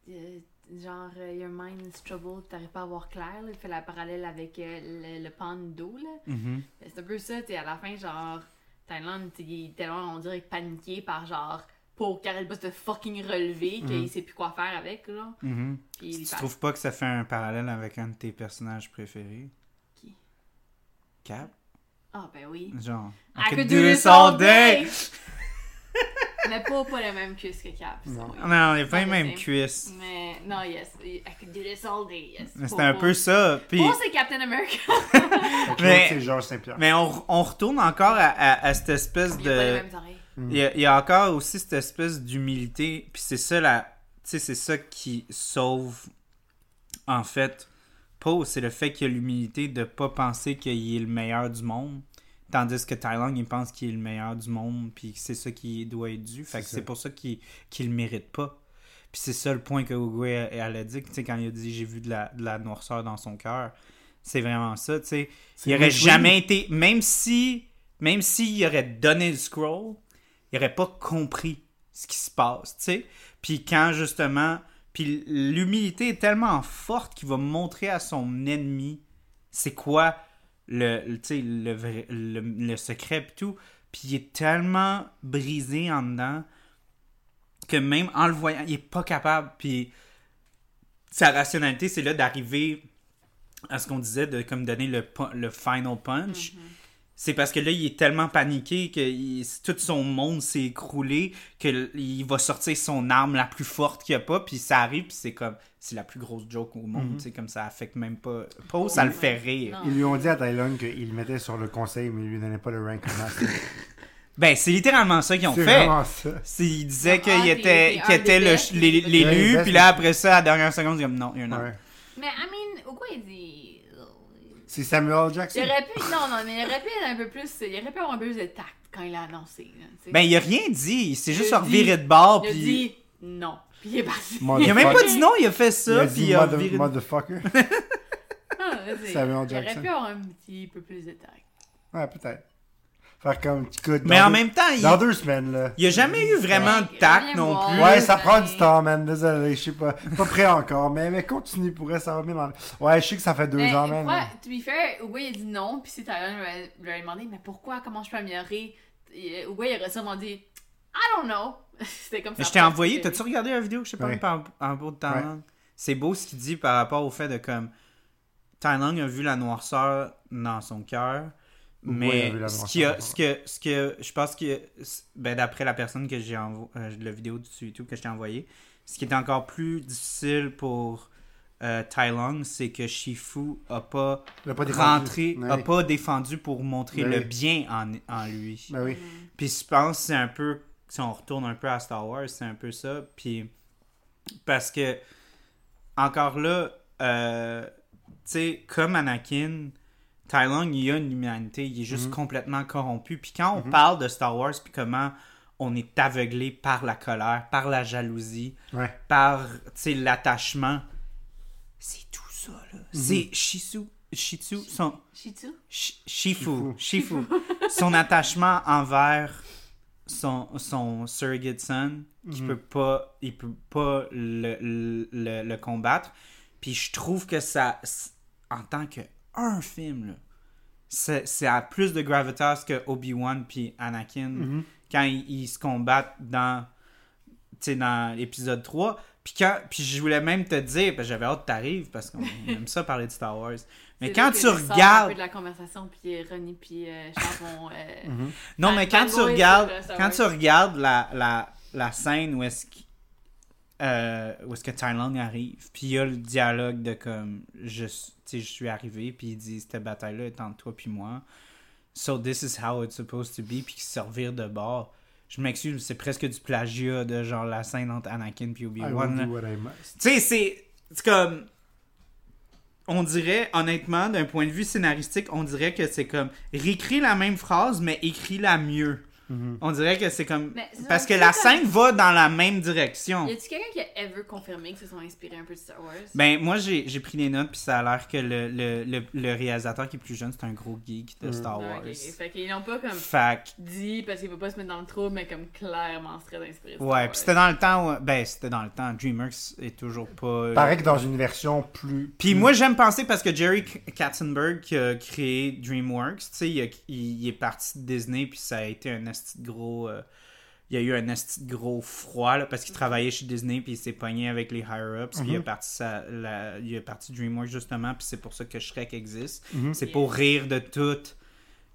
Speaker 1: euh, genre euh, your mind is troubled, t'arrives pas à voir clair, là. il fait la parallèle avec euh, le, le pan d'eau là.
Speaker 3: Mhm.
Speaker 1: Ben, C'est un peu ça, t'es à la fin genre Thailand, t'es- il est tellement on dirait paniqué par genre poker, il peut se fucking relever qu'il sait plus quoi faire avec genre.
Speaker 3: Mhm.
Speaker 1: Puis il
Speaker 3: Mm. Tu
Speaker 1: part.
Speaker 3: trouves pas que ça fait un parallèle avec un de tes personnages préférés?
Speaker 1: Qui?
Speaker 3: Cap?
Speaker 1: Ah ben oui.
Speaker 3: Genre.
Speaker 1: I
Speaker 3: I
Speaker 1: could
Speaker 3: could
Speaker 1: do this all
Speaker 3: [laughs]
Speaker 1: day! Mais pas, pas le même cuisse que Cap. ça,
Speaker 2: Non.
Speaker 1: oui.
Speaker 3: Non, il a pas les
Speaker 1: le
Speaker 3: mêmes
Speaker 1: same.
Speaker 3: cuisses.
Speaker 1: Mais non, yes. I could do this all day, yes.
Speaker 3: Mais
Speaker 1: Pour-
Speaker 3: c'est un
Speaker 1: pour-
Speaker 3: peu ça. Puis...
Speaker 1: Pour, c'est Captain America.
Speaker 2: Fait que
Speaker 3: Mais-
Speaker 2: l'autre, c'est Georges Saint-Pierre.
Speaker 3: Mais on, on retourne encore à, à- à cette espèce
Speaker 1: Il
Speaker 3: de.
Speaker 1: a pas les mêmes oreilles.
Speaker 3: Il y, a, il y a encore aussi cette espèce d'humilité, puis c'est ça la, tu sais, c'est ça qui sauve en fait Poe, c'est le fait qu'il a l'humilité de pas penser qu'il est le meilleur du monde, tandis que Thailand il pense qu'il est le meilleur du monde, puis que c'est ça qui doit être dû, fait
Speaker 2: C'est
Speaker 3: que
Speaker 2: ça.
Speaker 3: c'est pour ça qu'il qu'il le mérite pas. Puis c'est ça le point que Oogway elle, elle a dit, tu sais, quand il a dit j'ai vu de la, de la noirceur dans son cœur, c'est vraiment ça, tu sais.
Speaker 2: C'est
Speaker 3: Il aurait
Speaker 2: Bruce Wayne.
Speaker 3: jamais été, même si, même s'il aurait donné le scroll, il aurait pas compris ce qui se passe, tu sais. Puis quand justement, puis l'humilité est tellement forte qu'il va montrer à son ennemi c'est quoi le, le- tu sais, le, vrai- le, le secret et tout. Puis il est tellement brisé en dedans que même en le voyant, il est pas capable. Puis sa rationalité, c'est là d'arriver à ce qu'on disait de comme donner le, pu- le final
Speaker 1: Mhm.
Speaker 3: punch. C'est parce que là, il est tellement paniqué que il- tout son monde s'est écroulé qu'il va sortir son arme la plus forte qu'il n'y a pas, puis ça arrive, puis c'est comme, c'est la plus grosse joke au
Speaker 2: Mhm.
Speaker 3: monde, tu sais, comme ça affecte même pas. Paul, ça le fait rire.
Speaker 1: Non.
Speaker 2: Ils lui ont dit à Tylon qu'il le mettait sur le conseil, mais il lui donnait pas le rank en master.
Speaker 3: Ben, c'est littéralement ça qu'ils ont
Speaker 2: C'est
Speaker 3: fait.
Speaker 2: vraiment ça.
Speaker 3: C'est- Il disait
Speaker 1: Ah,
Speaker 3: qu'il
Speaker 1: t'es-
Speaker 3: était,
Speaker 1: t'es
Speaker 3: qu'il
Speaker 1: un
Speaker 3: était
Speaker 1: des
Speaker 3: le-
Speaker 1: best,
Speaker 3: l'é-
Speaker 1: t'es-
Speaker 3: l'élu,
Speaker 2: Ouais, best.
Speaker 3: puis là, après ça, à la dernière seconde, il dit non, il y a un an.
Speaker 2: Ouais.
Speaker 4: Mais, I mean, pourquoi il dit.
Speaker 2: C'est Samuel
Speaker 1: Il
Speaker 2: Jackson.
Speaker 1: aurait pu, non, non, mais il aurait pu être un peu plus, il aurait pu avoir un peu plus de tact quand il a annoncé. là, tu sais.
Speaker 3: Ben, il a rien dit. Il s'est juste
Speaker 1: Il a
Speaker 3: reviré
Speaker 1: dit-
Speaker 3: de bord,
Speaker 1: il a
Speaker 3: puis.
Speaker 1: dit non, puis il est parti.
Speaker 2: Mon
Speaker 1: [laughs]
Speaker 3: Il a même pas
Speaker 2: Motherfucker.
Speaker 3: dit non, il a fait
Speaker 2: Il a
Speaker 3: ça, puis
Speaker 2: dit
Speaker 3: il a
Speaker 2: mother-
Speaker 3: reviré de bord.
Speaker 2: motherfucker.
Speaker 1: Ah, vas-y.
Speaker 2: Samuel
Speaker 1: il aurait
Speaker 2: Jackson.
Speaker 1: pu avoir un petit peu plus de tact.
Speaker 2: Ouais, peut-être. Faire comme tu coûtes.
Speaker 3: Mais en même temps, il,
Speaker 2: Dans deux semaines, là.
Speaker 3: il a jamais eu vraiment de
Speaker 1: Ouais,
Speaker 3: tact
Speaker 1: rien
Speaker 3: non
Speaker 1: voir.
Speaker 3: plus.
Speaker 2: Ouais,
Speaker 1: Oui,
Speaker 2: ça
Speaker 1: mais-
Speaker 2: prend du temps, man. Désolé, je suis pas, pas prêt encore, mais, mais continue pour ça va bien aller. Ouais, je hein. sais que ça fait deux
Speaker 1: Mais,
Speaker 2: ans, man.
Speaker 1: ouais, to be fair, Ouai, il a dit non, puis si Tyron lui a- lui avait demandé, mais pourquoi, comment je peux améliorer, Et, Ouai, il aurait sûrement dit, I don't know. [laughs] C'était comme ça.
Speaker 3: Mais je t'ai envoyé, t'as-tu regardé la vidéo que je sais pas
Speaker 2: Ouais.
Speaker 3: par en bout de Thaïlande? C'est beau ce qu'il dit par rapport au fait de comme Thaïlande a vu la noirceur dans son cœur.
Speaker 2: Ouais, il a
Speaker 3: Mais
Speaker 2: vu la
Speaker 3: ce,
Speaker 2: noirceur
Speaker 3: qu'il y a-
Speaker 2: dans son
Speaker 3: ce que ce que je pense que ben d'après la personne que j'ai envoyé la vidéo du YouTube que je t'ai envoyé, ce qui est encore plus difficile pour euh, Thaïlande, c'est que Shifu a pas
Speaker 2: Il a pas Ben défendu.
Speaker 3: rentré,
Speaker 2: Ouais.
Speaker 3: a pas défendu pour montrer
Speaker 2: Ouais.
Speaker 3: le bien en, en lui.
Speaker 2: Ben oui.
Speaker 3: Puis je pense que c'est un peu, si on retourne un peu à Star Wars, c'est un peu ça. Puis parce que, encore là, euh, tu sais, comme Anakin, Tylang, il y a une humanité, il est juste complètement corrompu. Puis quand on parle de Star Wars, puis comment on est aveuglé par la colère, par la jalousie,
Speaker 2: Ouais.
Speaker 3: par tu sais, l'attachement, c'est tout ça, là. C'est Shisu, Shitsu, son,
Speaker 1: Shitu?
Speaker 3: Sh- Shifu, Shifu,
Speaker 1: [laughs]
Speaker 3: son attachement envers son, son surrogate son, qui peut pas, il peut pas le, le- le- le combattre. Puis je trouve que ça, s- en tant que un film, là, c'est c'est à plus de gravitas que Obi-Wan puis Anakin quand ils, ils se combattent dans tu sais, dans l'épisode 3. Puis quand puis je voulais même te dire, parce que j'avais hâte que t'arrives, parce qu'on aime ça parler de Star Wars. Mais
Speaker 1: C'est
Speaker 3: quand
Speaker 1: là que
Speaker 3: tu
Speaker 1: je sors Un peu
Speaker 3: regardes...
Speaker 1: de la conversation, puis René, puis euh, Charles vont, euh,
Speaker 2: Mm-hmm.
Speaker 3: Non,
Speaker 1: Ah,
Speaker 3: mais quand
Speaker 1: le
Speaker 3: tu
Speaker 1: fanboy,
Speaker 3: regardes,
Speaker 1: ça, ça
Speaker 3: quand
Speaker 1: work.
Speaker 3: tu regardes la, la, la scène où est-ce que, euh, où est-ce que Tylan arrive, puis il y a le dialogue de comme je, s- tu sais, je suis arrivé, puis il dit cette bataille-là est entre toi puis moi. So this is how it's supposed to be, puis qu'il se revire de bord. Je m'excuse, mais c'est presque du plagiat de genre la scène entre Anakin puis
Speaker 2: I will
Speaker 3: Obi-Wan. là.
Speaker 2: do what I must.
Speaker 3: Tu sais, c'est c'est comme. On dirait, honnêtement, d'un point de vue scénaristique, on dirait que c'est comme. Réécris la même phrase, mais écris-la mieux. On dirait que c'est comme.
Speaker 1: Mais c'est
Speaker 3: Parce
Speaker 1: un
Speaker 3: que
Speaker 1: peu
Speaker 3: la
Speaker 1: comme-
Speaker 3: scène va dans la même direction.
Speaker 1: Y a-tu quelqu'un qui a ever confirmé que se sont inspirés un peu de Star Wars?
Speaker 3: Ben, moi, j'ai j'ai pris des notes, puis ça a l'air que le, le, le, le réalisateur qui est plus jeune, c'est un gros geek de Star
Speaker 1: Non,
Speaker 3: Wars.
Speaker 1: ok, ok. Fait qu'ils l'ont pas comme
Speaker 3: Fait
Speaker 1: dit parce qu'ils veulent pas se mettre dans le trou, mais comme clairement se très inspiré. de
Speaker 3: que,
Speaker 1: Star
Speaker 3: ouais,
Speaker 1: Wars.
Speaker 3: puis c'était dans le temps où, ben, c'était dans le temps, DreamWorks est toujours pas...
Speaker 2: Paraît que dans une version plus.
Speaker 3: Puis moi, j'aime penser parce que Jerry K- Katzenberg qui a créé DreamWorks, tu sais, il, a- il- il est parti de Disney, puis ça a été un asti de gros. euh, il y a eu un asti de gros froid, là, parce qu'il travaillait chez Disney, puis il s'est pogné avec les higher-ups, puis il a
Speaker 2: Mm-hmm.
Speaker 3: parti sa- la- il a parti DreamWorks justement, puis c'est pour ça que Shrek existe. C'est pour rire de toutes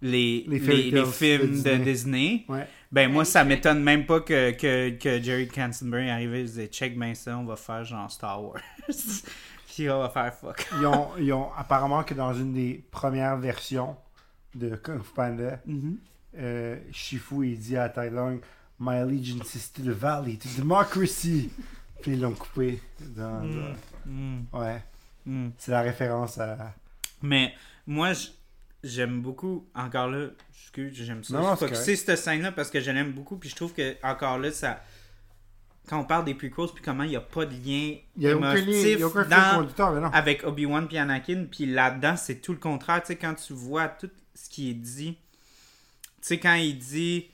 Speaker 3: les,
Speaker 2: Mm-hmm. Les fairy
Speaker 3: les, les
Speaker 2: tales
Speaker 3: films
Speaker 2: de
Speaker 3: de
Speaker 2: Disney.
Speaker 3: Disney.
Speaker 2: Ouais.
Speaker 3: Ben moi,
Speaker 1: Ouais,
Speaker 3: ça
Speaker 1: Shrek.
Speaker 3: m'étonne même pas que, que, que Jerry Katzenberg est arrivé et disait « Check ben ça, on va faire genre Star Wars. » [laughs] Puis on va faire « Fuck. »
Speaker 2: Ils ont, ils ont apparemment que dans une des premières versions de Kung Fu Panda,
Speaker 3: Mm-hmm.
Speaker 2: euh, Shifu il dit à Tai Lung My allegiance is to the valley, to democracy. Puis ils l'ont coupé dans.
Speaker 3: Mm. Mm,
Speaker 2: Ouais.
Speaker 3: mm.
Speaker 2: C'est la référence à.
Speaker 3: Mais moi, j- j'aime beaucoup, encore là, excuse, j'aime ça.
Speaker 2: Non, non,
Speaker 3: je
Speaker 2: c'est
Speaker 3: focusser cette scène-là parce que je l'aime beaucoup, puis je trouve que, encore là, ça... Quand on parle des prequels, puis comment il n'y a pas de lien
Speaker 2: Il y a aucun, lien- il
Speaker 3: émotif
Speaker 2: y a aucun fil
Speaker 3: dans-
Speaker 2: conducteur, mais non.
Speaker 3: avec Obi-Wan puis Anakin, puis là-dedans, c'est tout le contraire. Tu sais, quand tu vois tout ce qui est dit, tu sais, quand il dit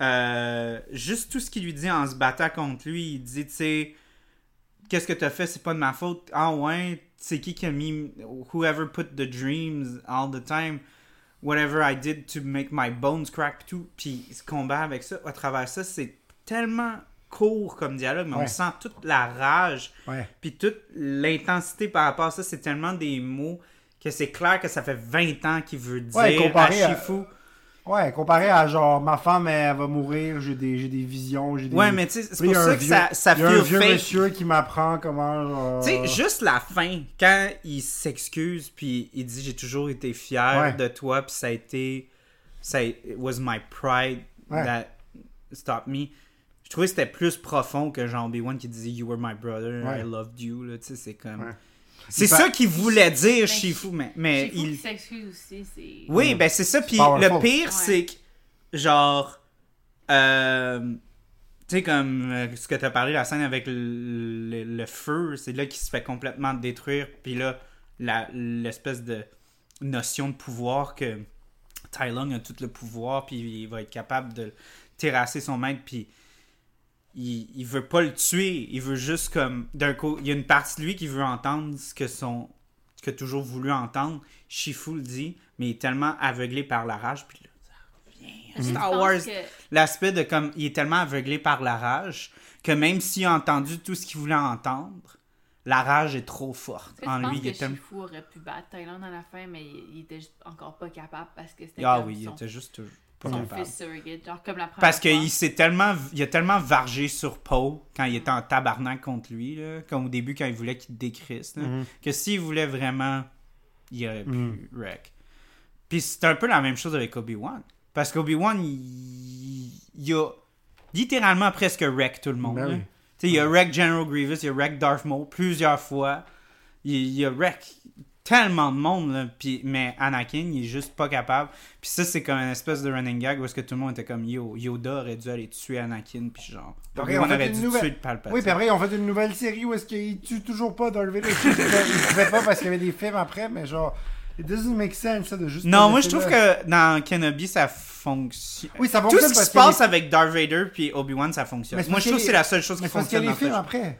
Speaker 3: euh, juste tout ce qu'il lui dit en se battant contre lui, il dit, tu sais, qu'est-ce que t'as fait, c'est pas de ma faute. Ah ouais, c'est qui qui a mis whoever put the dreams all the time, whatever I did to make my bones crack, pis tout. Puis il se combat avec ça, à travers ça, c'est tellement court comme dialogue, mais on
Speaker 2: Ouais.
Speaker 3: sent toute la rage
Speaker 2: Ouais.
Speaker 3: puis toute l'intensité par rapport à ça, c'est tellement des mots que c'est clair que ça fait 20 ans qu'il veut dire
Speaker 2: Ouais,
Speaker 3: à
Speaker 2: comparé à-
Speaker 3: Shifu.
Speaker 2: Ouais, comparé à genre ma femme elle va mourir, j'ai des, j'ai des visions, j'ai des.
Speaker 3: Ouais, mais tu sais, c'est
Speaker 2: Puis il
Speaker 3: pour
Speaker 2: y a un
Speaker 3: ça que
Speaker 2: vieux-
Speaker 3: ça, ça
Speaker 2: il y a un
Speaker 3: feel
Speaker 2: vieux
Speaker 3: fake.
Speaker 2: monsieur qui m'apprend comment genre. euh,
Speaker 3: Tu sais, juste la fin, quand il s'excuse, puis il dit « J'ai toujours été fier
Speaker 2: Ouais.
Speaker 3: de toi, puis ça a été... ça a- it was my pride
Speaker 2: Ouais.
Speaker 3: that stopped me. Je trouvais que c'était plus profond que genre Obi-Wan qui disait You were my brother,
Speaker 2: Ouais.
Speaker 3: I loved you. Là, tu sais, c'est comme.
Speaker 2: Ouais.
Speaker 3: C'est
Speaker 2: Il par-
Speaker 3: ça qu'il voulait dire
Speaker 4: Ben,
Speaker 3: Shifu, mais, mais
Speaker 4: Shifu
Speaker 3: il.
Speaker 4: qui s'excuse aussi, c'est.
Speaker 3: Oui, ben c'est ça. Puis
Speaker 2: powerful.
Speaker 3: le pire, c'est que, genre, euh, tu sais, comme euh, ce que t'as parlé, la scène avec le, le- le feu, c'est là qu'il se fait complètement détruire. Puis là, la- l'espèce de notion de pouvoir que Tai Lung a tout le pouvoir, puis il va être capable de terrasser son maître, puis il, il veut pas le tuer, il veut juste comme d'un coup, il y a une partie de lui qui veut entendre ce que son ce que toujours voulu entendre. Shifu le dit, mais il est tellement aveuglé par la rage puis là, ça revient. à
Speaker 4: Mhm. Je
Speaker 3: Star
Speaker 4: pense
Speaker 3: Wars,
Speaker 4: que-
Speaker 3: l'aspect de comme il est tellement aveuglé par la rage que même s'il a entendu tout ce qu'il voulait entendre, la rage est trop forte
Speaker 4: Est-ce que
Speaker 3: en
Speaker 4: tu
Speaker 3: lui,
Speaker 4: penses
Speaker 3: il est
Speaker 4: que
Speaker 3: tellement
Speaker 4: Shifu aurait pu battre Thaïlande à la fin, mais il il était juste encore pas capable parce que c'était
Speaker 3: Ah
Speaker 4: comme
Speaker 3: oui, il
Speaker 4: son,
Speaker 3: était juste toujours pas
Speaker 4: son
Speaker 3: capable.
Speaker 4: fils surrogate, genre comme la première
Speaker 3: Parce
Speaker 4: fois.
Speaker 3: qu'il s'est tellement, il a tellement vargé sur Poe quand il était en tabarnak contre lui, là, comme au début quand il voulait qu'il décrisse, là,
Speaker 2: Mhm.
Speaker 3: que s'il voulait vraiment, il aurait pu wreck. Puis c'est un peu la même chose avec Obi-Wan. Parce qu'Obi-Wan, il, il a littéralement presque wreck tout le monde.
Speaker 2: Ben
Speaker 3: là.
Speaker 2: oui.
Speaker 3: Tu sais, Il a wreck General Grievous, il a wreck Darth Maul plusieurs fois. Il, il a wreck tellement de monde, là, puis- mais Anakin, il est juste pas capable. Puis ça, c'est comme une espèce de running gag où est-ce que tout le monde était comme Yo, Yoda aurait dû aller tuer Anakin, puis genre,
Speaker 2: Ok,
Speaker 3: Obi-Wan
Speaker 2: on fait
Speaker 3: aurait
Speaker 2: une
Speaker 3: dû
Speaker 2: nouvelle-
Speaker 3: tuer le Palpatine.
Speaker 2: Oui, puis après, ils ont fait une nouvelle série où est-ce qu'ils tuent toujours pas Darth Vader. Je sais pas parce qu'il y avait des films après, mais genre, it doesn't make sense ça, de juste.
Speaker 3: non,
Speaker 2: pas
Speaker 3: moi je
Speaker 2: laisser
Speaker 3: trouve
Speaker 2: là.
Speaker 3: que dans Kenobi, ça fonctionne.
Speaker 2: Oui, ça
Speaker 3: Tout
Speaker 2: fonctionne
Speaker 3: ce qui
Speaker 2: parce
Speaker 3: se
Speaker 2: qu'il y a
Speaker 3: passe
Speaker 2: des-
Speaker 3: avec Darth Vader puis Obi-Wan, ça fonctionne.
Speaker 2: Mais c'est
Speaker 3: Moi,
Speaker 2: parce
Speaker 3: je trouve que
Speaker 2: qu'il y
Speaker 3: c'est
Speaker 2: a-
Speaker 3: la seule chose
Speaker 2: Mais
Speaker 3: qui
Speaker 2: c'est parce qu'il
Speaker 3: fonctionne
Speaker 2: y a
Speaker 3: dans
Speaker 2: des films
Speaker 3: ce-
Speaker 2: après.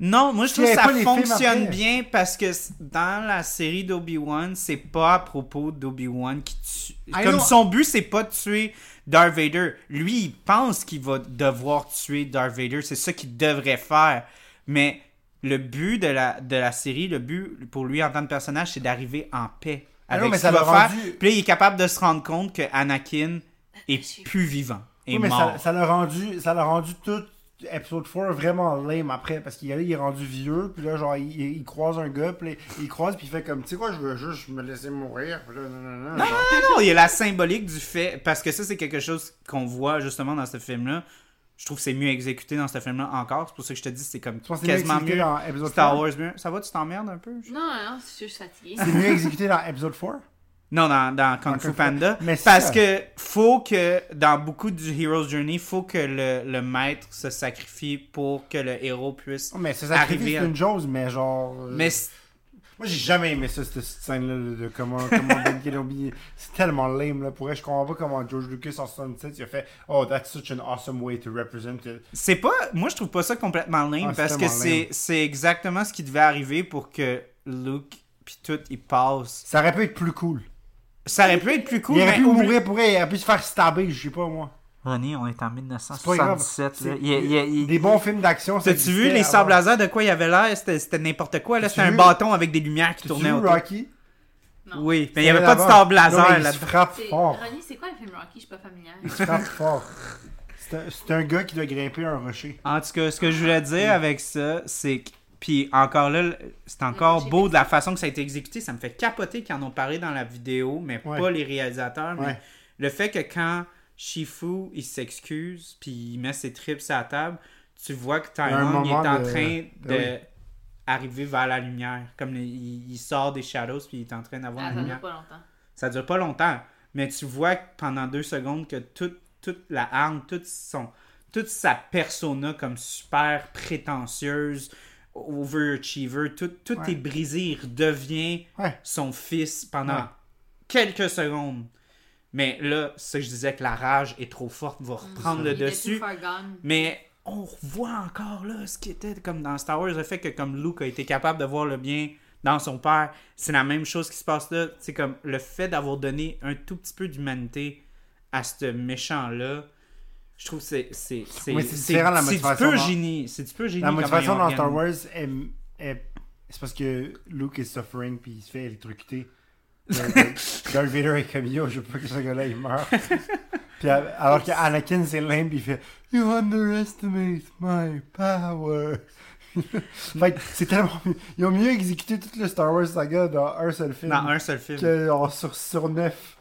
Speaker 3: Non, moi je
Speaker 2: Puis il y
Speaker 3: trouve que
Speaker 2: avait
Speaker 3: ça
Speaker 2: pas les films
Speaker 3: fonctionne
Speaker 2: après.
Speaker 3: bien parce que c- dans la série d'Obi-Wan, c'est pas à propos d'Obi-Wan qui tue.
Speaker 2: I
Speaker 3: Comme
Speaker 2: know.
Speaker 3: son but, c'est pas de tuer Darth Vader. Lui, il pense qu'il va devoir tuer Darth Vader. C'est ça qu'il devrait faire. Mais le but de la, de la série, le but pour lui en tant que personnage, c'est d'arriver en paix.
Speaker 2: I know,
Speaker 3: Avec
Speaker 2: mais
Speaker 3: ce
Speaker 2: ça
Speaker 3: qu'il
Speaker 2: l'a
Speaker 3: va faire.
Speaker 2: rendu-
Speaker 3: Puis là, il est capable de se rendre compte que Anakin est plus vivant. Est
Speaker 2: Oui, mais
Speaker 3: mort.
Speaker 2: ça- ça l'a rendu, ça l'a rendu tout épisode 4 vraiment lame après parce qu'il est il est rendu vieux puis là genre il, il- il croise un gars puis là, il croise puis il fait comme tu sais quoi je veux juste me laisser mourir puis là non non non genre.
Speaker 3: Ah non, il y a la symbolique du fait, parce que ça, c'est quelque chose qu'on voit justement dans ce film-là. Je trouve que c'est mieux exécuté dans ce film-là encore. C'est pour ça que je te dis, c'est comme
Speaker 2: Tu penses que c'est mieux
Speaker 3: quasiment
Speaker 2: exécuté
Speaker 3: mieux.
Speaker 2: dans épisode
Speaker 3: Star
Speaker 2: 4?
Speaker 3: Wars mieux. Ça va, tu t'emmerdes un peu?
Speaker 4: Non, non, je suis juste fatiguée.
Speaker 2: c'est mieux exécuté dans épisode 4
Speaker 3: Non, dans, dans Kung
Speaker 2: Dans
Speaker 3: Fu
Speaker 2: Kung Fu.
Speaker 3: Panda.
Speaker 2: Mais
Speaker 3: parce
Speaker 2: ça-
Speaker 3: que faut que, dans beaucoup du Hero's Journey, faut que le, le maître se sacrifie pour que le héros puisse
Speaker 2: Oh, mais ça sacrifice
Speaker 3: arriver.
Speaker 2: c'est
Speaker 3: à-
Speaker 2: une chose mais genre euh,
Speaker 3: Mais c'est-
Speaker 2: Moi, j'ai jamais aimé ça, cette, cette scène-là de- de comment, comment Ben Kenobi. C'est tellement lame, là. Pour vrai, je comprends pas comment George Lucas en 77 il a fait Oh, that's such an awesome way to represent it.
Speaker 3: c'est pas. Moi, je trouve pas ça complètement lame,
Speaker 2: Ah, c'est
Speaker 3: parce que
Speaker 2: tellement
Speaker 3: c'est
Speaker 2: lame.
Speaker 3: c'est exactement ce qui devait arriver pour que Luke puis tout, il passe.
Speaker 2: Ça aurait pu être plus cool.
Speaker 3: Ça aurait pu être plus cool, ben,
Speaker 2: il aurait
Speaker 3: mais
Speaker 2: pu
Speaker 3: oublie-
Speaker 2: mourir pour elle, il aurait pu se faire stabber, je sais pas, moi.
Speaker 3: René, on est en
Speaker 2: C'est pas grave.
Speaker 3: 1977.
Speaker 2: C'est- Des bons films d'action, ça
Speaker 3: T'as-tu vu
Speaker 2: existait
Speaker 3: les
Speaker 2: avant.
Speaker 3: sables laser de quoi il y avait l'air? C'était c'était n'importe quoi. là.
Speaker 2: T'as-tu
Speaker 3: C'était un
Speaker 2: vu-
Speaker 3: bâton avec des lumières qui
Speaker 2: T'as-tu
Speaker 3: tournaient
Speaker 2: vu
Speaker 3: autour.
Speaker 2: Rocky
Speaker 3: Oui, mais il n'y avait
Speaker 2: C'est
Speaker 3: pas de
Speaker 2: là-bas. Non, mais
Speaker 3: sable laser
Speaker 2: Il se
Speaker 3: là-dedans.
Speaker 2: frappe
Speaker 4: C'est-
Speaker 2: fort.
Speaker 4: Ronnie, c'est quoi le film Rocky Je suis pas familière.
Speaker 2: Il se frappe fort. C'est un- C'est un gars qui doit grimper un rocher.
Speaker 3: En tout cas, ce que je voulais
Speaker 2: Mm.
Speaker 3: dire avec ça, c'est que. Puis encore là, le- c'est encore
Speaker 4: J'ai
Speaker 3: beau de la façon que ça a été exécuté. Ça me fait capoter qu'ils en ont parlé dans la vidéo, mais
Speaker 2: Ouais.
Speaker 3: pas les réalisateurs. mais
Speaker 2: Ouais.
Speaker 3: Le fait que quand Shifu, il s'excuse, puis il met ses tripes à la table, tu vois que
Speaker 2: y a un
Speaker 3: Tyrone, il est
Speaker 2: moment
Speaker 3: en
Speaker 2: de-
Speaker 3: train
Speaker 2: Ben
Speaker 3: de...
Speaker 2: oui.
Speaker 3: arriver vers la lumière. Comme les- il, il sort des shadows, puis il est en train d'avoir
Speaker 4: Ah,
Speaker 3: la
Speaker 4: ça
Speaker 3: lumière.
Speaker 4: dure pas longtemps.
Speaker 3: Ça dure pas longtemps, mais tu vois que pendant deux secondes que toute, toute la arme, toute, son, toute sa persona comme super prétentieuse, overachiever, tout, tout
Speaker 2: Ouais.
Speaker 3: est brisé. Il redevient
Speaker 2: Ouais.
Speaker 3: son fils pendant
Speaker 2: Ouais.
Speaker 3: quelques secondes. Mais là, ça je disais que la rage est trop forte, va reprendre le
Speaker 4: Il était
Speaker 3: dessus.
Speaker 4: too far gone.
Speaker 3: Mais on revoit encore là ce qui était comme dans Star Wars, le fait que comme Luke a été capable de voir le bien dans son père, c'est la même chose qui se passe là. C'est comme le fait d'avoir donné un tout petit peu d'humanité à ce méchant-là. Je trouve que c'est c'est c'est
Speaker 2: Oui,
Speaker 3: c'est-
Speaker 2: c'est différent, la
Speaker 3: c'est du
Speaker 2: motivation
Speaker 3: peu
Speaker 2: dans-
Speaker 3: génie, c'est du peu génie.
Speaker 2: La
Speaker 3: comment ils
Speaker 2: motivation dans
Speaker 3: organisent.
Speaker 2: Star Wars, est- est- c'est parce que Luke est suffering puis il se fait [laughs] électrocuter. Darth Darth Vader est comme yo, je veux pas que ce gars-là il [laughs] meurt. Puis, à- alors que Anakin c'est lame puis il fait You underestimate my power. [laughs] fait que c'est tellement. Ils ont mieux exécuté tout le Star Wars saga dans un seul film
Speaker 3: dans un seul film.
Speaker 2: que genre, sur, sur neuf.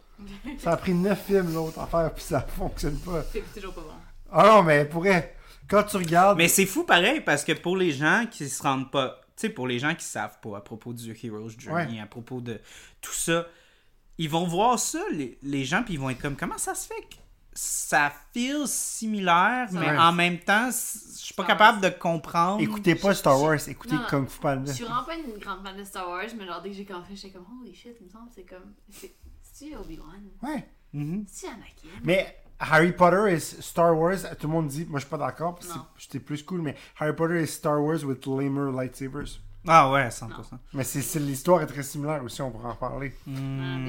Speaker 2: Ça a pris 9 films l'autre affaire, puis ça fonctionne pas.
Speaker 5: C'est toujours pas bon.
Speaker 2: Ah non, mais pourrait. Quand tu regardes.
Speaker 3: Mais c'est fou pareil parce que pour les gens qui se rendent pas, tu sais, pour les gens qui savent pas à propos du Heroes Journey, à propos de tout ça, ils vont voir ça, les, les gens, puis ils vont être comme comment ça se fait que ça feel similaire, mais
Speaker 2: Ouais.
Speaker 3: en même temps, c- je suis pas
Speaker 1: Ah,
Speaker 3: capable de
Speaker 1: Oh,
Speaker 3: comprendre.
Speaker 2: Écoutez pas Star Wars, écoutez
Speaker 1: Non, non.
Speaker 2: Kung Fu Panda.
Speaker 1: Je suis vraiment pas une grande fan de Star Wars, mais genre dès que j'ai compris, j'étais comme holy shit, il me semble, c'est comme. c'est- C'est-tu Obi-Wan?
Speaker 2: Ouais.
Speaker 3: Mhm.
Speaker 1: C'est-tu Anakin?
Speaker 2: Mais Harry Potter is Star Wars, tout le monde dit, moi je suis pas d'accord, parce que
Speaker 1: Non.
Speaker 2: c'est- j'étais plus cool, mais Harry Potter is Star Wars with lamer lightsabers.
Speaker 3: Ah ouais, 100%.
Speaker 2: Mais c'est c'est- l'histoire est très similaire aussi, on pourra en parler.
Speaker 4: Ah,
Speaker 3: Hmm,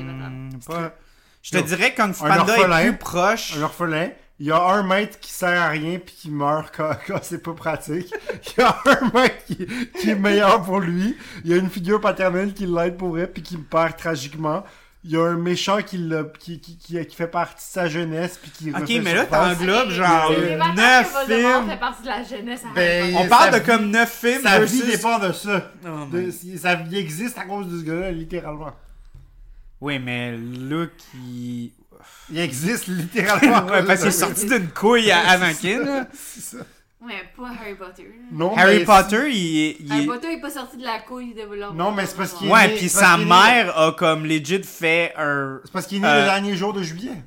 Speaker 1: débattable.
Speaker 3: pas- Je te
Speaker 2: Yo,
Speaker 3: dirais Kung Fu
Speaker 2: un
Speaker 3: Panda est
Speaker 2: orphelin.
Speaker 3: plus proche.
Speaker 2: Un orphelin, il y a un maître qui sert à rien puis qui meurt quand, [laughs] quand c'est pas pratique. Il y a un maître qui, qui est meilleur pour lui. Il y a une figure paternelle qui l'aide pour elle puis qui perd tragiquement. Il y a un méchant qui, l'a- qui, qui, qui, qui fait partie de sa jeunesse puis qui
Speaker 3: Ok,
Speaker 2: refait
Speaker 3: mais là,
Speaker 2: surface.
Speaker 3: t'englobes
Speaker 1: Ok,
Speaker 3: genre
Speaker 1: c'est
Speaker 2: euh,
Speaker 1: débattable
Speaker 3: neuf
Speaker 1: que Voldemort
Speaker 3: films.
Speaker 1: fait partie de la jeunesse. à
Speaker 2: Ben,
Speaker 1: Harry
Speaker 3: On
Speaker 2: Et sa
Speaker 3: parle de
Speaker 2: vie-
Speaker 3: comme 9 films.
Speaker 2: Sa vie
Speaker 3: versus-
Speaker 2: dépend de ça.
Speaker 3: Oh my
Speaker 2: De- si- sa vie existe à cause de ce gars-là, littéralement.
Speaker 3: Oui, mais Luke, il.
Speaker 2: [laughs] Il
Speaker 3: [laughs]
Speaker 2: existe littéralement.
Speaker 3: Ouais, parce qu'il est sorti d'une couille à Anakin. là.
Speaker 2: C'est ça.
Speaker 1: Potter. Ouais, pas Harry Potter. là.
Speaker 2: Non,
Speaker 3: Harry
Speaker 2: mais-
Speaker 3: Potter, il. est- il
Speaker 1: Harry
Speaker 3: est-
Speaker 1: Potter est pas sorti de la couille de Voldemort.
Speaker 2: Non, mais c'est parce qu'il-
Speaker 3: Ouais,
Speaker 2: né-
Speaker 3: puis
Speaker 2: parce
Speaker 3: sa
Speaker 2: qu'il est-
Speaker 3: mère a comme legit fait un.
Speaker 2: C'est parce qu'il est né
Speaker 3: Euh,
Speaker 2: le dernier jour de juillet.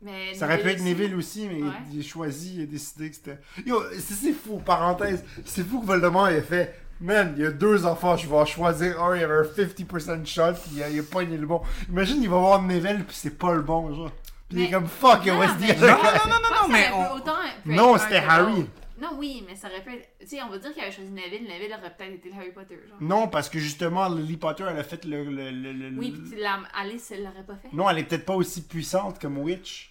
Speaker 1: Mais
Speaker 2: Ça aurait pu être
Speaker 1: aussi.
Speaker 2: Neville aussi, mais il-
Speaker 1: Ouais.
Speaker 2: il a choisi, il a décidé que c'était. Yo, c'est c'est fou, parenthèse. C'est fou que Voldemort ait fait. Man, il y a deux enfants, je vais en choisir un, il y avait un 50% shot, puis il a, il a pogné le bon. Imagine, il va voir Neville, puis c'est pas le bon, genre. Puis il est
Speaker 1: Mais-
Speaker 2: comme fuck,
Speaker 1: Non,
Speaker 2: on va se
Speaker 1: mais-
Speaker 2: dire.
Speaker 3: Non, non, non, non,
Speaker 1: Je pense
Speaker 3: non, non,
Speaker 1: que
Speaker 3: mais.
Speaker 1: ça aurait pu
Speaker 3: on-
Speaker 1: autant être-
Speaker 2: Non,
Speaker 1: autant
Speaker 2: c'était
Speaker 1: que
Speaker 2: Harry.
Speaker 1: l'autre. Non, oui, mais ça aurait pu être. Tu sais, on va dire qu'il avait choisi Neville. Neville aurait peut-être été le Harry Potter. Genre.
Speaker 2: Non, parce que justement, Lily Potter, elle a fait le. le- le- le-
Speaker 1: Oui,
Speaker 2: le-
Speaker 1: pis tu l'as- Alice, elle l'aurait pas fait.
Speaker 2: Non, elle est peut-être pas aussi puissante comme Witch.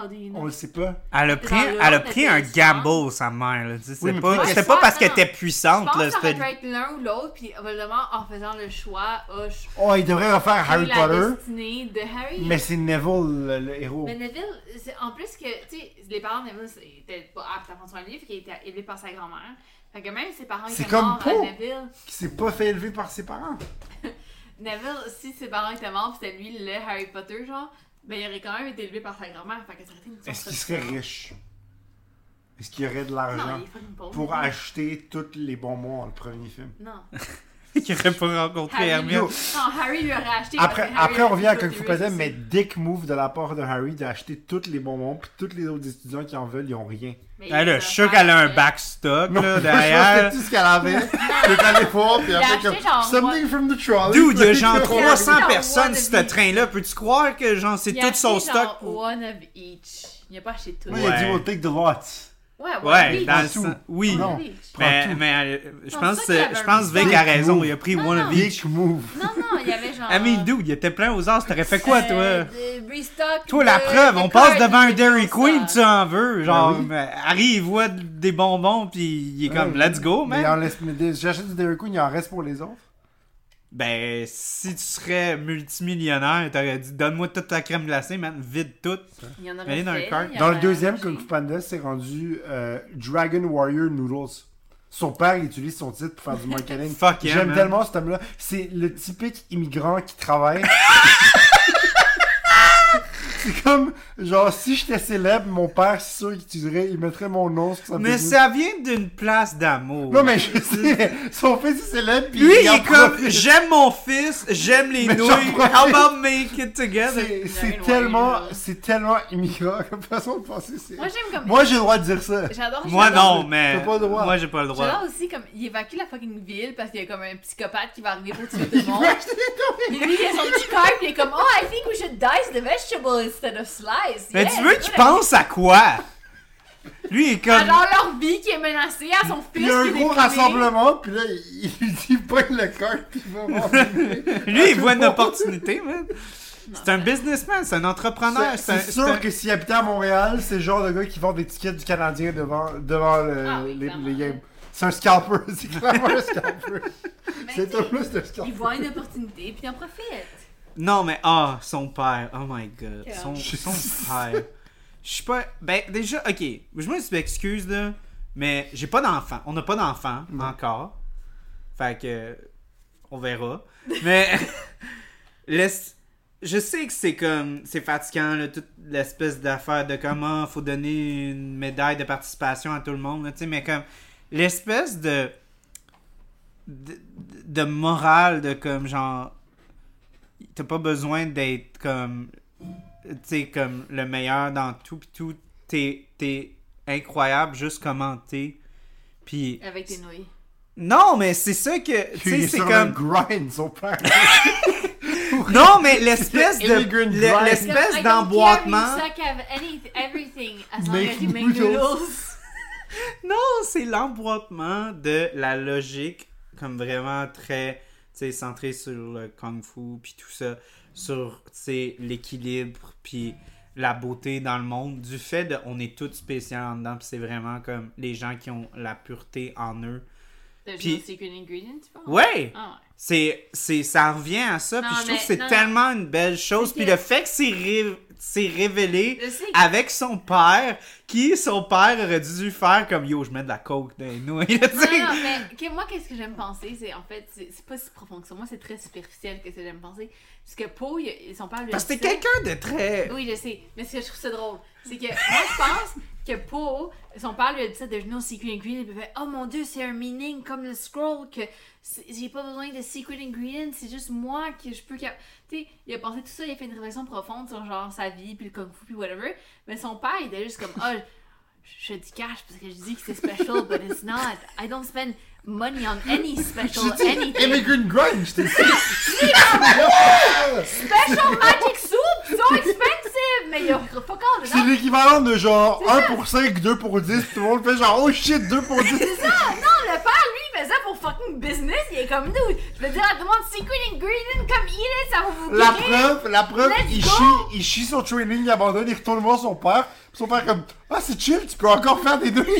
Speaker 1: How do you know?
Speaker 2: On le sait pas.
Speaker 3: Elle a pris,
Speaker 1: Dans le
Speaker 3: elle a
Speaker 1: rôle,
Speaker 3: pris
Speaker 1: elle
Speaker 3: un
Speaker 1: était différente.
Speaker 3: gamble, sa mère. là. Tu sais,
Speaker 2: Oui,
Speaker 3: C'était
Speaker 2: mais
Speaker 3: pas,
Speaker 2: peut-être
Speaker 3: c'était
Speaker 2: qu'elle-
Speaker 3: pas parce qu'elle
Speaker 1: Non.
Speaker 3: était
Speaker 1: Je
Speaker 3: puissante.
Speaker 1: pense
Speaker 3: là,
Speaker 1: que ça aurait
Speaker 3: c'était-
Speaker 1: pu être l'un ou l'autre, puis Voldemort, en faisant le choix, a choisi
Speaker 2: Oh, il devrait refaire Harry
Speaker 1: la
Speaker 2: Potter,
Speaker 1: destinée de Harry.
Speaker 2: mais c'est Neville le, le
Speaker 3: Oh.
Speaker 2: héros.
Speaker 1: Mais Neville, c'est- en plus que, tu sais, les parents de Neville c'est- étaient pas aptes à prendre soin de lui, fait qu'il était élevé par sa grand-mère. Fait que même ses parents
Speaker 2: C'est
Speaker 1: étaient
Speaker 2: comme
Speaker 1: morts à
Speaker 2: Poe.
Speaker 1: Neville,
Speaker 2: Qui s'est pas fait élever par ses parents.
Speaker 1: Neville, si ses parents étaient morts, pis c'était lui le Harry Potter, genre, ben il aurait quand même été élevé par sa grand-mère, fait que ça aurait été une
Speaker 2: Est-ce qu'il
Speaker 1: sorte
Speaker 2: serait
Speaker 1: de-
Speaker 2: riche? Est-ce qu'il y aurait de
Speaker 1: Non,
Speaker 2: l'argent
Speaker 1: il est fucking pauvre.
Speaker 2: pour acheter tous les bonbons dans le premier film?
Speaker 1: Non.
Speaker 3: [laughs] qu'il aurait pas rencontré
Speaker 1: Harry, lui-
Speaker 3: Hermione.
Speaker 1: non, Harry lui aurait acheté.
Speaker 2: Après,
Speaker 1: parce que Harry
Speaker 2: après on revient à
Speaker 1: aurait
Speaker 2: Kung
Speaker 1: été
Speaker 2: Fu Panda,
Speaker 1: riche
Speaker 2: mais
Speaker 1: aussi.
Speaker 2: dick move de la part de Harry d'acheter tous les bonbons, puis tous les autres étudiants qui en veulent, ils ont [laughs] rien.
Speaker 1: Mais il
Speaker 3: Elle a,
Speaker 1: les
Speaker 3: je suis sûr qu'elle a un
Speaker 1: fait-
Speaker 3: backstock, là,
Speaker 2: je pense que
Speaker 3: derrière.
Speaker 2: c'est tout ce qu'elle avait. [laughs] Elle est allée voir, puis
Speaker 1: a
Speaker 2: après,
Speaker 1: acheté
Speaker 2: comme,
Speaker 1: genre,
Speaker 2: Something from the trolley.
Speaker 3: Dude, il y a
Speaker 2: [laughs] Puis
Speaker 3: genre
Speaker 2: là,
Speaker 3: 300
Speaker 1: Genre,
Speaker 3: personnes
Speaker 1: one
Speaker 3: sur
Speaker 1: of
Speaker 3: ce
Speaker 1: each.
Speaker 3: train-là. Peux-tu croire que genre c'est
Speaker 5: Il
Speaker 3: tout
Speaker 5: a
Speaker 3: son
Speaker 5: acheté, genre,
Speaker 3: stock? pour-
Speaker 5: One of each. Il a pas acheté tout.
Speaker 2: Moi, il a dit,
Speaker 3: Ouais.
Speaker 2: we'll take the lot.
Speaker 1: Ouais, ouais.
Speaker 3: Ouais,
Speaker 1: oui.
Speaker 3: dans
Speaker 2: Prends
Speaker 3: le sens-
Speaker 2: tout.
Speaker 3: Oui.
Speaker 2: Non.
Speaker 1: Oui.
Speaker 2: Prends
Speaker 3: Mais,
Speaker 2: tout.
Speaker 3: mais elle- je
Speaker 1: Non,
Speaker 3: pense,
Speaker 1: c'est ça
Speaker 3: que-
Speaker 1: qu'elle avait
Speaker 3: je
Speaker 1: un
Speaker 3: pense Vic
Speaker 2: bon
Speaker 3: a raison,
Speaker 2: goût.
Speaker 3: il a pris
Speaker 1: Non,
Speaker 3: One
Speaker 1: non.
Speaker 3: of Each.
Speaker 2: Dick move.
Speaker 1: Non, non, il y avait genre.
Speaker 3: I mean, dude, il était plein aux as, t'aurais fait quoi, toi?
Speaker 1: Euh, des restock
Speaker 3: toi, la
Speaker 1: de-
Speaker 3: preuve,
Speaker 1: de
Speaker 3: on passe
Speaker 1: cartes,
Speaker 3: devant un
Speaker 1: des
Speaker 3: Dairy
Speaker 1: choses,
Speaker 3: Queen,
Speaker 1: euh,
Speaker 3: tu en veux. Genre,
Speaker 2: Ben oui.
Speaker 3: mais Harry, il voit des bonbons, puis il est comme,
Speaker 2: Ouais,
Speaker 3: let's go,
Speaker 2: mais il en
Speaker 3: man.
Speaker 2: laisse- mais des- J'achète du Dairy Queen, il en reste pour les autres.
Speaker 3: Ben, si tu serais multimillionnaire, t'aurais dit, donne-moi toute ta crème glacée, man, vide toute.
Speaker 1: Il y en
Speaker 3: Allez
Speaker 1: aurait
Speaker 3: dans le
Speaker 1: fait,
Speaker 3: cart.
Speaker 1: il y en
Speaker 2: Dans le
Speaker 1: aurait
Speaker 2: deuxième,
Speaker 1: acheté.
Speaker 2: Kung Fu Panda, c'est rendu euh, Dragon Warrior Noodles. Son père il utilise son titre pour faire du marketing.
Speaker 3: [laughs] Fuck yeah,
Speaker 2: J'aime
Speaker 3: man.
Speaker 2: tellement cet homme-là. C'est le typique immigrant
Speaker 1: [laughs]
Speaker 2: qui travaille. c'est comme, genre, si j'étais célèbre, mon père, c'est sûr qu'il utiliserait, il mettrait mon nom sur sa
Speaker 3: Mais
Speaker 2: business.
Speaker 3: ça vient d'une place d'amour.
Speaker 2: Non, mais je sais, son fils est célèbre, puis
Speaker 3: Lui, il
Speaker 2: en
Speaker 3: est comme,
Speaker 2: profite.
Speaker 3: j'aime mon fils, j'aime les
Speaker 2: Mais j'en
Speaker 3: nouilles,
Speaker 2: profite.
Speaker 3: how about make it together?
Speaker 1: Dragon
Speaker 2: C'est- C'est
Speaker 1: Warrior
Speaker 2: tellement,
Speaker 1: Noodles.
Speaker 2: c'est tellement immigrant comme façon de penser. c'est-
Speaker 1: Moi, j'aime comme.
Speaker 2: Moi, j'ai le droit de dire ça.
Speaker 1: J'adore.
Speaker 3: Moi,
Speaker 1: j'adore-
Speaker 3: non, mais.
Speaker 2: T'as pas le droit.
Speaker 3: Moi, j'ai pas le droit.
Speaker 1: J'adore aussi comme il évacue la fucking ville parce qu'il y a comme un psychopathe qui va arriver pour tuer tout le monde.
Speaker 3: [laughs]
Speaker 2: veut acheter
Speaker 1: Puis lui, il a son petit cart, puis il est comme Oh, I think we should dice the vegetable instead of slice.
Speaker 3: Mais
Speaker 1: Yes,
Speaker 3: tu veux
Speaker 1: good
Speaker 3: qu'il
Speaker 1: idea.
Speaker 3: pense à quoi? Lui, il est comme.
Speaker 1: Alors leur vie qui est menacée à son fils.
Speaker 2: [laughs] Il y a un
Speaker 1: qui est
Speaker 2: gros
Speaker 1: déprimé.
Speaker 2: rassemblement, puis là, il il dit pas le cœur, puis il va m'emmener.
Speaker 3: Lui, il voit une opportunité, man. C'est un businessman, c'est un entrepreneur.
Speaker 2: C'est-
Speaker 3: C'est un-
Speaker 2: C'est
Speaker 3: c'est
Speaker 2: sûr
Speaker 3: un-
Speaker 2: que s'il habitait à Montréal, c'est le genre de gars qui vend des tickets du Canadien devant, devant le-
Speaker 5: Ah oui,
Speaker 2: les,
Speaker 5: clairement.
Speaker 2: les games. C'est un scalper, [laughs] c'est clairement un scalper.
Speaker 1: Mais
Speaker 2: C'est
Speaker 1: tu
Speaker 2: un
Speaker 1: sais,
Speaker 2: plus de
Speaker 1: Il
Speaker 2: scalper.
Speaker 1: voit une opportunité, puis il en profite.
Speaker 3: Non, mais ah, son père. Oh my god.
Speaker 1: Quel
Speaker 3: Son,
Speaker 2: homme.
Speaker 3: son père. Je suis pas. Ben, déjà, ok. Je me excuse, là. Mais j'ai pas d'enfant. On n'a pas d'enfant
Speaker 2: Non.
Speaker 3: encore. [laughs] Fait que. On verra. Mais. laisse- je sais que c'est comme c'est fatigant là, toute l'espèce d'affaire de comment faut donner une médaille de participation à tout le monde, là, tu sais, mais comme l'espèce de, de de morale de comme genre t'as pas besoin d'être comme tu sais comme le meilleur dans tout pis tout t'es t'es incroyable juste commenter puis
Speaker 1: Avec tes nouilles.
Speaker 3: non mais c'est ça que tu
Speaker 2: Puis il
Speaker 3: sais
Speaker 2: est
Speaker 3: c'est
Speaker 2: sur
Speaker 3: comme
Speaker 2: le grind, son père.
Speaker 3: non mais l'espèce de
Speaker 2: Immigrant
Speaker 3: le-
Speaker 2: grind.
Speaker 1: I
Speaker 3: l'espèce
Speaker 1: don't care if
Speaker 3: d'emboîtement
Speaker 1: You suck at any- everything as long
Speaker 2: Make
Speaker 1: as you make
Speaker 2: noodles.
Speaker 1: noodles.
Speaker 3: Non, c'est l'emboîtement de la logique, comme vraiment très, tu sais, centrée sur le kung-fu, puis tout ça, sur, tu sais, l'équilibre, puis la beauté dans le monde, du fait de, on est tous spécial en dedans, puis c'est vraiment comme les gens qui ont la pureté en eux.
Speaker 1: There's no
Speaker 3: Puis-
Speaker 1: secret ingredient, tu penses?
Speaker 3: Ouais!
Speaker 1: Ah ouais.
Speaker 3: C'est, c'est, ça revient à ça,
Speaker 1: Non,
Speaker 3: puis je trouve
Speaker 1: mais-
Speaker 3: que c'est
Speaker 1: non, non.
Speaker 3: tellement une belle chose,
Speaker 1: C'est
Speaker 3: puis
Speaker 1: que-
Speaker 3: le fait que c'est, ré- c'est révélé
Speaker 1: Je sais que-
Speaker 3: avec son père, qui son père aurait dû faire comme yo, je mets de la coke dans les nouilles. là, tu sais.
Speaker 1: Non, non, mais que- moi, qu'est-ce que j'aime penser, c'est en fait, c'est c'est pas si profond que ça. Moi, c'est très superficiel que ce que j'aime penser. Parce que Poe, ils sont pas
Speaker 3: Parce que t'es quelqu'un de très.
Speaker 1: Oui, je sais. Mais ce que je trouve ça drôle, c'est que moi, je pense que Poe, son père lui a dit ça de venir au Secret Ingredient. Puis il fait Oh mon dieu, c'est un meaning comme le scroll que c'est- j'ai pas besoin de Secret Ingredient, c'est juste moi que je peux. cap- Tu sais, il a pensé tout ça, il a fait une réflexion profonde sur genre sa vie, puis le kung fu, puis whatever. Mais son père, il était juste comme Ah, je, je dis cash parce que je dis que c'est special, but it's not. I don't spend money on any special
Speaker 2: Je dis
Speaker 1: anything.
Speaker 2: immigrant grind, je t'ai dit. [laughs]
Speaker 1: Special magic soup, so expensive! Mais il y a fuck all dedans.
Speaker 2: C'est l'équivalent de genre 1 pour 5, 2 pour 10. Tout le monde fait genre oh shit, 2 pour 10.
Speaker 1: C'est ça! Non, le père, lui, il fait ça pour fucking business. Il est comme nous. Je veux dire à tout le monde, secret ingredient, comme il est, ça va vous guérir.
Speaker 2: La preuve, la preuve,
Speaker 1: Let's
Speaker 2: il
Speaker 1: go.
Speaker 2: chie, il chie son training, il abandonne, il retourne voir son père. Puis Son père comme ah c'est chill, tu peux encore faire des deux. [laughs]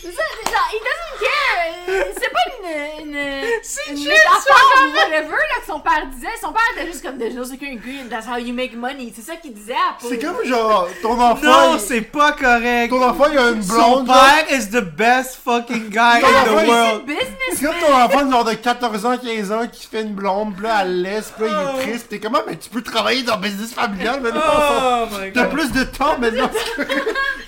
Speaker 1: C'est ça, c'est genre, il doesn't care. Euh, C'est pas une. une
Speaker 3: C'est
Speaker 1: une
Speaker 3: juste
Speaker 1: métaphore ou whatever, là, que son père disait. Son père était juste comme, there's no secret ingredient, that's how you make money. C'est ça qu'il disait à Paul.
Speaker 2: C'est comme genre ton enfant,
Speaker 3: Non,
Speaker 2: il-
Speaker 3: c'est pas correct.
Speaker 2: ton enfant il a une
Speaker 3: Son
Speaker 2: blonde. genre,
Speaker 3: père is the best fucking guy
Speaker 2: Ton
Speaker 3: in
Speaker 2: enfant,
Speaker 3: the
Speaker 2: il-
Speaker 3: world.
Speaker 1: Ah, business.
Speaker 2: C'est comme ton enfant genre de 14 ans, 15 ans qui fait une blonde, puis là elle laisse, puis là
Speaker 3: Oh.
Speaker 2: il est triste. T'es comment, mais tu peux travailler dans le business familial maintenant.
Speaker 3: Oh my
Speaker 2: T'as
Speaker 3: god.
Speaker 2: plus de temps
Speaker 3: [laughs]
Speaker 2: maintenant.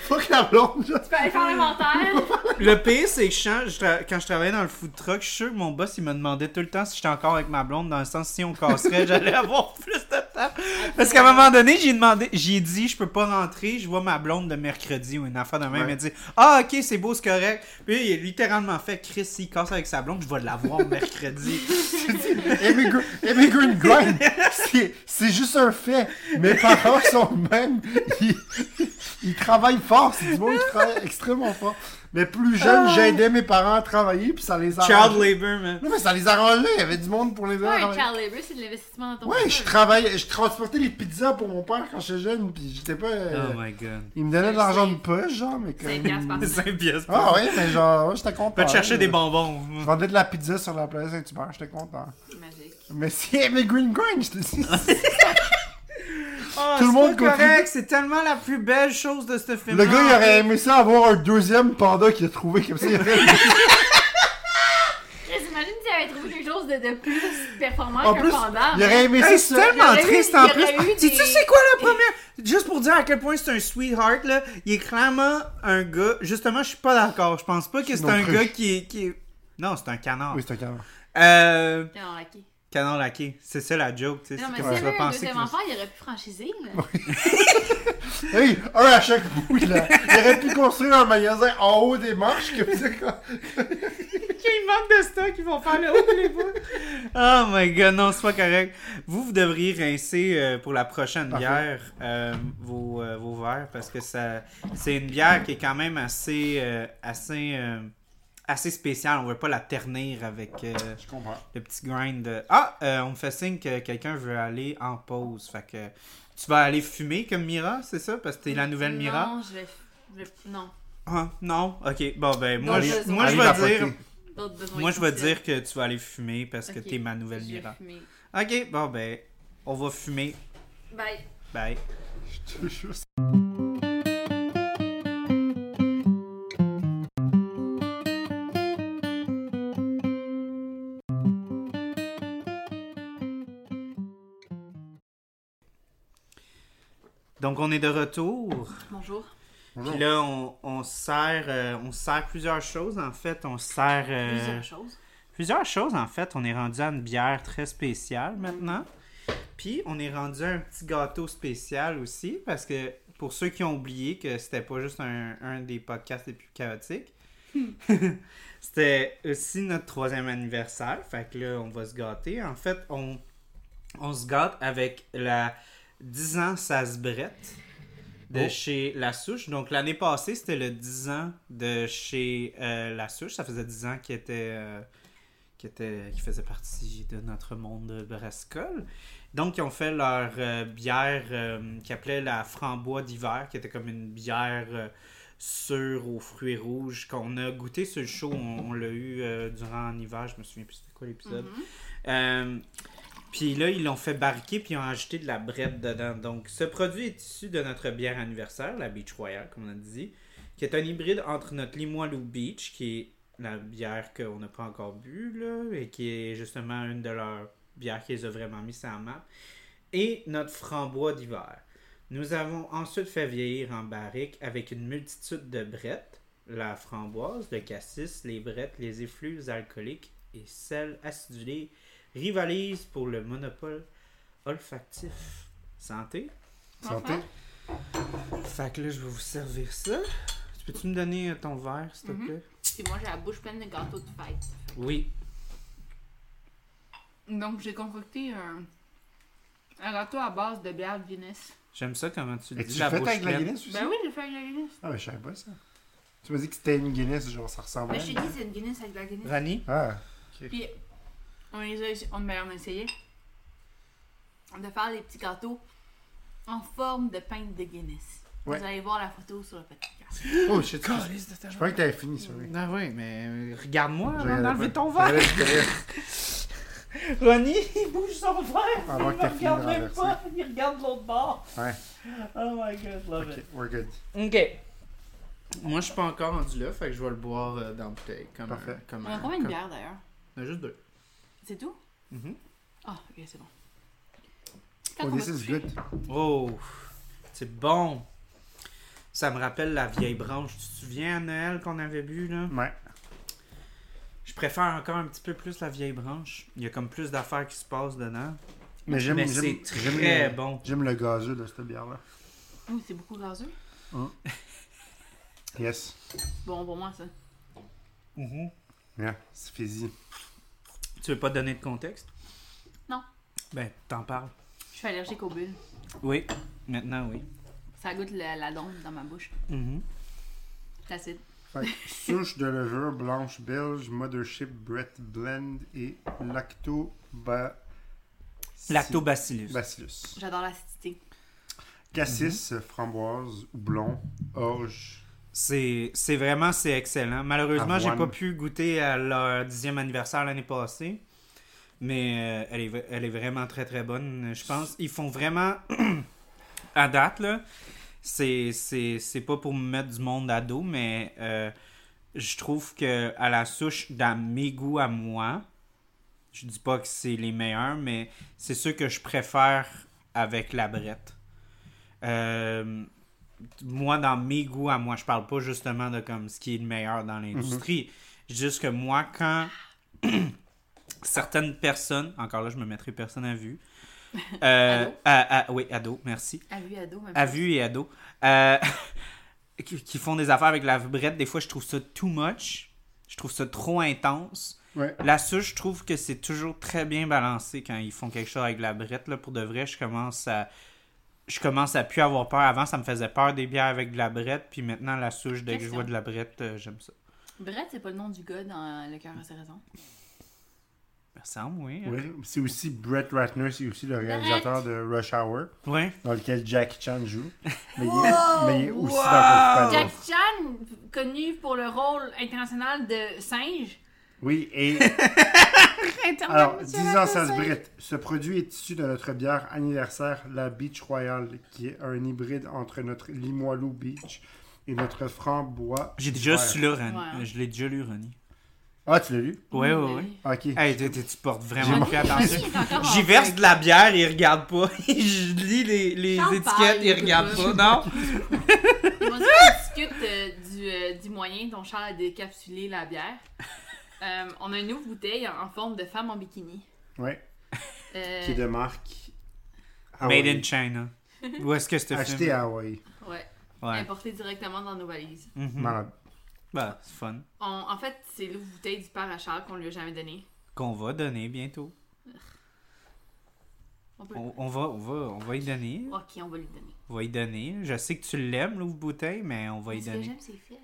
Speaker 2: Faut que la blonde. genre.
Speaker 1: Tu peux aller faire
Speaker 2: [laughs]
Speaker 1: l'inventaire.
Speaker 3: Le pire, c'est que je change- je tra- quand je travaillais dans le food truck, je suis sûr que mon boss, il me demandait tout le temps si j'étais encore avec ma blonde, dans le sens si on casserait, [laughs] j'allais avoir plus de temps. Parce qu'à un moment donné, j'ai demandé, j'ai dit, je peux pas rentrer, je vois ma blonde de mercredi ou une affaire de même,
Speaker 2: Ouais.
Speaker 3: elle dit, ah ok, c'est beau, c'est correct. Puis il a littéralement fait, Chris, s'il casse avec sa blonde, je vais
Speaker 2: [laughs]
Speaker 3: l'avoir mercredi.
Speaker 2: Immigrant immigrant grind, c'est- c'est juste un fait. Mes parents sont de même. Ils, ils travaillent fort, c'est du monde qui travaille extrêmement fort. Mais plus jeune, j'aidais mes parents à travailler, puis ça les
Speaker 3: Ah. Child
Speaker 2: arrangeait.
Speaker 3: labor, man.
Speaker 2: Non, mais ça les arrangeait, il y avait du monde pour les aider.
Speaker 1: Pas
Speaker 2: à
Speaker 1: un
Speaker 2: travailler.
Speaker 1: child labor, c'est de l'investissement dans ton
Speaker 2: Ouais, je
Speaker 1: futur.
Speaker 2: travaillais, je transportais les pizzas pour mon père quand j'étais jeune, puis j'étais pas. euh,
Speaker 3: Oh my god.
Speaker 2: il me donnait de l'argent de poche, genre, mais
Speaker 1: C'est une pièce par
Speaker 2: comme.
Speaker 1: semaine.
Speaker 3: 5 pièces.
Speaker 2: Ah ouais, mais genre, ouais, j'étais content.
Speaker 3: Va te chercher
Speaker 2: là.
Speaker 3: des bonbons.
Speaker 2: Je vendais de la pizza sur la place Saint-Hubert, j'étais content.
Speaker 1: Magique.
Speaker 2: Mais c'est Immigrant Grind, je te dis.
Speaker 3: Oh,
Speaker 2: Tout le
Speaker 3: Ah, c'est
Speaker 2: monde
Speaker 3: pas correct,
Speaker 2: contribue.
Speaker 3: c'est tellement la plus belle chose de ce film.
Speaker 2: Le gars, il aurait aimé ça avoir un deuxième panda qu'il a trouvé comme ça. Il aurait...
Speaker 1: Chris, imagine s'il avait trouvé quelque chose de, de plus performant
Speaker 2: en
Speaker 1: qu'un
Speaker 2: plus,
Speaker 1: panda. hein?
Speaker 2: il aurait aimé ça.
Speaker 3: Hey, c'est tellement
Speaker 1: Il y aurait eu-
Speaker 3: triste
Speaker 1: il y
Speaker 3: en
Speaker 1: aurait
Speaker 3: plus.
Speaker 1: eu des-
Speaker 3: Tu sais c'est quoi la première Juste pour dire à quel point c'est un sweetheart là, il est clairement un gars. Justement, je suis pas d'accord. Je pense pas que c'est
Speaker 2: Non
Speaker 3: un
Speaker 2: plus.
Speaker 3: gars qui est, qui est- Non, c'est un canard.
Speaker 2: Oui, c'est un canard.
Speaker 3: Euh,
Speaker 1: Non, ok.
Speaker 3: canard laqué. C'est ça la joke, tu sais.
Speaker 1: Non, mais
Speaker 3: c'est
Speaker 1: s'il
Speaker 3: comme
Speaker 1: avait
Speaker 3: je vais
Speaker 1: eu un
Speaker 3: penser
Speaker 1: deuxième
Speaker 3: que-
Speaker 1: enfant, il aurait pu franchiser. là.
Speaker 2: Hey, un à chaque bout, là. Il aurait pu construire un magasin en haut des marches comme ça. quoi.
Speaker 3: Il manque de stock, ils vont faire le haut les bas. Oh my god, non, c'est pas correct. Vous, vous devriez rincer euh, pour la prochaine
Speaker 2: Parfait.
Speaker 3: bière euh, vos, euh, vos verres parce que ça c'est une bière qui est quand même assez euh, assez euh, assez spéciale. On veut pas la ternir avec euh,
Speaker 2: Je comprends.
Speaker 3: le petit grind. de- Ah, euh, on me fait signe que quelqu'un veut aller en pause. Fait que tu vas aller fumer comme Mira, c'est ça Parce que t'es la nouvelle Mira.
Speaker 1: Non, je vais. je vais- Non.
Speaker 3: Ah, non. Ok. Bon ben moi
Speaker 1: Allez-
Speaker 3: je, moi
Speaker 1: allez
Speaker 3: je vais
Speaker 2: vapoter.
Speaker 3: dire.
Speaker 1: D'autres besoins.
Speaker 3: Moi, je vais dire
Speaker 1: essentiels.
Speaker 3: que tu vas aller fumer parce que
Speaker 1: Ok.
Speaker 3: t'es ma nouvelle
Speaker 1: Je vais
Speaker 3: Mira.
Speaker 1: fumer.
Speaker 3: Ok, bon ben, on va fumer.
Speaker 1: Bye.
Speaker 3: Bye.
Speaker 2: Je te jure, c'est-
Speaker 3: Donc, on est de retour.
Speaker 1: Bonjour.
Speaker 3: Puis là, on, on sert, euh, on sert plusieurs choses, en fait. On sert euh,
Speaker 1: Plusieurs choses.
Speaker 3: plusieurs choses, en fait. On est rendu à une bière très spéciale maintenant. Puis, on est rendu à un petit gâteau spécial aussi, parce que pour ceux qui ont oublié que c'était pas juste un, un des podcasts les plus chaotiques, [laughs] c'était aussi notre troisième anniversaire. Fait que là, on va se gâter. En fait, on, on se gâte avec la 10 ans ça se brette de
Speaker 2: Oh.
Speaker 3: chez La Souche. Donc, l'année passée, c'était le 10 ans de chez euh, La Souche. Ça faisait 10 ans qu'il était... euh, qui, était, qui faisait partie de notre monde brassicole. Donc, ils ont fait leur euh, bière euh, qu'ils appelaient la framboise d'hiver, qui était comme une bière euh, sûre aux fruits rouges qu'on a goûté sur le show. On, on l'a eu euh, durant l'hiver, je me souviens plus c'était quoi l'épisode. Euh, puis là, ils l'ont fait barriquer puis ils ont ajouté de la brette dedans. Donc, ce produit est issu de notre bière anniversaire, la Beach Royale, comme on a dit, qui est un hybride entre notre Limoilou Beach, qui est la bière qu'on n'a pas encore bu, là, et qui est justement une de leurs bières qu'ils ont vraiment mis sur la map, et notre frambois d'hiver. Nous avons ensuite fait vieillir en barrique avec une multitude de brettes, la framboise, le cassis, les brettes, les effluves alcooliques et celles acidulées rivalisent pour le monopole olfactif. Santé.
Speaker 2: Santé.
Speaker 3: Fait que là, je vais vous servir ça. Peux-tu me donner euh, ton verre, s'il te
Speaker 1: Mhm.
Speaker 3: plaît?
Speaker 1: Puis moi, j'ai la bouche pleine de gâteaux de fête.
Speaker 3: Oui.
Speaker 1: Donc, j'ai concocté un, un gâteau à base de bière Guinness.
Speaker 3: J'aime ça comment tu le
Speaker 2: Et tu
Speaker 3: dis,
Speaker 2: le
Speaker 3: la
Speaker 2: fais
Speaker 3: bouche
Speaker 2: avec la
Speaker 3: pleine.
Speaker 2: Guinness aussi?
Speaker 1: Ben oui, j'ai fait avec la Guinness.
Speaker 2: Ah, mais je savais pas ça. Tu m'as dit que c'était une Guinness, genre ça
Speaker 1: Mais
Speaker 2: ressemblait.
Speaker 1: Ben, je te dis, c'est une Guinness avec de la Guinness.
Speaker 3: Rani?
Speaker 2: Ah,
Speaker 1: Puis, on les a, on, ben, on a essayé de faire des petits gâteaux en forme de pinte de Guinness.
Speaker 2: Ouais.
Speaker 1: Vous allez voir la photo sur le podcast.
Speaker 2: oh shit, je
Speaker 3: Calisse de ta
Speaker 2: je pensais que t'avais fini, ça. oui.
Speaker 3: Ah oui, mais euh, regarde-moi
Speaker 2: Je
Speaker 3: avant
Speaker 2: regardais
Speaker 3: d'enlever
Speaker 2: pas.
Speaker 3: ton
Speaker 2: Ça
Speaker 3: verre.
Speaker 2: allait être terrible.
Speaker 3: Ronnie, [laughs] il bouge son verre.
Speaker 2: Avant
Speaker 3: il
Speaker 2: que t'aies
Speaker 3: me
Speaker 2: fini de
Speaker 3: regarde même
Speaker 2: renverser.
Speaker 3: pas. Il regarde l'autre bord.
Speaker 2: Ouais.
Speaker 3: Oh my god, je love
Speaker 2: Ok, we're good.
Speaker 3: it. OK. Moi, je suis pas encore rendu là, fait que je vais le boire euh, dans la bouteille. Comme
Speaker 2: Parfait.
Speaker 3: un- comme
Speaker 1: On a
Speaker 3: un-
Speaker 1: combien de
Speaker 3: comme-
Speaker 1: bières d'ailleurs
Speaker 3: On a juste deux.
Speaker 1: C'est tout
Speaker 2: Mm-hmm.
Speaker 3: Mhm.
Speaker 1: Ah, ok, c'est bon. Quand
Speaker 2: Oh,
Speaker 1: on va
Speaker 2: this is
Speaker 1: coucher,
Speaker 2: good.
Speaker 3: Oh, c'est bon. Ça me rappelle la vieille branche. Tu te souviens à Noël qu'on avait bu, là?
Speaker 2: Ouais.
Speaker 3: Je préfère encore un petit peu plus la vieille branche. Il y a comme plus d'affaires qui se passent dedans.
Speaker 2: Mais j'aime
Speaker 3: Mais
Speaker 2: j'aime-
Speaker 3: c'est
Speaker 2: j'aime
Speaker 3: très
Speaker 2: le-
Speaker 3: bon.
Speaker 2: J'aime le gazeux de cette bière-là.
Speaker 1: Oui, c'est beaucoup gazeux.
Speaker 2: Yes.
Speaker 1: Bon, pour moi, ça.
Speaker 2: Mm-hmm.
Speaker 3: Mhm.
Speaker 2: Yeah, c'est fizzy.
Speaker 3: Tu veux pas donner de contexte?
Speaker 1: Non.
Speaker 3: Ben, t'en parles.
Speaker 1: Je suis allergique aux bulles.
Speaker 3: Oui, maintenant, oui.
Speaker 1: Ça goûte la, la donde dans ma bouche.
Speaker 3: Mhm.
Speaker 1: C'est acide.
Speaker 2: Fait que souche de levure blanche belge, mothership Brett Blend et lactobacillus.
Speaker 3: Lactobacillus.
Speaker 2: Ben, Bacillus.
Speaker 1: J'adore l'acidité.
Speaker 2: Cassis, framboise, houblon, orge.
Speaker 3: C'est c'est vraiment c'est excellent. Malheureusement, j'ai
Speaker 2: Avoine.
Speaker 3: pas pu goûter à leur dixième anniversaire l'année passée, mais euh, elle, est, v- elle est vraiment très très bonne, je pense. Ils font vraiment [clears throat] à date là. C'est c'est c'est pas pour me mettre du monde à dos, mais euh, je trouve que à la souche, dans mes goûts à moi, je dis pas que c'est les meilleurs, mais c'est ceux que je préfère avec la brette. Euh, moi, dans mes goûts à moi, je parle pas justement de comme ce qui est le meilleur dans l'industrie. Juste que moi, quand [clears throat] certaines personnes, encore là, je me mettrai personne à vue. euh,
Speaker 1: Ado.
Speaker 3: à- à- oui, ado, merci
Speaker 1: À vue, ado, même.
Speaker 3: à vue et ado, euh, [laughs] qui, qui font des affaires avec la vibrette, des fois, je trouve ça too much. Je trouve ça trop intense.
Speaker 2: Ouais.
Speaker 3: La souche, je trouve que c'est toujours très bien balancé quand ils font quelque chose avec la brette. Là, pour de vrai, je commence à. Je commence à plus avoir peur. Avant, ça me faisait peur des bières avec de la brette, puis maintenant, la souche, dès que je
Speaker 1: Question.
Speaker 3: vois de la brette, euh, j'aime ça.
Speaker 1: Brett, c'est pas le nom du gars dans Le cœur a ses raisons.
Speaker 3: Ça ressemble, oui. hein.
Speaker 2: Ouais, C'est aussi Brett Ratner, c'est aussi le réalisateur de Rush Hour,
Speaker 3: Ouais.
Speaker 2: dans lequel Jackie Chan joue. Mais il est, mais il est aussi
Speaker 3: Oh.
Speaker 2: dans Kung Fu Panda.
Speaker 4: Jack Chan, connu pour le rôle international de singe.
Speaker 2: Oui, et Ah, Alors, 10 ans, ça se brite. Ce produit est issu de notre bière anniversaire, la Beach Royale, qui est un hybride entre notre Limoilou Beach et notre frambois.
Speaker 3: J'ai déjà
Speaker 2: Ouais.
Speaker 3: su là, Ronnie.
Speaker 1: Ouais. Mm, ben
Speaker 3: Euh, Je l'ai déjà lu, Ronnie.
Speaker 2: Ah, tu l'as lu?
Speaker 3: Ouais, ouais,
Speaker 1: Oui,
Speaker 3: ouais.
Speaker 2: Ok.
Speaker 3: Hey, t'es- t'es- tu portes vraiment
Speaker 2: J'ai-
Speaker 3: plus
Speaker 4: Lui,
Speaker 3: attention. [laughs]
Speaker 4: il est encore en
Speaker 3: J'y verse de la bière, il regarde pas. [laughs] Je lis les, les
Speaker 4: Champagne,
Speaker 3: étiquettes, il
Speaker 4: écoute
Speaker 3: regarde
Speaker 4: pas.
Speaker 3: pas. Non?
Speaker 1: Moi, aussi, on discute euh, du, euh, du moyen dont Charles a décapsulé la [laughs] bière. Euh, on a une nouvelle bouteille en, en forme de femme en bikini.
Speaker 2: Ouais.
Speaker 1: Euh,
Speaker 2: Qui est de marque.
Speaker 3: Made
Speaker 2: Hawaii.
Speaker 3: in China. Où est-ce que c'est
Speaker 2: Ah Acheté
Speaker 3: film?
Speaker 2: à Hawaii.
Speaker 1: ouais,
Speaker 3: Ouais.
Speaker 1: importée directement dans nos valises.
Speaker 3: Mhm.
Speaker 2: Malade.
Speaker 3: Bah, c'est fun.
Speaker 1: On- en fait, c'est la bouteille du père à Charles qu'on lui a jamais donnée.
Speaker 3: Qu'on va donner bientôt.
Speaker 1: On peut...
Speaker 3: On, on va, on, va, on va y donner.
Speaker 1: Ok, on va lui donner.
Speaker 3: On va y donner. Je sais que tu l'aimes, l'ouvre-bouteille, mais on va y
Speaker 1: Est-ce que
Speaker 3: donner.
Speaker 1: j'aime ses fesses?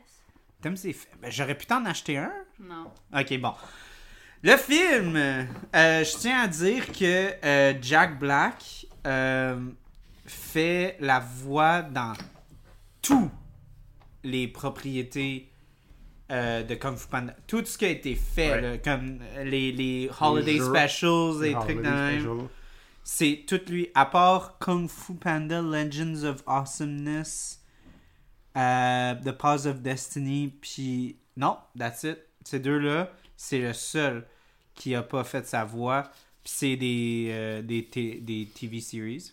Speaker 3: T'aimes ces films? Ben, J'aurais pu t'en acheter un.
Speaker 1: Non.
Speaker 3: Ok, bon. Le film, euh, je tiens à dire que euh, Jack Black euh, fait la voix dans tous les propriétés euh, de Kung Fu Panda. Tout ce qui a été fait,
Speaker 2: Ouais.
Speaker 3: là, comme les, les holiday
Speaker 2: Les jeux.
Speaker 3: specials, les
Speaker 2: Ah,
Speaker 3: trucs de
Speaker 2: Holiday
Speaker 3: même.
Speaker 2: Special.
Speaker 3: C'est tout lui, à part Kung Fu Panda, Legends of Awesomeness, euh, The Pause of Destiny, puis non, that's it. Ces deux-là, c'est le seul qui a pas fait sa voix, puis c'est des, euh, des, t- des TV series.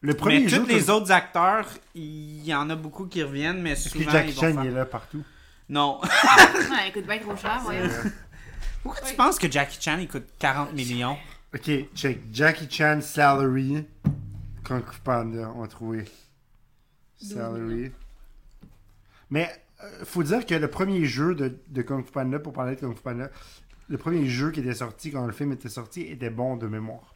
Speaker 2: Le premier
Speaker 3: mais
Speaker 2: jeu
Speaker 3: tous
Speaker 2: que-
Speaker 3: les autres acteurs, il y en a beaucoup qui reviennent, mais
Speaker 2: Parce que
Speaker 3: souvent
Speaker 2: Jackie
Speaker 3: ils vont
Speaker 2: Chan
Speaker 3: faire-
Speaker 2: il est là partout.
Speaker 3: Non. [laughs]
Speaker 1: Non, elle coûte bien trop cher, voyons.
Speaker 3: Pourquoi tu
Speaker 1: Oui.
Speaker 3: penses que Jackie Chan il coûte 40 millions?
Speaker 2: Ok, check. Jackie Chan salary. Kung Fu Panda, on va trouver. Salary. Mais euh, faut dire que le premier jeu de, de Kung Fu Panda, pour parler de Kung Fu Panda, le premier jeu qui était sorti quand le film était sorti était bon de mémoire.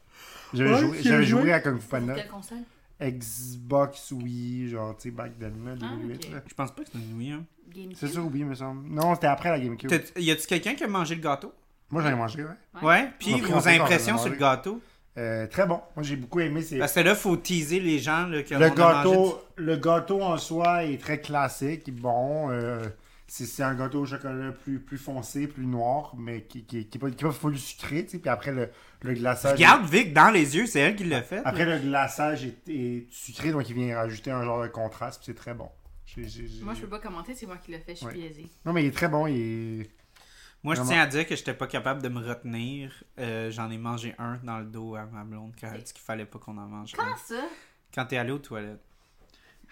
Speaker 2: J'avais
Speaker 3: Ouais,
Speaker 2: joué,
Speaker 3: c'est
Speaker 2: j'avais
Speaker 3: vrai.
Speaker 2: joué à Kung Fu Panda.
Speaker 1: Quelle console?
Speaker 2: Xbox, oui, genre, tu sais, back then, là,
Speaker 1: Ah,
Speaker 2: 2008.
Speaker 1: ok.
Speaker 2: là.
Speaker 3: Je pense pas que c'est une nouille, hein.
Speaker 1: GameCube.
Speaker 2: C'est sûr, oui, me semble. Non, c'était après la GameCube.
Speaker 3: T'as- Y a-tu quelqu'un qui a mangé le gâteau?
Speaker 2: Moi, j'en ai mangé, ouais.
Speaker 1: Ouais.
Speaker 3: Ouais, puis
Speaker 2: On va
Speaker 3: vos
Speaker 2: présenter quand on va
Speaker 3: impressions sur
Speaker 2: demander.
Speaker 3: le gâteau.
Speaker 2: Euh, très bon. Moi, j'ai beaucoup aimé. C'est...
Speaker 3: Parce que là, faut teaser les gens là, que
Speaker 2: Le
Speaker 3: on a mangé
Speaker 2: gâteau, euh, le gâteau en soi est très classique, bon. euh, c'est, c'est un gâteau au chocolat plus, plus foncé, plus noir, mais qui n'est qui, qui est pas, qui est pas full sucré, tu sais. Puis après, le, le
Speaker 3: du-
Speaker 2: glaçage.
Speaker 3: Regarde Vic dans les yeux, c'est elle qui l'a fait.
Speaker 2: Après, le glaçage est, est sucré, donc il vient rajouter un genre de contraste, puis c'est très bon. J'ai- j'ai- j'ai-
Speaker 1: Moi, je peux pas commenter, c'est moi qui l'ai fait, je suis
Speaker 2: Ouais.
Speaker 1: biaisée.
Speaker 2: Non, mais il est très bon. Il est...
Speaker 3: Moi, je
Speaker 2: vraiment.
Speaker 3: tiens à dire que j'étais pas capable de me retenir. Euh, J'en ai mangé un dans le dos à ma blonde quand elle a dit qu'il fallait pas qu'on en mange un.
Speaker 1: Comment ça?
Speaker 3: Quand t'es allé aux toilettes.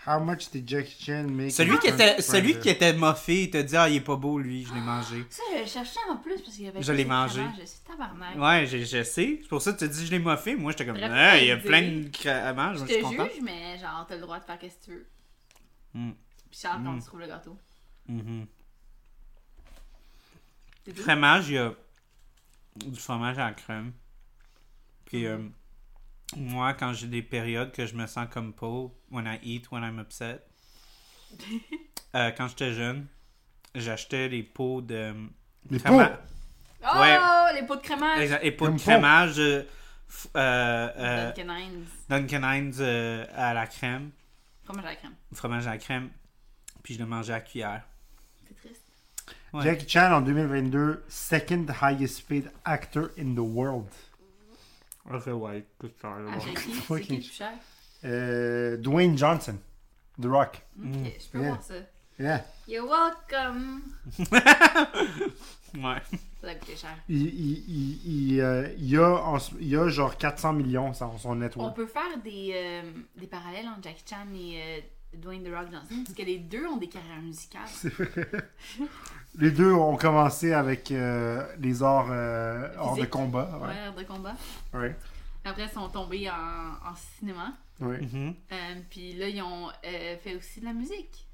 Speaker 2: How much did Jackie Chan make?
Speaker 3: Celui
Speaker 2: in
Speaker 3: qui
Speaker 2: Kung
Speaker 3: était,
Speaker 2: Fu
Speaker 3: celui
Speaker 2: Panda?
Speaker 3: qui était moffé, il t'a dit Ah, il est pas beau, lui, je l'ai mangé.
Speaker 1: Ça, je le cherchais en plus parce qu'il y avait.
Speaker 3: Je l'ai mangé.
Speaker 1: Je suis tabarnak.
Speaker 3: Ouais, je, je sais. C'est pour ça que tu dis Je l'ai moffé. Moi, j'étais comme
Speaker 1: Bref,
Speaker 3: Ah, Il y a
Speaker 1: t'as
Speaker 3: plein
Speaker 1: dit.
Speaker 3: de cramages,
Speaker 1: Je
Speaker 3: je
Speaker 1: te
Speaker 3: suis content.
Speaker 1: juge, mais genre, t'as le droit de faire ce que tu veux.
Speaker 3: Mm.
Speaker 1: Puis Charles, quand
Speaker 3: Mm.
Speaker 1: tu trouves le gâteau.
Speaker 3: Mhm.
Speaker 1: C'est tout?
Speaker 3: Fromage, il y a du fromage à la crème. Puis euh, moi, quand j'ai des périodes que je me sens comme pauvre, when I eat, when I'm upset, euh, quand j'étais jeune, j'achetais des pots de. euh,
Speaker 2: Les
Speaker 3: crema-
Speaker 2: pots?
Speaker 1: Oh,
Speaker 3: Ouais.
Speaker 1: les pots de crémage!
Speaker 3: Exa- des pots
Speaker 2: Comme
Speaker 3: de
Speaker 2: pots.
Speaker 3: crémage de. f- euh, euh,
Speaker 1: Duncan Hines.
Speaker 3: Duncan Hines euh, à la crème,
Speaker 1: Fromage à la crème.
Speaker 3: fromage à la crème, puis je le mangeais à cuillère.
Speaker 1: C'est triste.
Speaker 3: Ouais.
Speaker 2: Jackie Chan en 2022, second highest paid actor in the world.
Speaker 3: [laughs]
Speaker 1: Ah, j'ai qui? C'est qui
Speaker 2: Fucking
Speaker 1: le plus cher?
Speaker 2: Euh, Dwayne Johnson, The Rock.
Speaker 3: Hmm.
Speaker 1: Ok, je peux
Speaker 2: Yeah.
Speaker 1: voir ça.
Speaker 2: Yeah.
Speaker 1: You're welcome!
Speaker 3: Ouais.
Speaker 1: Ça a coûté cher.
Speaker 2: Il, il, il, il, euh, il y a en ce- il y a genre 400 millions sur son
Speaker 1: On
Speaker 2: network.
Speaker 1: peut faire des, euh, des parallèles entre Jackie Chan et euh, Dwayne The Rock Johnson, parce que les deux ont des carrières musicales.
Speaker 2: [laughs] Les deux ont commencé avec euh, les arts euh, hors de
Speaker 1: Physique.
Speaker 2: combat.
Speaker 1: Ouais,
Speaker 2: Ouais.
Speaker 1: de combat.
Speaker 2: Ouais.
Speaker 1: Après, ils sont tombés en, en cinéma.
Speaker 2: Ouais.
Speaker 3: Mhm.
Speaker 1: Euh, puis là, ils ont euh, fait aussi de la musique.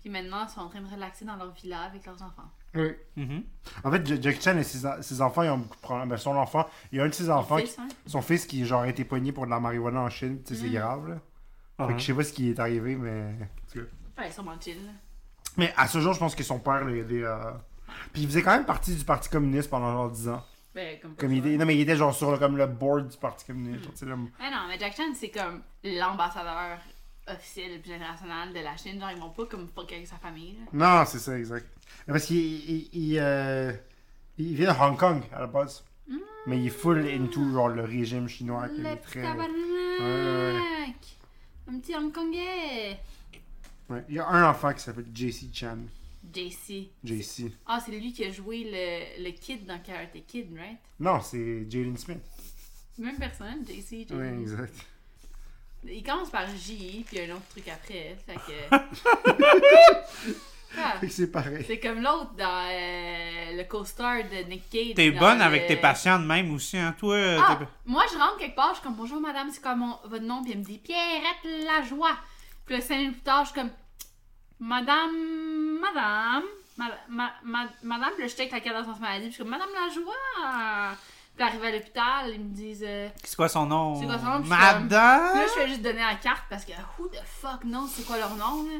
Speaker 1: Puis maintenant, ils sont en train de relaxer dans leur villa avec leurs enfants.
Speaker 2: Ouais.
Speaker 3: Mhm.
Speaker 2: En fait, Ja- Jackie Chan et ses, en- ses enfants, ils ont beaucoup de problèmes. Ben, son enfant, il y a un de ses enfants,
Speaker 1: Ils
Speaker 2: qui-
Speaker 1: font ça, hein?
Speaker 2: son fils qui genre, a été pogné pour de la marijuana en Chine. Tu sais, c'est
Speaker 1: Mm.
Speaker 2: grave. Là. Fait
Speaker 3: Ouais.
Speaker 2: que je sais pas ce qui est arrivé, mais.
Speaker 1: Ouais, ils sont en chill. là.
Speaker 2: Mais à ce jour, je pense que son père l'a aidé à. Puis il faisait quand même partie du Parti communiste pendant genre 10 ans.
Speaker 1: Ben, comme
Speaker 2: Comme il
Speaker 1: ça.
Speaker 2: était... Non, mais il était genre sur le, comme le board du Parti communiste. genre, tu sais, le-
Speaker 1: Ah non, mais Jack Chan, c'est comme l'ambassadeur officiel puis générationnel de la Chine. Genre, ils vont pas comme fuck avec sa famille. là.
Speaker 2: Non, c'est ça, exact. Mais Parce qu'il il, il, euh, il vient de Hong Kong à la base. Mais il est full into genre, le régime chinois. qui
Speaker 1: Le
Speaker 2: est
Speaker 1: petit
Speaker 2: très...
Speaker 1: tabarnak!
Speaker 2: Ouais,
Speaker 1: Un petit Hongkongais!
Speaker 2: Ouais. Il y a un enfant qui s'appelle JC Chan.
Speaker 1: JC.
Speaker 2: JC.
Speaker 1: Ah, c'est lui qui a joué le, le kid dans Karate Kid, right?
Speaker 2: Non, c'est Jaden Smith.
Speaker 1: Même personne, JC.
Speaker 2: Oui,
Speaker 1: Jaden.
Speaker 2: exact. [laughs]
Speaker 1: Il commence par J, puis il y a un autre truc après. Fait que. Ah,
Speaker 2: Fait que c'est pareil.
Speaker 1: c'est comme l'autre dans euh, le co-star de Nick Cage.
Speaker 3: T'es
Speaker 1: dans
Speaker 3: bonne
Speaker 1: le-
Speaker 3: avec tes patients de même aussi, hein, toi. euh,
Speaker 1: euh, Ah,
Speaker 3: t'es-
Speaker 1: moi, je rentre quelque part, je suis comme bonjour madame, c'est quoi mon, votre nom? Puis elle me dit Pierrette Lajoie. Puis là, cinq minutes plus tard, je suis comme madame, madame, ma- ma- ma- madame. Puis là, je check la carte d'assurance maladie, puis je suis comme madame Lajoie. Puis arrive à l'hôpital, ils me disent. euh,
Speaker 3: C'est quoi son nom?
Speaker 1: C'est quoi son nom, puis Puis
Speaker 3: Madame?
Speaker 1: Là, je fais juste donner la carte parce que who the fuck knows c'est quoi leur nom, là?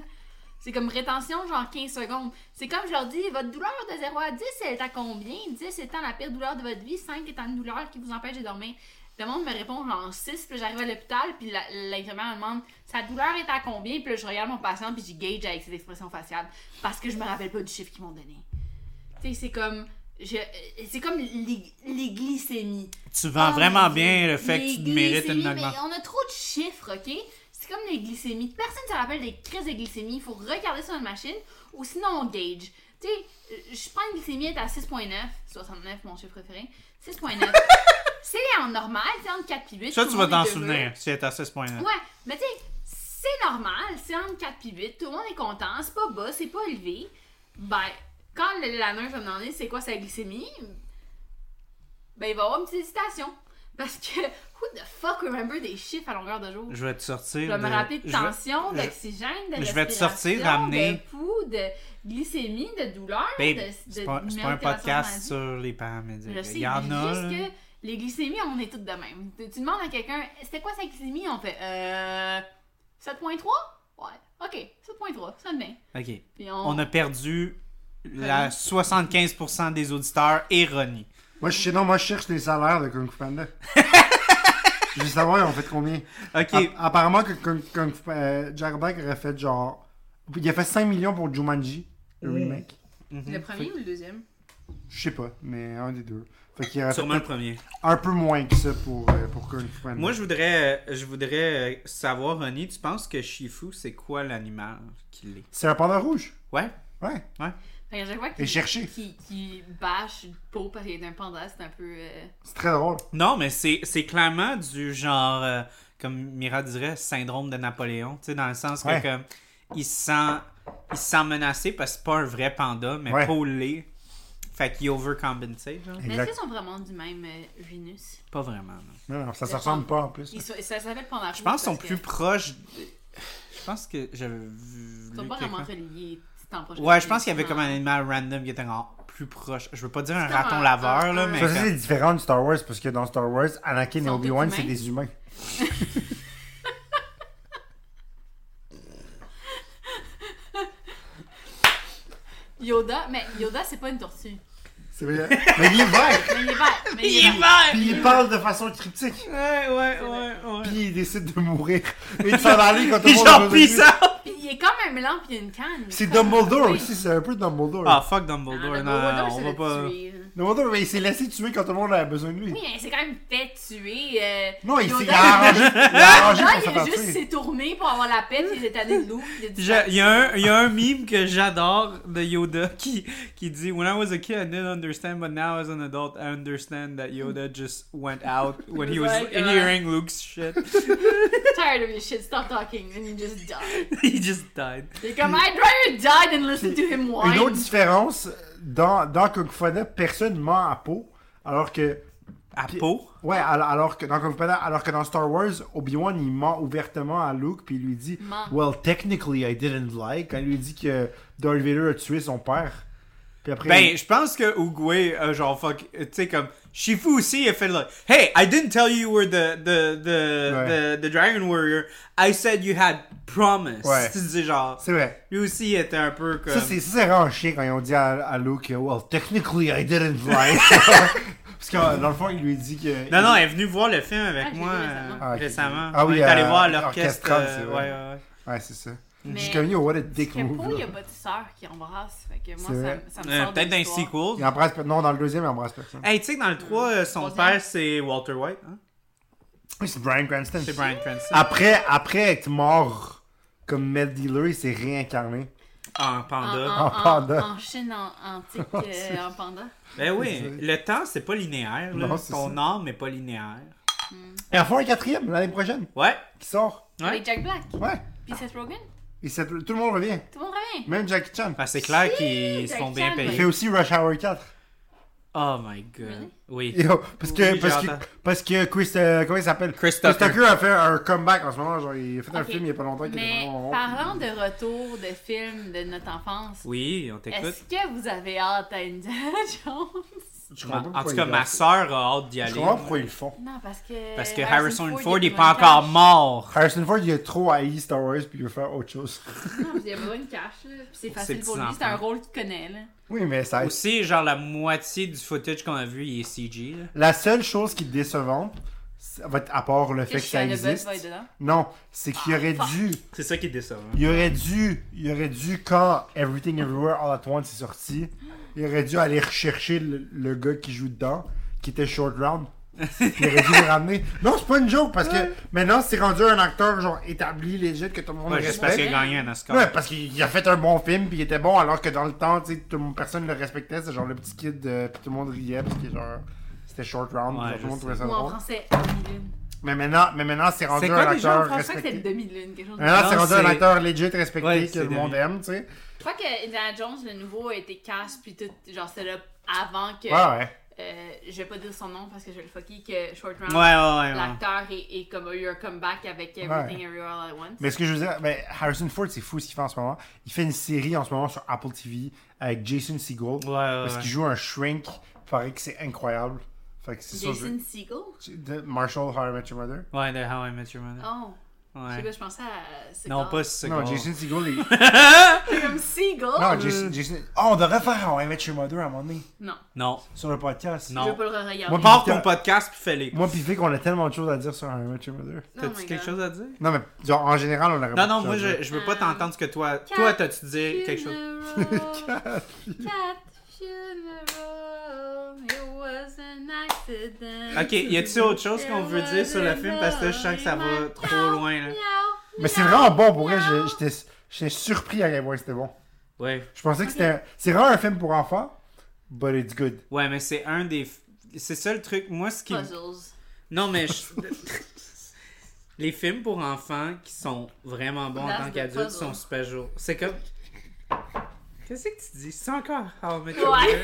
Speaker 1: C'est comme rétention, genre 15 secondes. C'est comme je leur dis, votre douleur de 0 à 10, elle est à combien? 10 étant la pire douleur de votre vie, 5 étant une douleur qui vous empêche de dormir. Le monde me répond genre 6, puis là, j'arrive à l'hôpital, puis la- l'infirmière me demande sa douleur est à combien, puis là, je regarde mon patient, puis j'y gauge avec ses expressions faciales parce que je me rappelle pas du chiffre qu'ils m'ont donné. Tu sais, c'est comme. je- C'est comme les, les glycémies.
Speaker 3: Tu vends
Speaker 1: Oh
Speaker 3: vraiment
Speaker 1: mon
Speaker 3: bien
Speaker 1: Dieu.
Speaker 3: le fait
Speaker 1: Les
Speaker 3: que tu mérites
Speaker 1: glycémies,
Speaker 3: une
Speaker 1: mais
Speaker 3: augmentation.
Speaker 1: On a trop de chiffres, ok? C'est comme les glycémies. Personne ne se rappelle des crises de glycémie. Il faut regarder sur une machine ou sinon on gauge. Tu sais, euh, je prends une glycémie elle est à 6.9, 69, mon chiffre préféré.
Speaker 3: [laughs]
Speaker 1: 6.9. c'est en normal, c'est entre 4 et 8.
Speaker 3: Ça,
Speaker 1: tout
Speaker 3: tu
Speaker 1: le
Speaker 3: vas
Speaker 1: monde
Speaker 3: t'en
Speaker 1: est heureux.
Speaker 3: souvenir si t'es à 6.9.
Speaker 1: Ouais, mais tu sais, c'est normal, c'est entre 4 puis 8, tout le monde est content, c'est pas bas, c'est pas élevé. Ben, quand le- la nurse va me demander c'est quoi sa glycémie, ben il va y avoir une petite hésitation. Parce que, [laughs] who the fuck remember des chiffres à longueur de jour?
Speaker 3: Je vais te sortir.
Speaker 1: Je vais me
Speaker 3: de-
Speaker 1: rappeler de
Speaker 3: je vais-
Speaker 1: tension,
Speaker 3: je-
Speaker 1: d'oxygène, de
Speaker 3: je vais te
Speaker 1: respiration,
Speaker 3: sortir, ramener-
Speaker 1: de pouls, de glycémie, de douleur,
Speaker 3: Babe,
Speaker 1: de, de
Speaker 3: c'est pas, c'est pas un
Speaker 1: numéro de téléphone
Speaker 3: podcast
Speaker 1: maladie.
Speaker 3: sur les paramédics.
Speaker 1: Je sais,
Speaker 3: Il y en a.
Speaker 1: mais
Speaker 3: là.
Speaker 1: juste que les glycémies, on est toutes de même. Tu, tu demandes à quelqu'un, c'était quoi sa glycémie? On fait, euh, 7.3? Ouais, ok, 7.3, ça me vient.
Speaker 3: Ok.
Speaker 1: Puis
Speaker 3: On a perdu la 75% des auditeurs et Ronnie.
Speaker 2: Moi, je, non, moi, je cherche les salaires de Kung Fu Panda. je veux savoir, ils ont fait combien.
Speaker 3: Ok.
Speaker 2: App- Apparemment, que Kung, Kung Fu- euh, Jack Black aurait fait genre. Il a fait 5 millions pour Jumanji, le remake.
Speaker 1: le premier ou le deuxième?
Speaker 2: Je sais pas, mais un des deux. Fait qu'il aurait fait
Speaker 3: Sûrement le premier.
Speaker 2: un peu moins que ça pour, euh, pour Kung Fu Panda.
Speaker 3: Moi, je voudrais, euh, je voudrais euh, savoir, Ronnie, tu penses que Shifu, c'est quoi l'animal qu'il est
Speaker 2: C'est un panda rouge.
Speaker 3: Ouais.
Speaker 2: Ouais.
Speaker 1: Fait que chaque fois
Speaker 2: Et
Speaker 1: qu'il
Speaker 2: chercher.
Speaker 1: qui, qui bâche une peau parce qu'il est un panda, c'est un peu. euh,
Speaker 2: C'est très drôle.
Speaker 3: Non, mais c'est c'est clairement du genre, euh, comme Mira dirait, syndrome de Napoléon. Tu sais, dans le sens que
Speaker 2: Ouais.
Speaker 3: comme, il se sent, il se sent menacé parce que c'est pas un vrai panda, mais
Speaker 2: Ouais.
Speaker 3: Paul l'est. Fait qu'il overcompensate, genre.
Speaker 1: Mais est-ce
Speaker 2: Exact.
Speaker 1: qu'ils sont vraiment du même euh, Venus?
Speaker 3: Pas vraiment, non.
Speaker 2: Non, non, ça se ressemble pas en plus.
Speaker 1: Ils sont- ça s'appelle panda
Speaker 3: Je pense qu'ils sont plus proches. de- Je pense que j'avais vu.
Speaker 1: Ils sont
Speaker 3: lu
Speaker 1: pas
Speaker 3: quelque
Speaker 1: vraiment
Speaker 3: part.
Speaker 1: reliés. tu t'en proches
Speaker 3: Ouais, je pense qu'il y avait
Speaker 1: Ah.
Speaker 3: comme un animal random qui était encore plus proche. Je veux pas dire un
Speaker 1: comme
Speaker 3: raton
Speaker 1: un-
Speaker 3: laveur,
Speaker 1: un-
Speaker 3: là,
Speaker 1: un-
Speaker 3: mais.
Speaker 2: Ça, ça, c'est différent de Star Wars parce que dans Star Wars, Anakin
Speaker 1: Ils
Speaker 2: et
Speaker 1: sont
Speaker 2: Obi-Wan,
Speaker 1: tous
Speaker 2: c'est
Speaker 1: humains.
Speaker 2: des humains.
Speaker 1: Yoda, mais Yoda, c'est pas une tortue.
Speaker 2: C'est vrai. [laughs] Mais il est vert.
Speaker 1: Mais il est vert!
Speaker 3: [laughs]
Speaker 1: Mais il est vert.
Speaker 2: Puis il parle de façon cryptique.
Speaker 3: Ouais, ouais, ouais, ouais.
Speaker 2: Puis il décide de mourir. Et de s'en aller quand tout le
Speaker 3: Puis
Speaker 2: monde a
Speaker 3: genre,
Speaker 2: besoin de lui.
Speaker 3: peace out!
Speaker 1: Puis il est comme un mélange puis il a une canne.
Speaker 2: C'est Dumbledore
Speaker 1: Oui.
Speaker 2: aussi, c'est un peu Dumbledore.
Speaker 3: Ah, fuck
Speaker 1: Ah,
Speaker 3: Dumbledore,
Speaker 1: le
Speaker 3: non, non,
Speaker 1: Dumbledore,
Speaker 3: on
Speaker 1: c'est
Speaker 3: va
Speaker 1: le
Speaker 3: pas.
Speaker 1: tuer, hein. là.
Speaker 2: Dumbledore, mais il s'est laissé tuer quand tout le monde avait besoin de lui.
Speaker 1: Oui, mais c'est quand même fait tuer. euh,
Speaker 2: Non, il
Speaker 1: Yoda, [laughs]
Speaker 2: s'est arrangé, il a arrangé
Speaker 1: Yoda,
Speaker 2: pour
Speaker 1: il
Speaker 2: se
Speaker 1: a
Speaker 2: faire
Speaker 1: juste
Speaker 2: tuer.
Speaker 1: s'est tourné pour avoir la paix, puis il est allé de loup. puis Il
Speaker 3: Je- Il y, a un- il y a un meme que j'adore de Yoda [laughs] qui, qui dit When I was a kid, I didn't understand, but now as an adult, I understand that Yoda just went
Speaker 2: [laughs]
Speaker 3: out when he was
Speaker 1: Like, uh,
Speaker 3: hearing Luke's shit. [laughs]
Speaker 1: tired of his shit, stop talking, and he just died.
Speaker 3: he just died.
Speaker 1: C'est comme, I'd rather die than listen to him whine.
Speaker 2: Une autre différence, dans, dans Kung Fu Panda, personne ment à peau, alors que...
Speaker 3: À peau.
Speaker 2: Ouais, al- alors que dans Kung Fu Panda, alors que dans Star Wars, Obi-Wan, il ment ouvertement à Luke, puis il lui dit
Speaker 1: Ment.
Speaker 2: Well, technically, I didn't lie », quand il lui dit que Darth Vader a tué son père. Puis après...
Speaker 3: Ben, je pense que Oogway, euh, genre, fuck, euh, tu sais, comme, Shifu aussi, il a fait le, Hey, I didn't tell you you were the, the, the,
Speaker 2: Ouais.
Speaker 3: the, the Dragon Warrior. I said you had promised.
Speaker 2: Ouais.
Speaker 3: [laughs] Tu sais, genre,
Speaker 2: C'est vrai.
Speaker 3: lui aussi, il était un peu comme.
Speaker 2: Ça, c'est ça, c'est vraiment chiant quand ils ont dit à, à Luke, Well, technically, I
Speaker 3: [laughs]
Speaker 2: didn't lie. Parce que dans le fond, il lui dit que.
Speaker 3: non, non, elle est venue voir le film avec
Speaker 1: Ah, j'ai
Speaker 3: moi
Speaker 1: vu
Speaker 3: euh,
Speaker 1: récemment.
Speaker 2: Ah, ok.
Speaker 3: récemment.
Speaker 2: Ah oui,
Speaker 3: On est allé
Speaker 2: euh,
Speaker 3: voir l'orchestre.
Speaker 2: orchestral,
Speaker 3: euh,
Speaker 2: c'est
Speaker 3: ouais,
Speaker 2: vrai.
Speaker 3: ouais, ouais.
Speaker 2: Ouais, c'est ça.
Speaker 1: Mais-
Speaker 2: J'ai comme yo, what a dick
Speaker 1: Parce que
Speaker 2: move.
Speaker 1: Poe, il
Speaker 2: là.
Speaker 1: a pas de sœur qui embrasse. Fait que moi,
Speaker 2: C'est
Speaker 1: ça,
Speaker 2: vrai.
Speaker 1: ça me
Speaker 3: Euh,
Speaker 1: sort de
Speaker 3: Peut-être dans les
Speaker 1: l'histoire.
Speaker 2: Il
Speaker 3: sequel.
Speaker 2: embrasse. pe- Non, dans le deuxième, il embrasse personne.
Speaker 3: Hey, tu sais que dans le 3, euh, son
Speaker 1: Troisième.
Speaker 3: père, c'est Walter White. Hein?
Speaker 2: Oui, c'est Brian Cranston. Ah.
Speaker 3: C'est Brian Cranston.
Speaker 2: Après, après être mort comme Mel Dealer, il s'est réincarné.
Speaker 3: Ah, en
Speaker 1: Ah,
Speaker 3: panda.
Speaker 2: En panda. Oh,
Speaker 4: En, en Chine en- antique, euh, en panda.
Speaker 3: Ben oui,
Speaker 2: C'est-
Speaker 3: le temps, c'est pas linéaire. là.
Speaker 2: Non, c'est
Speaker 3: Ton
Speaker 2: ça.
Speaker 3: âme n'est pas linéaire.
Speaker 2: Et en font un quatrième l'année prochaine
Speaker 3: Ouais.
Speaker 2: qui sort.
Speaker 3: Ouais.
Speaker 4: Avec Jack Black.
Speaker 2: Ouais.
Speaker 4: Puis Seth Rogen.
Speaker 2: Et c'est- tout le monde revient.
Speaker 4: Tout le monde revient.
Speaker 2: Même Jackie Chan.
Speaker 3: Ah, c'est clair qu'ils se
Speaker 4: Jack
Speaker 3: font bien
Speaker 4: Chan,
Speaker 2: Il
Speaker 4: ouais.
Speaker 2: fait
Speaker 3: payer.
Speaker 2: aussi Rush Hour 4.
Speaker 3: Oh my god. Oui.
Speaker 2: Yo, parce que,
Speaker 3: Oui, hein.
Speaker 2: parce que,
Speaker 3: j'entends.
Speaker 2: parce que, Chris, euh, comment il s'appelle?
Speaker 3: Chris
Speaker 2: Chris
Speaker 3: Tucker.
Speaker 2: Tucker a fait un comeback en ce moment. Genre, il a fait un
Speaker 1: Ok.
Speaker 2: film il y a pas longtemps qui était
Speaker 1: Mais
Speaker 2: vraiment bon.
Speaker 1: parlant de retour de films de notre enfance,
Speaker 3: Oui, on t'écoute.
Speaker 1: est-ce que vous avez hâte à Indiana [laughs] Jones?
Speaker 2: Je comprends pas
Speaker 3: En en
Speaker 2: pourquoi
Speaker 3: tout cas,
Speaker 2: ils
Speaker 3: ma
Speaker 2: le font.
Speaker 3: soeur a hâte d'y
Speaker 2: Je
Speaker 3: aller.
Speaker 2: comprends pas pourquoi ils le font.
Speaker 1: Non, parce que.
Speaker 3: Parce que Harrison Ford
Speaker 1: il
Speaker 3: n'est pas encore mort.
Speaker 2: Harrison Ford, il a trop haï Star Wars puis il veut faire autre chose. [laughs]
Speaker 1: Non, puis il a besoin de cash, là. Puis c'est facile
Speaker 3: ses
Speaker 1: pour lui, c'est un
Speaker 3: petits-enfants.
Speaker 1: rôle qu'il connaît, là.
Speaker 2: Oui, mais ça
Speaker 3: Aussi, genre la moitié du footage qu'on a vu, il est CG. là.
Speaker 2: La seule chose qui est décevante, c'est- va être- à part le fait que ça
Speaker 1: Shia LaBeouf
Speaker 2: existe,
Speaker 1: va être dedans.
Speaker 2: non, c'est qu'il aurait dû,
Speaker 3: C'est ça qui est décevant.
Speaker 2: il aurait dû, il aurait dû, quand Everything Everywhere All At Once est sorti, il aurait dû aller rechercher le, le gars qui joue dedans, qui était Short Round. Il aurait dû le ramener. Non, c'est pas une joke, parce que maintenant, c'est rendu un acteur genre établi, légit, que tout le monde
Speaker 3: Pas juste parce
Speaker 2: respecte.
Speaker 3: qu'il a gagné un Oscar.
Speaker 2: Ouais, parce qu'il a fait un bon film, puis il était bon, alors que dans le temps, tu sais, tout le monde- personne ne le respectait. C'est genre le petit kid, euh, puis tout le monde riait, parce que genre, c'était short round,
Speaker 3: Ouais,
Speaker 2: genre,
Speaker 3: je
Speaker 2: tout le monde
Speaker 3: sais.
Speaker 2: trouvait ça
Speaker 4: Ou en
Speaker 2: drôle.
Speaker 4: français, demi-lune.
Speaker 2: Mais maintenant, mais maintenant c'est rendu
Speaker 3: C'est quoi
Speaker 2: un
Speaker 3: déjà en
Speaker 2: acteur
Speaker 1: Je crois que c'est
Speaker 2: respecté.
Speaker 1: demi-lune, quelque chose de
Speaker 2: Maintenant, c'est
Speaker 3: Non,
Speaker 2: rendu un
Speaker 3: c'est-
Speaker 2: acteur legit respecté
Speaker 3: Ouais,
Speaker 2: que
Speaker 3: c'est
Speaker 2: le monde
Speaker 3: devenu-
Speaker 2: aime, tu sais.
Speaker 1: Je crois que Indiana Jones, le nouveau, a été cash, puis tout, genre, c'est là avant que.
Speaker 2: Ouais, ouais.
Speaker 1: euh, je vais pas dire son nom parce que je vais le fucky, que Short Round,
Speaker 3: Ouais, ouais, ouais. ouais.
Speaker 1: l'acteur, est, est comme, a eu un comeback avec Everything
Speaker 2: Ouais.
Speaker 1: Everywhere All at Once.
Speaker 2: Mais ce que je veux dire, mais Harrison Ford, c'est fou ce qu'il fait en ce moment. Il fait une série en ce moment sur Apple TV avec Jason Segel.
Speaker 3: Ouais, ouais,
Speaker 2: Parce
Speaker 3: ouais.
Speaker 2: qu'il joue un shrink. Pareil que c'est incroyable. Fait que c'est ça.
Speaker 1: Jason Segel?
Speaker 2: je- de Marshall, How I Met Your Mother.
Speaker 3: Ouais, de How I Met Your Mother.
Speaker 1: Oh, je sais
Speaker 3: Ouais.
Speaker 1: pas, je pensais à. Segel.
Speaker 3: Non, pas ce
Speaker 2: Non,
Speaker 3: gars.
Speaker 2: Jason Segel, il...
Speaker 3: [laughs]
Speaker 1: C'est comme Segel?
Speaker 2: Non, Jason, Jason. Oh, on devrait faire un I Met Your Mother à un moment donné
Speaker 1: Non,
Speaker 3: Non.
Speaker 2: sur le podcast.
Speaker 1: je
Speaker 3: Non.
Speaker 1: veux pas le regarder.
Speaker 2: Moi,
Speaker 3: Porte
Speaker 2: Puis-
Speaker 3: ton podcast puis fais-les.
Speaker 2: Moi, Oh pis Vic, on a tellement de choses à dire sur un I Met Your Mother.
Speaker 4: Oh
Speaker 3: T'as-tu quelque chose à dire?
Speaker 2: Non, mais genre, en général, on aurait
Speaker 3: Non,
Speaker 2: pas
Speaker 3: non,
Speaker 2: de
Speaker 3: moi,
Speaker 2: choses à
Speaker 3: je,
Speaker 2: dire.
Speaker 3: je veux pas t'entendre ce que toi. Toi, t'as-tu dit quelque chose?
Speaker 2: [laughs]
Speaker 4: Cat funeral, it was an accident.
Speaker 3: Ok, y a-tu autre chose qu'on veut dire sur le film? Parce que là, je sens que ça va trop loin, là.
Speaker 2: Mais c'est vraiment bon pour vrai. je- J'étais j'étais surpris à quel point c'était bon.
Speaker 3: Ouais.
Speaker 2: Je pensais que c'était. un- C'est vraiment un film pour enfants, but it's good.
Speaker 3: Ouais, mais c'est un des. f- C'est ça le truc. Moi, ce qui. me-
Speaker 4: Puzzles.
Speaker 3: Non, mais. je- [laughs] Les films pour enfants qui sont vraiment bons en
Speaker 4: That's
Speaker 3: tant
Speaker 4: the
Speaker 3: qu'adultes
Speaker 4: puzzle.
Speaker 3: sont super jours. C'est comme. Qu'est-ce que tu dis? C'est encore How I Met Your Mother?
Speaker 4: Ouais.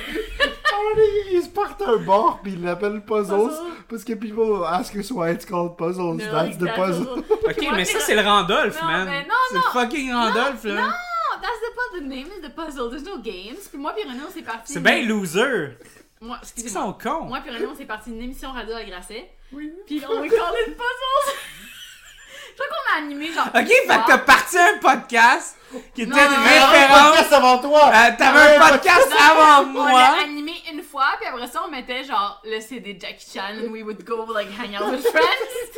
Speaker 2: Ah, Ils se partent un bar pis ils l'appellent Puzzles parce que people ask us why it's called Puzzles.
Speaker 4: No,
Speaker 2: That's the
Speaker 4: that's
Speaker 2: puzzle.
Speaker 3: [laughs]
Speaker 4: puzzle.
Speaker 3: Ok, mais ça, c'est le Randolph,
Speaker 4: Non,
Speaker 3: man.
Speaker 4: mais non,
Speaker 3: C'est le
Speaker 4: non.
Speaker 3: fucking Randolph, là.
Speaker 4: Oh, that's the puzzle. The name is the puzzle. There's no games. Puis moi puis René, on s'est parti.
Speaker 3: C'est bien loser.
Speaker 1: Moi,
Speaker 3: Ils
Speaker 1: excusez-moi.
Speaker 3: sont cons.
Speaker 1: Moi, puis René, on s'est parti d'une émission radio à Grasset.
Speaker 2: Oui.
Speaker 1: Puis on est callé une puzzle. Je crois qu'on a animé genre.
Speaker 3: Ok, fait que t'as parti un podcast qui était
Speaker 1: Non,
Speaker 3: une
Speaker 1: non, non,
Speaker 2: T'avais un
Speaker 3: référence.
Speaker 2: podcast avant toi!
Speaker 3: Euh, T'avais un podcast avant
Speaker 1: On l'a
Speaker 3: moi.
Speaker 1: animé une fois, puis après ça, on mettait genre le CD de Jackie Chan, and we would go like hang out with friends.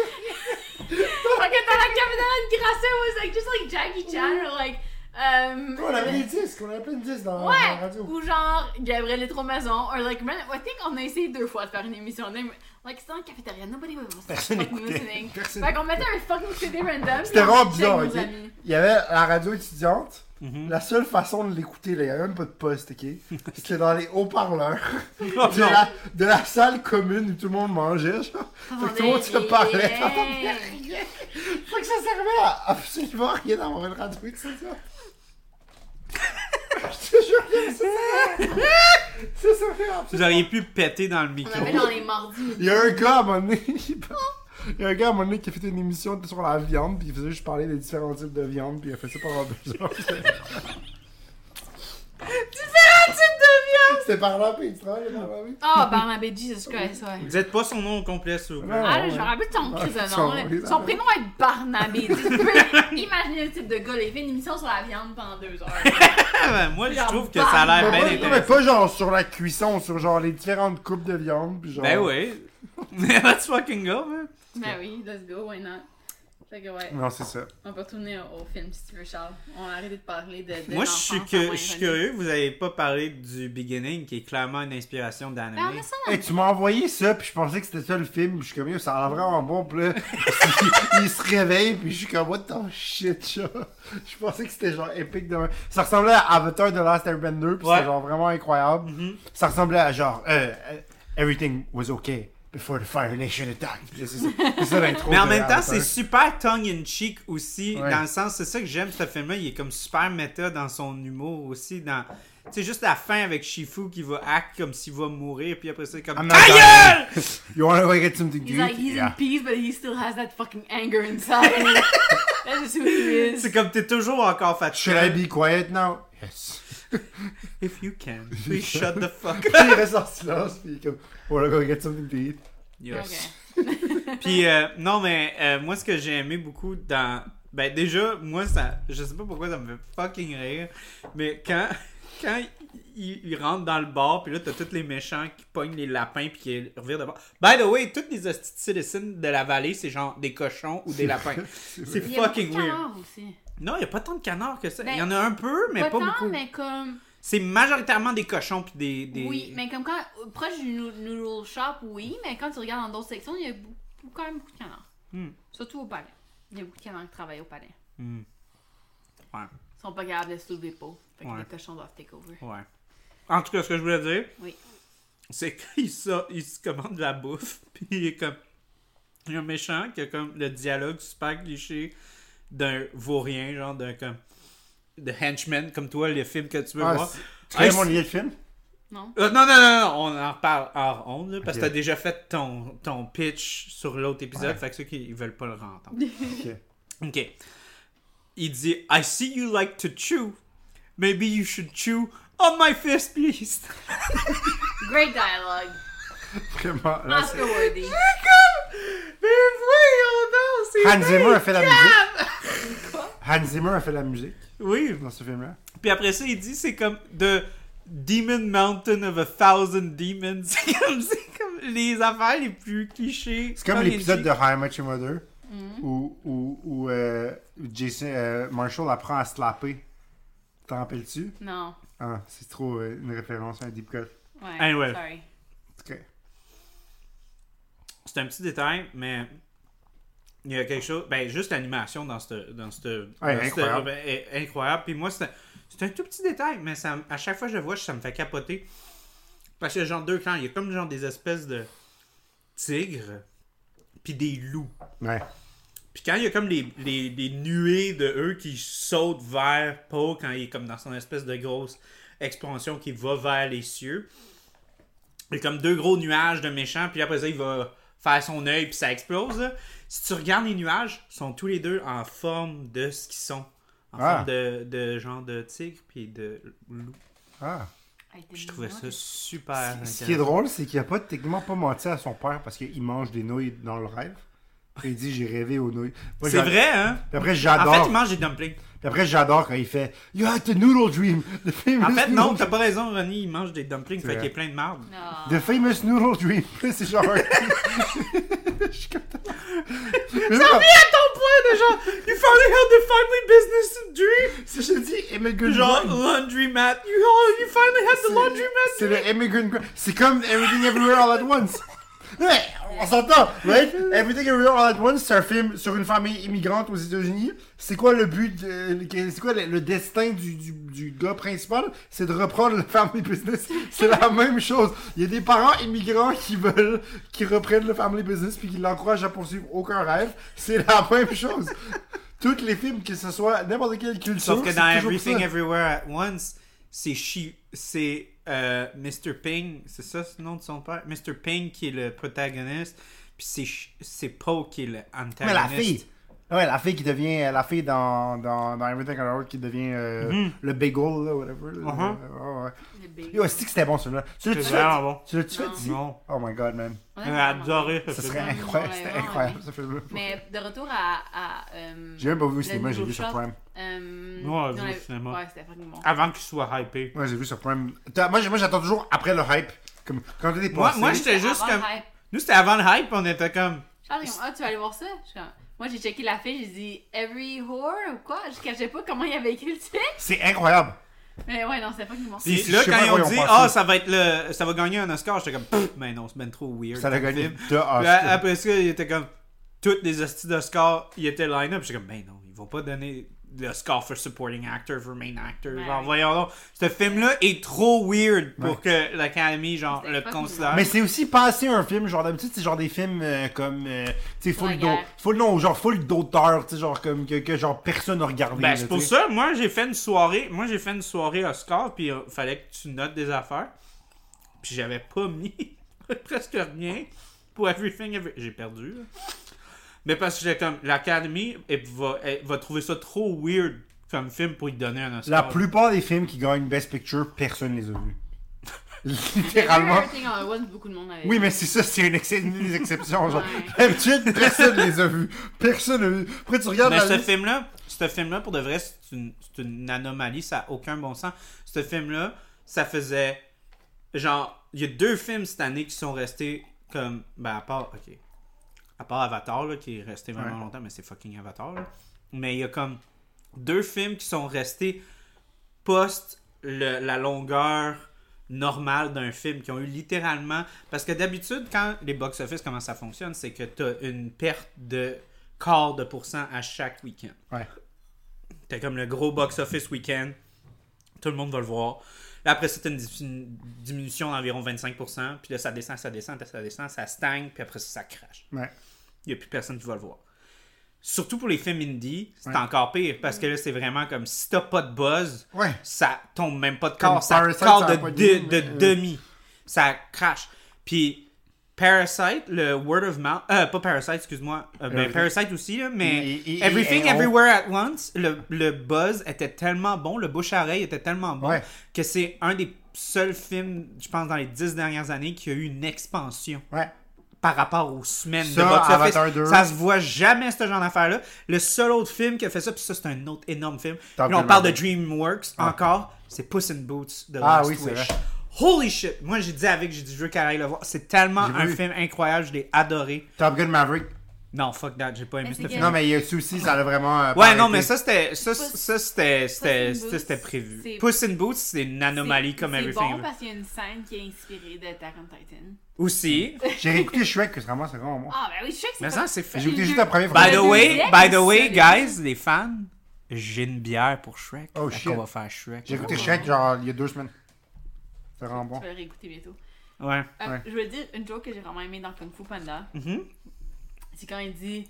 Speaker 1: Fait que dans la capitale de Grasset, it was like just like Jackie Chan, or like. um,
Speaker 2: On avait des disques, on avait plein de disques dans dans la
Speaker 1: Ouais!
Speaker 2: radio.
Speaker 1: Ou genre Gabriel est trop maison, or like, man, I think on a essayé deux fois de faire une émission. On est- Like, c'était en cafétéria, nobody was
Speaker 2: Personne
Speaker 1: fucking
Speaker 2: n'écoutait.
Speaker 1: listening.
Speaker 2: Personne
Speaker 1: Fait qu'on mettait un fucking CD random. puis
Speaker 2: C'était
Speaker 1: on
Speaker 2: vraiment
Speaker 1: check
Speaker 2: bizarre,
Speaker 1: nos
Speaker 2: ok?
Speaker 1: amis.
Speaker 2: Il y avait la radio étudiante.
Speaker 3: Mhm.
Speaker 2: La seule façon de l'écouter, là, il n'y avait même pas de poste, ok? C'était dans les haut-parleurs de, la, de la salle commune où tout le monde mangeait, genre.
Speaker 1: Oh,
Speaker 2: Fait que tout le monde se
Speaker 1: Vendait
Speaker 2: parlait.
Speaker 1: rien.
Speaker 2: T'entendais rien. Fait que ça servait à absolument rien d'avoir une radio étudiante. Je te jure que ça servait à- Ça servait à
Speaker 3: Vous
Speaker 2: absolument
Speaker 3: auriez pu péter dans le
Speaker 1: On
Speaker 3: micro.
Speaker 1: avait dans les mardis.
Speaker 2: il y a un gars à un moment donné, [laughs] il par- il y a un gars à un moment donné qui a fait une émission sur la viande, puis il faisait juste parler des différents types de viande, puis il a fait ça pendant deux heures. Différents types de viande! C'était par là, puis il travaille par là, oui.
Speaker 1: Ah, oh, Barnabé, Jesus Christ, ouais.
Speaker 3: Vous dites pas son nom au complet, s'il vous plaît.
Speaker 1: Ah là, je me rappelle son
Speaker 2: Ah,
Speaker 1: crise de
Speaker 2: son-
Speaker 1: nom. là. Son prénom est Barnabé. Tu peux imaginer le type de gars, là, il fait une émission sur la viande pendant deux [laughs] heures.
Speaker 3: Ah, ben, moi, je
Speaker 1: Genre,
Speaker 3: trouve que ça a
Speaker 2: Mais pas,
Speaker 3: l'air bien
Speaker 2: non, mais
Speaker 3: intéressant.
Speaker 2: pas genre sur la cuisson, sur genre les différentes coupes de viande, puis genre.
Speaker 3: [laughs] Ben oui. Mais let's fucking go, man.
Speaker 1: Ben oui, let's go, why not? Fait que ouais,
Speaker 2: Non, c'est ça.
Speaker 1: on peut retourner au, au film si tu veux, Charles. On a arrêté de parler de. de
Speaker 3: Moi, je suis,
Speaker 1: l'enfance en
Speaker 3: que,
Speaker 1: moins
Speaker 3: je suis
Speaker 1: connue.
Speaker 3: curieux que vous n'avez pas parlé du Beginning, qui est clairement une inspiration
Speaker 1: Ben,
Speaker 4: Mais Ben, on
Speaker 3: d'anime.
Speaker 4: a ça
Speaker 2: Hey, tu m'as envoyé ça, puis je pensais que c'était ça le film, puis je suis comme, Yo, ça a l'air vraiment bon, puis là, [laughs] il, il se réveille, puis je suis comme, what the shit, [laughs] chat. Je pensais que c'était genre épique de même. Ça ressemblait à Avatar de Last Airbender, puis
Speaker 3: Ouais. Mm-hmm.
Speaker 2: c'était genre vraiment incroyable. Ça ressemblait à genre, euh, euh, everything was okay before the Fire Nation attack. Puis là, C'est ça, c'est ça l'intro.
Speaker 3: Mais en
Speaker 2: de
Speaker 3: même temps,
Speaker 2: Avatar.
Speaker 3: c'est super tongue-in-cheek aussi,
Speaker 2: Ouais.
Speaker 3: dans le sens, c'est ça que j'aime, ce film-là, il est comme super méta dans son humour aussi, dans... Tu sais, juste la fin avec Shifu qui va hack comme s'il va mourir, puis après ça, comme...
Speaker 2: I'm not
Speaker 3: Ta
Speaker 2: dying.
Speaker 3: gueule!
Speaker 2: [laughs] You wanna go get something to
Speaker 4: He's like,
Speaker 2: eat?
Speaker 4: he's in
Speaker 2: Yeah.
Speaker 4: peace, but he still has that fucking anger
Speaker 3: [laughs]
Speaker 4: inside. That's just who he is.
Speaker 3: C'est comme, t'es toujours encore fatigué.
Speaker 2: Should I be quiet now? Yes. [laughs]
Speaker 3: If you can, please shut the fuck up.
Speaker 2: Puis il reste en silence, puis il est comme, wanna go get something to eat?
Speaker 3: Yes. Puis euh, non, mais euh, moi ce que j'ai aimé beaucoup dans ben déjà moi ça je sais pas pourquoi ça me fait fucking rire, mais quand [laughs] quand il, il rentre dans le bar puis là t'as tous les méchants qui pognent les lapins puis qui revirent de bord. By the way, toutes les hosties de citizens de la vallée, c'est genre des cochons ou des lapins. C'est
Speaker 4: Il y a beaucoup de
Speaker 3: fucking weird.
Speaker 4: canards aussi.
Speaker 3: Non, il y a pas tant de canards que ça.
Speaker 4: Ben,
Speaker 3: il y en a un peu, mais pas,
Speaker 4: tant,
Speaker 3: beaucoup.
Speaker 4: mais comme.
Speaker 3: C'est majoritairement des cochons puis des, des...
Speaker 4: Oui, mais comme quand. Proche du nou- Noodle Shop, oui, mais quand tu regardes dans d'autres sections, il y a bou- quand même beaucoup de canards.
Speaker 3: Hmm.
Speaker 4: Surtout au palais. Il y a beaucoup de canards qui travaillent au palais.
Speaker 3: Hmm. Ouais.
Speaker 4: Ils sont pas capables de se soulever pas. Fait que
Speaker 3: Ouais.
Speaker 4: les cochons doivent take over.
Speaker 3: Ouais. En tout cas, ce que je voulais dire,
Speaker 4: Oui.
Speaker 3: c'est [laughs] qu'il sort- il se commande de la bouffe, [laughs] puis il est comme. Il y a un méchant qui a comme le dialogue super cliché d'un vaurien, genre d'un comme. de henchman, comme toi, le film que tu veux
Speaker 2: Ah,
Speaker 3: voir.
Speaker 2: c'est- Tu
Speaker 3: Ah,
Speaker 2: connais
Speaker 3: c'est-
Speaker 2: mon idée de film?
Speaker 4: Non?
Speaker 3: Euh, non, non, non, non, on en reparle hors honte, parce
Speaker 2: Ok.
Speaker 3: que t'as déjà fait ton, ton pitch sur l'autre épisode, fait que ceux qui ils veulent pas le rentendre.
Speaker 2: Ok.
Speaker 3: Ok. Il dit I see you like to chew. Maybe you should chew on my fist, please.
Speaker 4: Great dialogue.
Speaker 3: Ah,
Speaker 2: Vraiment, là, c'est-
Speaker 4: Oscar worthy.
Speaker 3: [laughs] Mais voyons donc, c'est
Speaker 2: Hans Zimmer a fait la musique.
Speaker 3: incroyable!
Speaker 2: Hans Zimmer a fait la musique
Speaker 3: Oui,
Speaker 2: dans ce film-là.
Speaker 3: puis après ça, il dit c'est comme The Demon Mountain of a Thousand Demons. [laughs] C'est comme, c'est comme les affaires les plus clichés.
Speaker 2: C'est comme
Speaker 3: Fucking
Speaker 2: l'épisode de
Speaker 3: cheap.
Speaker 2: How I Met Your Mother
Speaker 3: Mm.
Speaker 2: où, où, où, euh, Jason, euh, Marshall apprend à slapper. T'en rappelles-tu?
Speaker 4: Non.
Speaker 2: Ah, c'est trop euh, une référence à un deep cut.
Speaker 4: Ouais.
Speaker 3: Anyway.
Speaker 4: Sorry.
Speaker 2: Ok.
Speaker 3: C'est un petit détail, mais. Il y a quelque chose. Ben, juste l'animation dans cette. Dans cette
Speaker 2: Ouais,
Speaker 3: dans cette-
Speaker 2: incroyable.
Speaker 3: ben, est- incroyable. Puis moi, c'est un- c'est un tout petit détail, mais ça, à chaque fois que je le vois, ça me fait capoter. Parce que genre deux clans, il y a comme genre des espèces de tigres, puis des loups.
Speaker 2: Ouais.
Speaker 3: Puis quand il y a comme les, les, les nuées de eux qui sautent vers Poe quand il est comme dans son espèce de grosse expansion qui va vers les cieux, il y a comme deux gros nuages de méchants, puis après ça, il va faire son œil, puis ça explose. là. Si tu regardes les nuages, ils sont tous les deux en forme de ce qu'ils sont. En
Speaker 2: Ah.
Speaker 3: forme de, de genre de tigre, puis de loup.
Speaker 2: Ah.
Speaker 4: I didn't
Speaker 3: Je trouvais
Speaker 4: know
Speaker 3: ça
Speaker 4: it.
Speaker 3: super
Speaker 2: Ce- Ce qui est
Speaker 3: Ah, intéressant.
Speaker 2: drôle, c'est qu'il a pas techniquement pas menti à son père parce qu'il mange des nouilles dans le rêve. Puis il dit j'ai rêvé aux nouilles. Moi,
Speaker 3: C'est
Speaker 2: j'a-
Speaker 3: vrai, hein?
Speaker 2: Puis après
Speaker 3: En fait,
Speaker 2: j'adore.
Speaker 3: il mange des dumplings.
Speaker 2: Puis après j'adore quand il fait You had the noodle dream. The famous
Speaker 3: En
Speaker 2: [laughs]
Speaker 3: fait, non,
Speaker 2: noodle
Speaker 3: t'as pas raison, Ronnie, il mange des dumplings, fait
Speaker 2: vrai.
Speaker 3: qu'il est plein de marde.
Speaker 4: Non.
Speaker 2: The famous noodle dream. [laughs] c'est genre. [laughs] Je suis comme- Mais non,
Speaker 3: à ton point de genre, you finally had the family business to dream.
Speaker 2: c'est- je te dis, immigrant
Speaker 3: Genre,
Speaker 2: grind.
Speaker 3: laundromat. You, all, you finally had the laundromat
Speaker 2: C'est
Speaker 3: dream.
Speaker 2: le immigrant grind. C'est comme Everything Everywhere All at Once. Ouais, on s'entend, right? Everything Everywhere All at Once, c'est un film sur une famille immigrante aux États-Unis. C'est quoi le but, de- c'est quoi le, le destin du, du, du gars principal? C'est de reprendre le family business. C'est la même chose. Il y a des parents immigrants qui veulent, qui reprennent le family business puis qui l'encouragent à poursuivre aucun rêve. C'est la [laughs] même chose. Tous les films, que ce soit n'importe quelle culture.
Speaker 3: Sauf que
Speaker 2: c'est
Speaker 3: dans
Speaker 2: toujours
Speaker 3: Everything
Speaker 2: ça.
Speaker 3: Everywhere at Once, c'est she, c'est euh, Mr. Ping, c'est ça le nom de son père? Mr. Ping qui est le protagoniste, puis c'est sh- c'est Poe qui est le antagoniste.
Speaker 2: Mais la fille. Ouais, la fille qui devient. euh, La fille dans, dans, dans Everything Everywhere qui devient euh,
Speaker 3: Mm-hmm.
Speaker 2: le bagel, là, whatever. là.
Speaker 3: Mhm.
Speaker 2: Ouais, ouais.
Speaker 4: Le big.
Speaker 2: Yo, c'est que c'était bon celui-là. Tu
Speaker 3: C'est
Speaker 2: l'as-tu fait?
Speaker 3: vraiment bon.
Speaker 2: Tu l'as-tu fait,
Speaker 4: Non.
Speaker 2: dit?
Speaker 3: Non.
Speaker 2: Oh my god, man.
Speaker 4: On a
Speaker 3: J'ai
Speaker 4: vraiment-
Speaker 3: adoré ce
Speaker 2: Ça
Speaker 3: film.
Speaker 2: serait
Speaker 4: vraiment
Speaker 2: incroyable.
Speaker 4: bon,
Speaker 2: C'était
Speaker 4: vraiment,
Speaker 2: incroyable, ce film-là.
Speaker 4: Mais de retour à. à euh,
Speaker 2: J'ai même pas vu au
Speaker 4: le
Speaker 2: cinéma, j'ai
Speaker 4: nouveau
Speaker 2: vu sur
Speaker 4: shop,
Speaker 2: Prime.
Speaker 4: euh,
Speaker 3: Ouais, j'ai
Speaker 4: on
Speaker 3: vu au
Speaker 4: a-
Speaker 3: cinéma. Ah,
Speaker 4: Ouais, c'était fucking bon.
Speaker 3: Avant qu'il soit hypé.
Speaker 2: Moi, j'ai vu sur Prime. T'as- Moi, j'ai- moi, j'attends toujours après le hype. Comme quand t'es
Speaker 3: Moi,
Speaker 2: dépassé.
Speaker 3: moi j'étais juste
Speaker 4: Avant
Speaker 3: comme.
Speaker 4: le hype.
Speaker 3: Nous, c'était avant le hype, on était comme.
Speaker 4: Charles, il dit, ah, tu vas aller voir ça? Je suis comme,
Speaker 1: Moi, j'ai checké la fiche, j'ai dit Every Whore ou quoi Je cachais pas comment il avait écrit le titre.
Speaker 2: C'est incroyable.
Speaker 1: Mais ouais, non, c'est pas qu'il m'en
Speaker 3: Puis
Speaker 2: C'est-
Speaker 3: là,
Speaker 2: je sais
Speaker 3: quand
Speaker 2: pas
Speaker 3: ils ont
Speaker 2: quoi
Speaker 3: dit
Speaker 2: ils ont pensé.
Speaker 3: Ah, ça va être le. ça va gagner un Oscar, j'étais comme Pff, Mais non, c'est ben trop weird.
Speaker 2: Ça l'a
Speaker 3: comme
Speaker 2: gagné Ah,
Speaker 3: film.
Speaker 2: de
Speaker 3: Puis
Speaker 2: Oscar.
Speaker 3: a- après ça, il était comme Toutes les hosties d'Oscar, il était line-up. J'étais comme Ben non, ils vont pas donner le score for supporting actor, for main actor.
Speaker 1: Ouais.
Speaker 3: Genre, voyons donc. Ce film-là est trop weird pour que l'Académie, genre,
Speaker 1: C'était
Speaker 3: le
Speaker 1: fucking
Speaker 3: considère.
Speaker 1: weird.
Speaker 2: Mais c'est aussi passé un film, genre d'habitude, c'est genre des films euh, comme. euh, tu sais,
Speaker 1: Ouais, hein.
Speaker 2: full d'au-
Speaker 1: guerre.
Speaker 2: full non, genre full d'auteur, tu sais, genre comme que, que genre personne n'a regardé.
Speaker 3: Ben,
Speaker 2: là,
Speaker 3: c'est pour
Speaker 2: tu sais.
Speaker 3: ça, moi, j'ai fait une soirée. Moi, j'ai fait une soirée Oscar, puis il fallait que tu notes des affaires. Puis j'avais pas mis [laughs] presque rien pour Everything. Every- J'ai perdu, là. Mais parce que j'étais comme. L'Académie elle va, elle va trouver ça trop weird comme film pour y donner un Oscar.
Speaker 2: La plupart des films qui gagnent Best Picture, personne les a vus. [laughs] Littéralement.
Speaker 1: Everything All At Once, beaucoup de monde avait.
Speaker 2: Oui, mais c'est ça, c'est une, ex- une des exceptions. Genre,
Speaker 1: Ouais.
Speaker 2: d'habitude, personne les a vus. Personne n'a vu. Après, tu regardes
Speaker 3: Mais
Speaker 2: la
Speaker 3: ce
Speaker 2: liste-
Speaker 3: film-là, ce film-là, pour de vrai, c'est une, c'est une anomalie, ça n'a aucun bon sens. Ce film-là, ça faisait. Genre, il y a deux films cette année qui sont restés comme. Ben, à part. Ok. À part Avatar, là, qui est resté vraiment
Speaker 2: Ouais.
Speaker 3: longtemps, mais c'est fucking Avatar, là. Mais il y a comme deux films qui sont restés post le- la longueur normale d'un film qui ont eu littéralement parce que d'habitude quand les box office comment ça fonctionne c'est que t'as une perte de quart de pourcent à chaque week-end
Speaker 2: Ouais.
Speaker 3: t'as comme le gros box office week-end tout le monde va le voir là après ça t'as une dis- une diminution d'environ 25% puis là ça descend ça descend ça descend ça stagne puis après ça ça crache
Speaker 2: Ouais.
Speaker 3: il n'y a plus personne qui va le voir. Surtout pour les films indie, c'est
Speaker 2: Ouais.
Speaker 3: encore pire parce que là, c'est vraiment comme si t'as pas de buzz,
Speaker 2: Ouais.
Speaker 3: ça tombe même pas de
Speaker 2: Comme
Speaker 3: corps, ça
Speaker 2: Parasite,
Speaker 3: corps
Speaker 2: ça
Speaker 3: de,
Speaker 2: a pas de
Speaker 3: de-
Speaker 2: goût,
Speaker 3: de
Speaker 2: mais, euh,
Speaker 3: demi. Ça crache. Puis Parasite, le word of mouth, euh, pas Parasite, excuse-moi, euh, ben,
Speaker 2: Everything.
Speaker 3: Parasite aussi, là, mais
Speaker 2: Et- et- et-
Speaker 3: Everything
Speaker 2: et- on-
Speaker 3: Everywhere at Once, le, le buzz était tellement bon, le bouche à oreille était tellement bon
Speaker 2: Ouais.
Speaker 3: que c'est un des seuls films, je pense, dans les dix dernières années qui a eu une expansion
Speaker 2: Ouais.
Speaker 3: par rapport aux semaines
Speaker 2: Ça,
Speaker 3: de box office.
Speaker 2: Avatar 2.
Speaker 3: Ça se voit jamais, ce genre d'affaire-là. Le seul autre film qui a fait ça, puis ça, c'est un autre énorme film. Puis
Speaker 2: Top
Speaker 3: là, on
Speaker 2: Gun
Speaker 3: parle de
Speaker 2: Maverick.
Speaker 3: DreamWorks encore. C'est Puss in Boots de
Speaker 2: Ah
Speaker 3: Last
Speaker 2: oui, c'est
Speaker 3: Wish.
Speaker 2: vrai.
Speaker 3: Holy shit! Moi, j'ai dit avec, j'ai dit, je veux qu'elle aille le voir. C'est tellement
Speaker 2: J'ai
Speaker 3: un
Speaker 2: vu.
Speaker 3: film incroyable, je l'ai adoré.
Speaker 2: Top Gun Maverick.
Speaker 3: Non, fuck that, j'ai pas aimé
Speaker 4: Mais
Speaker 3: ce
Speaker 4: c'est
Speaker 3: film.
Speaker 4: que-
Speaker 2: Non, mais il y a aussi, ça l'a vraiment. euh,
Speaker 3: Ouais,
Speaker 2: pas
Speaker 3: non,
Speaker 2: arrêté.
Speaker 3: mais ça, c'était, ça,
Speaker 1: Puss-
Speaker 3: ça, c'était, c'était,
Speaker 1: Puss in
Speaker 3: c'était- c'était
Speaker 1: Boots, c'est-
Speaker 3: prévu. Puss in Boots, c'est une
Speaker 1: C'est-
Speaker 3: anomalie comme
Speaker 1: c'est
Speaker 3: Everything.
Speaker 1: bon parce qu'il y a une scène qui est inspirée de Attack on Titan.
Speaker 3: Aussi.
Speaker 1: [laughs]
Speaker 2: J'ai réécouté Shrek, que vraiment, c'est vraiment bon.
Speaker 1: Ah, ben oui, je sais que c'est
Speaker 3: Mais
Speaker 1: pas-
Speaker 3: ça, c'est fait.
Speaker 2: J'ai écouté juste la première
Speaker 3: By the
Speaker 1: Le
Speaker 3: way,
Speaker 1: deuxième,
Speaker 3: by the way,
Speaker 1: c'est
Speaker 3: guys, les fans, j'ai une bière pour Shrek.
Speaker 2: Oh,
Speaker 3: Fait
Speaker 2: shit.
Speaker 3: qu'on va faire Shrek.
Speaker 2: J'ai écouté Shrek, genre, il y a deux semaines. C'est vraiment bon.
Speaker 1: Je vais le réécouter bientôt.
Speaker 3: Ouais.
Speaker 1: Euh,
Speaker 2: Ouais.
Speaker 1: Je veux dire une joke que j'ai vraiment aimée dans Kung Fu Panda.
Speaker 3: Mhm.
Speaker 1: C'est quand il dit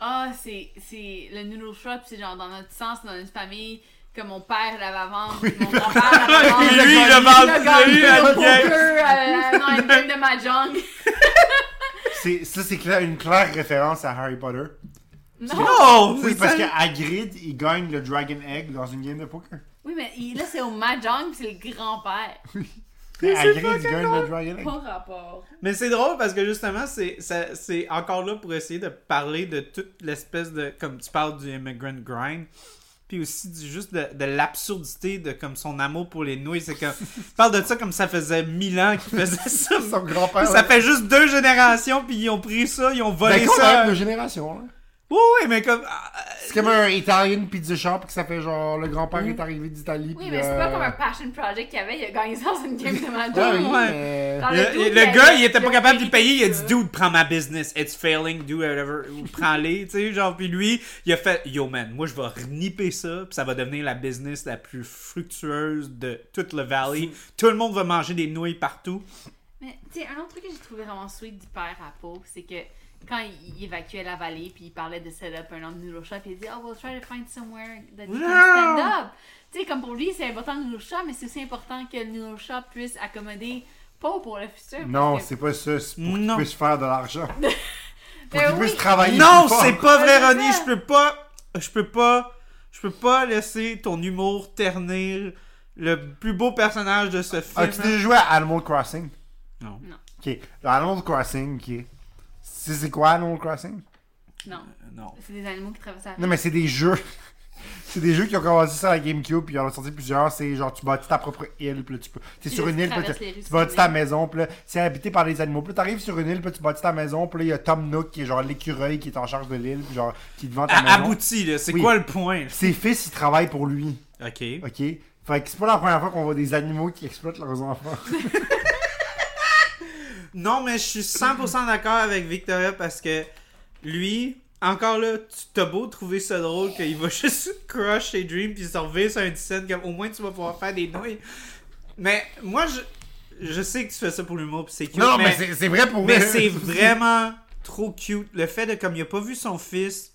Speaker 1: Ah, c'est c'est le noodle shop, c'est genre dans notre sens, dans notre famille, que mon père l'avait avant, puis mon grand-père l'avait
Speaker 3: [laughs]
Speaker 1: avant.
Speaker 3: Lui,
Speaker 1: puis
Speaker 3: il a vendu- lui,
Speaker 1: gagné
Speaker 3: il a
Speaker 1: au
Speaker 3: gagné.
Speaker 1: poker, euh, dans une game de Mahjong.
Speaker 2: C'est- Ça, c'est clair- une claire référence à Harry Potter.
Speaker 1: Non!
Speaker 3: Oh!
Speaker 2: Oui,
Speaker 3: c'est
Speaker 2: parce
Speaker 3: ça.
Speaker 2: que Hagrid, il gagne le Dragon Egg dans une game de poker.
Speaker 1: Oui, mais il- là, c'est au Mahjong, puis c'est le grand-père.
Speaker 2: Mais
Speaker 3: c'est
Speaker 2: Hagrid,
Speaker 3: fucking
Speaker 2: il gagne le Dragon Egg.
Speaker 1: Pas rapport.
Speaker 3: Mais c'est drôle parce que justement, c'est ça- c'est encore là pour essayer de parler de toute l'espèce de. Comme tu parles du immigrant grind. Puis aussi du, juste de, de l'absurdité de comme son amour pour les nouilles. C'est comme. tu parles de ça comme ça faisait mille ans qu'il faisait ça.
Speaker 2: [laughs] Son grand-père.
Speaker 3: Ça
Speaker 2: ouais.
Speaker 3: fait juste deux générations, puis ils ont pris ça, ils ont volé
Speaker 2: Ben, quand
Speaker 3: ça.
Speaker 2: même, de génération, là.
Speaker 3: Oui, oui, mais comme. ah,
Speaker 2: C'est comme un Italian pizza shop que ça fait genre le grand-père est arrivé d'Italie.
Speaker 1: Mm. Oui,
Speaker 2: puis,
Speaker 1: mais c'est
Speaker 2: euh,
Speaker 1: pas comme un passion project qu'il avait, il a gagné ça dans une game de
Speaker 2: Ouais,
Speaker 1: Mahjong.
Speaker 2: oui,
Speaker 3: Ouais.
Speaker 2: mais-
Speaker 1: Dans
Speaker 3: Le,
Speaker 1: doute,
Speaker 3: le
Speaker 1: il
Speaker 3: gars,
Speaker 1: avait-
Speaker 3: il était pas
Speaker 1: a
Speaker 3: capable de le
Speaker 1: payé
Speaker 3: payer. Il a
Speaker 1: ça.
Speaker 3: dit, dude, prends ma business. It's failing. Do whatever. [laughs] Ou Prends-les. tu sais, genre. Puis lui, il a fait, yo man, moi je vais nipper ça. Puis ça va devenir la business la plus fructueuse de toute le valley. Tout le monde va manger des nouilles partout.
Speaker 1: Mais tu sais, un autre truc que j'ai trouvé vraiment sweet du père à Pau, c'est que quand il, il évacuait la vallée puis il parlait de set up un autre noodle shop, il dit Oh, we'll try to find somewhere that you can stand up. Tu sais, comme pour lui, c'est important le noodle shop, mais c'est aussi important que le noodle shop puisse accommoder Pau pour le futur.
Speaker 2: Non,
Speaker 1: parce que-
Speaker 2: c'est pas ça. C'est pour qu'il
Speaker 3: Non.
Speaker 2: puisse faire de l'argent. Pour
Speaker 1: Ben
Speaker 2: qu'il puisse
Speaker 1: oui.
Speaker 2: travailler.
Speaker 3: non,
Speaker 2: plus fort.
Speaker 3: c'est pas vrai,
Speaker 1: Ouais, c'est
Speaker 3: Ronnie.
Speaker 1: ça.
Speaker 3: Ah, Je peux pas. Je peux pas. Je peux pas laisser ton humour ternir le plus beau personnage de ce film.
Speaker 2: As-tu déjà joué à Animal Crossing
Speaker 3: Non.
Speaker 2: Ok. Dans Animal Crossing, ok. C'est c'est quoi Animal Crossing
Speaker 1: Non,
Speaker 3: Euh, Non.
Speaker 1: c'est des animaux qui traversent la
Speaker 2: Non, mais c'est des jeux. [laughs] C'est des jeux qui ont commencé ça à la GameCube, puis ils en ont sorti plusieurs. C'est genre, tu bâtis ta propre île, puis là, tu peux. T'es
Speaker 1: Tu
Speaker 2: sur une île, puis
Speaker 1: traverses
Speaker 2: t'as-
Speaker 1: les rues
Speaker 2: tu
Speaker 1: sur une
Speaker 2: bâtis ta
Speaker 1: île.
Speaker 2: maison, puis là, c'est habité par des animaux. Puis là, t'arrives sur une île, puis là, tu bâtis ta maison, puis là, il y a Tom Nook, qui est genre l'écureuil qui est en charge de l'île, puis genre, qui te vend ta
Speaker 3: A-
Speaker 2: maison.
Speaker 3: abouti, là. C'est
Speaker 2: Oui.
Speaker 3: quoi le point? là?
Speaker 2: Ses fils, ils travaillent pour lui,
Speaker 3: Ok.
Speaker 2: ok? Fait que c'est pas la première fois qu'on voit des animaux qui exploitent leurs enfants.
Speaker 3: Non, mais je suis 100% d'accord avec Victoria parce que lui, encore là, tu t'as beau trouver ça drôle qu'il va [laughs] juste crush ses dreams puis se revirer sur un 17, comme au moins tu vas pouvoir faire des nouilles. Mais moi, je, je sais que tu fais ça pour l'humour puis c'est cute.
Speaker 2: [laughs] non, mais,
Speaker 3: mais-
Speaker 2: c'est- c'est vrai pour
Speaker 3: mais
Speaker 2: eux.
Speaker 3: c'est vraiment trop cute. Le fait de, comme il a pas vu son fils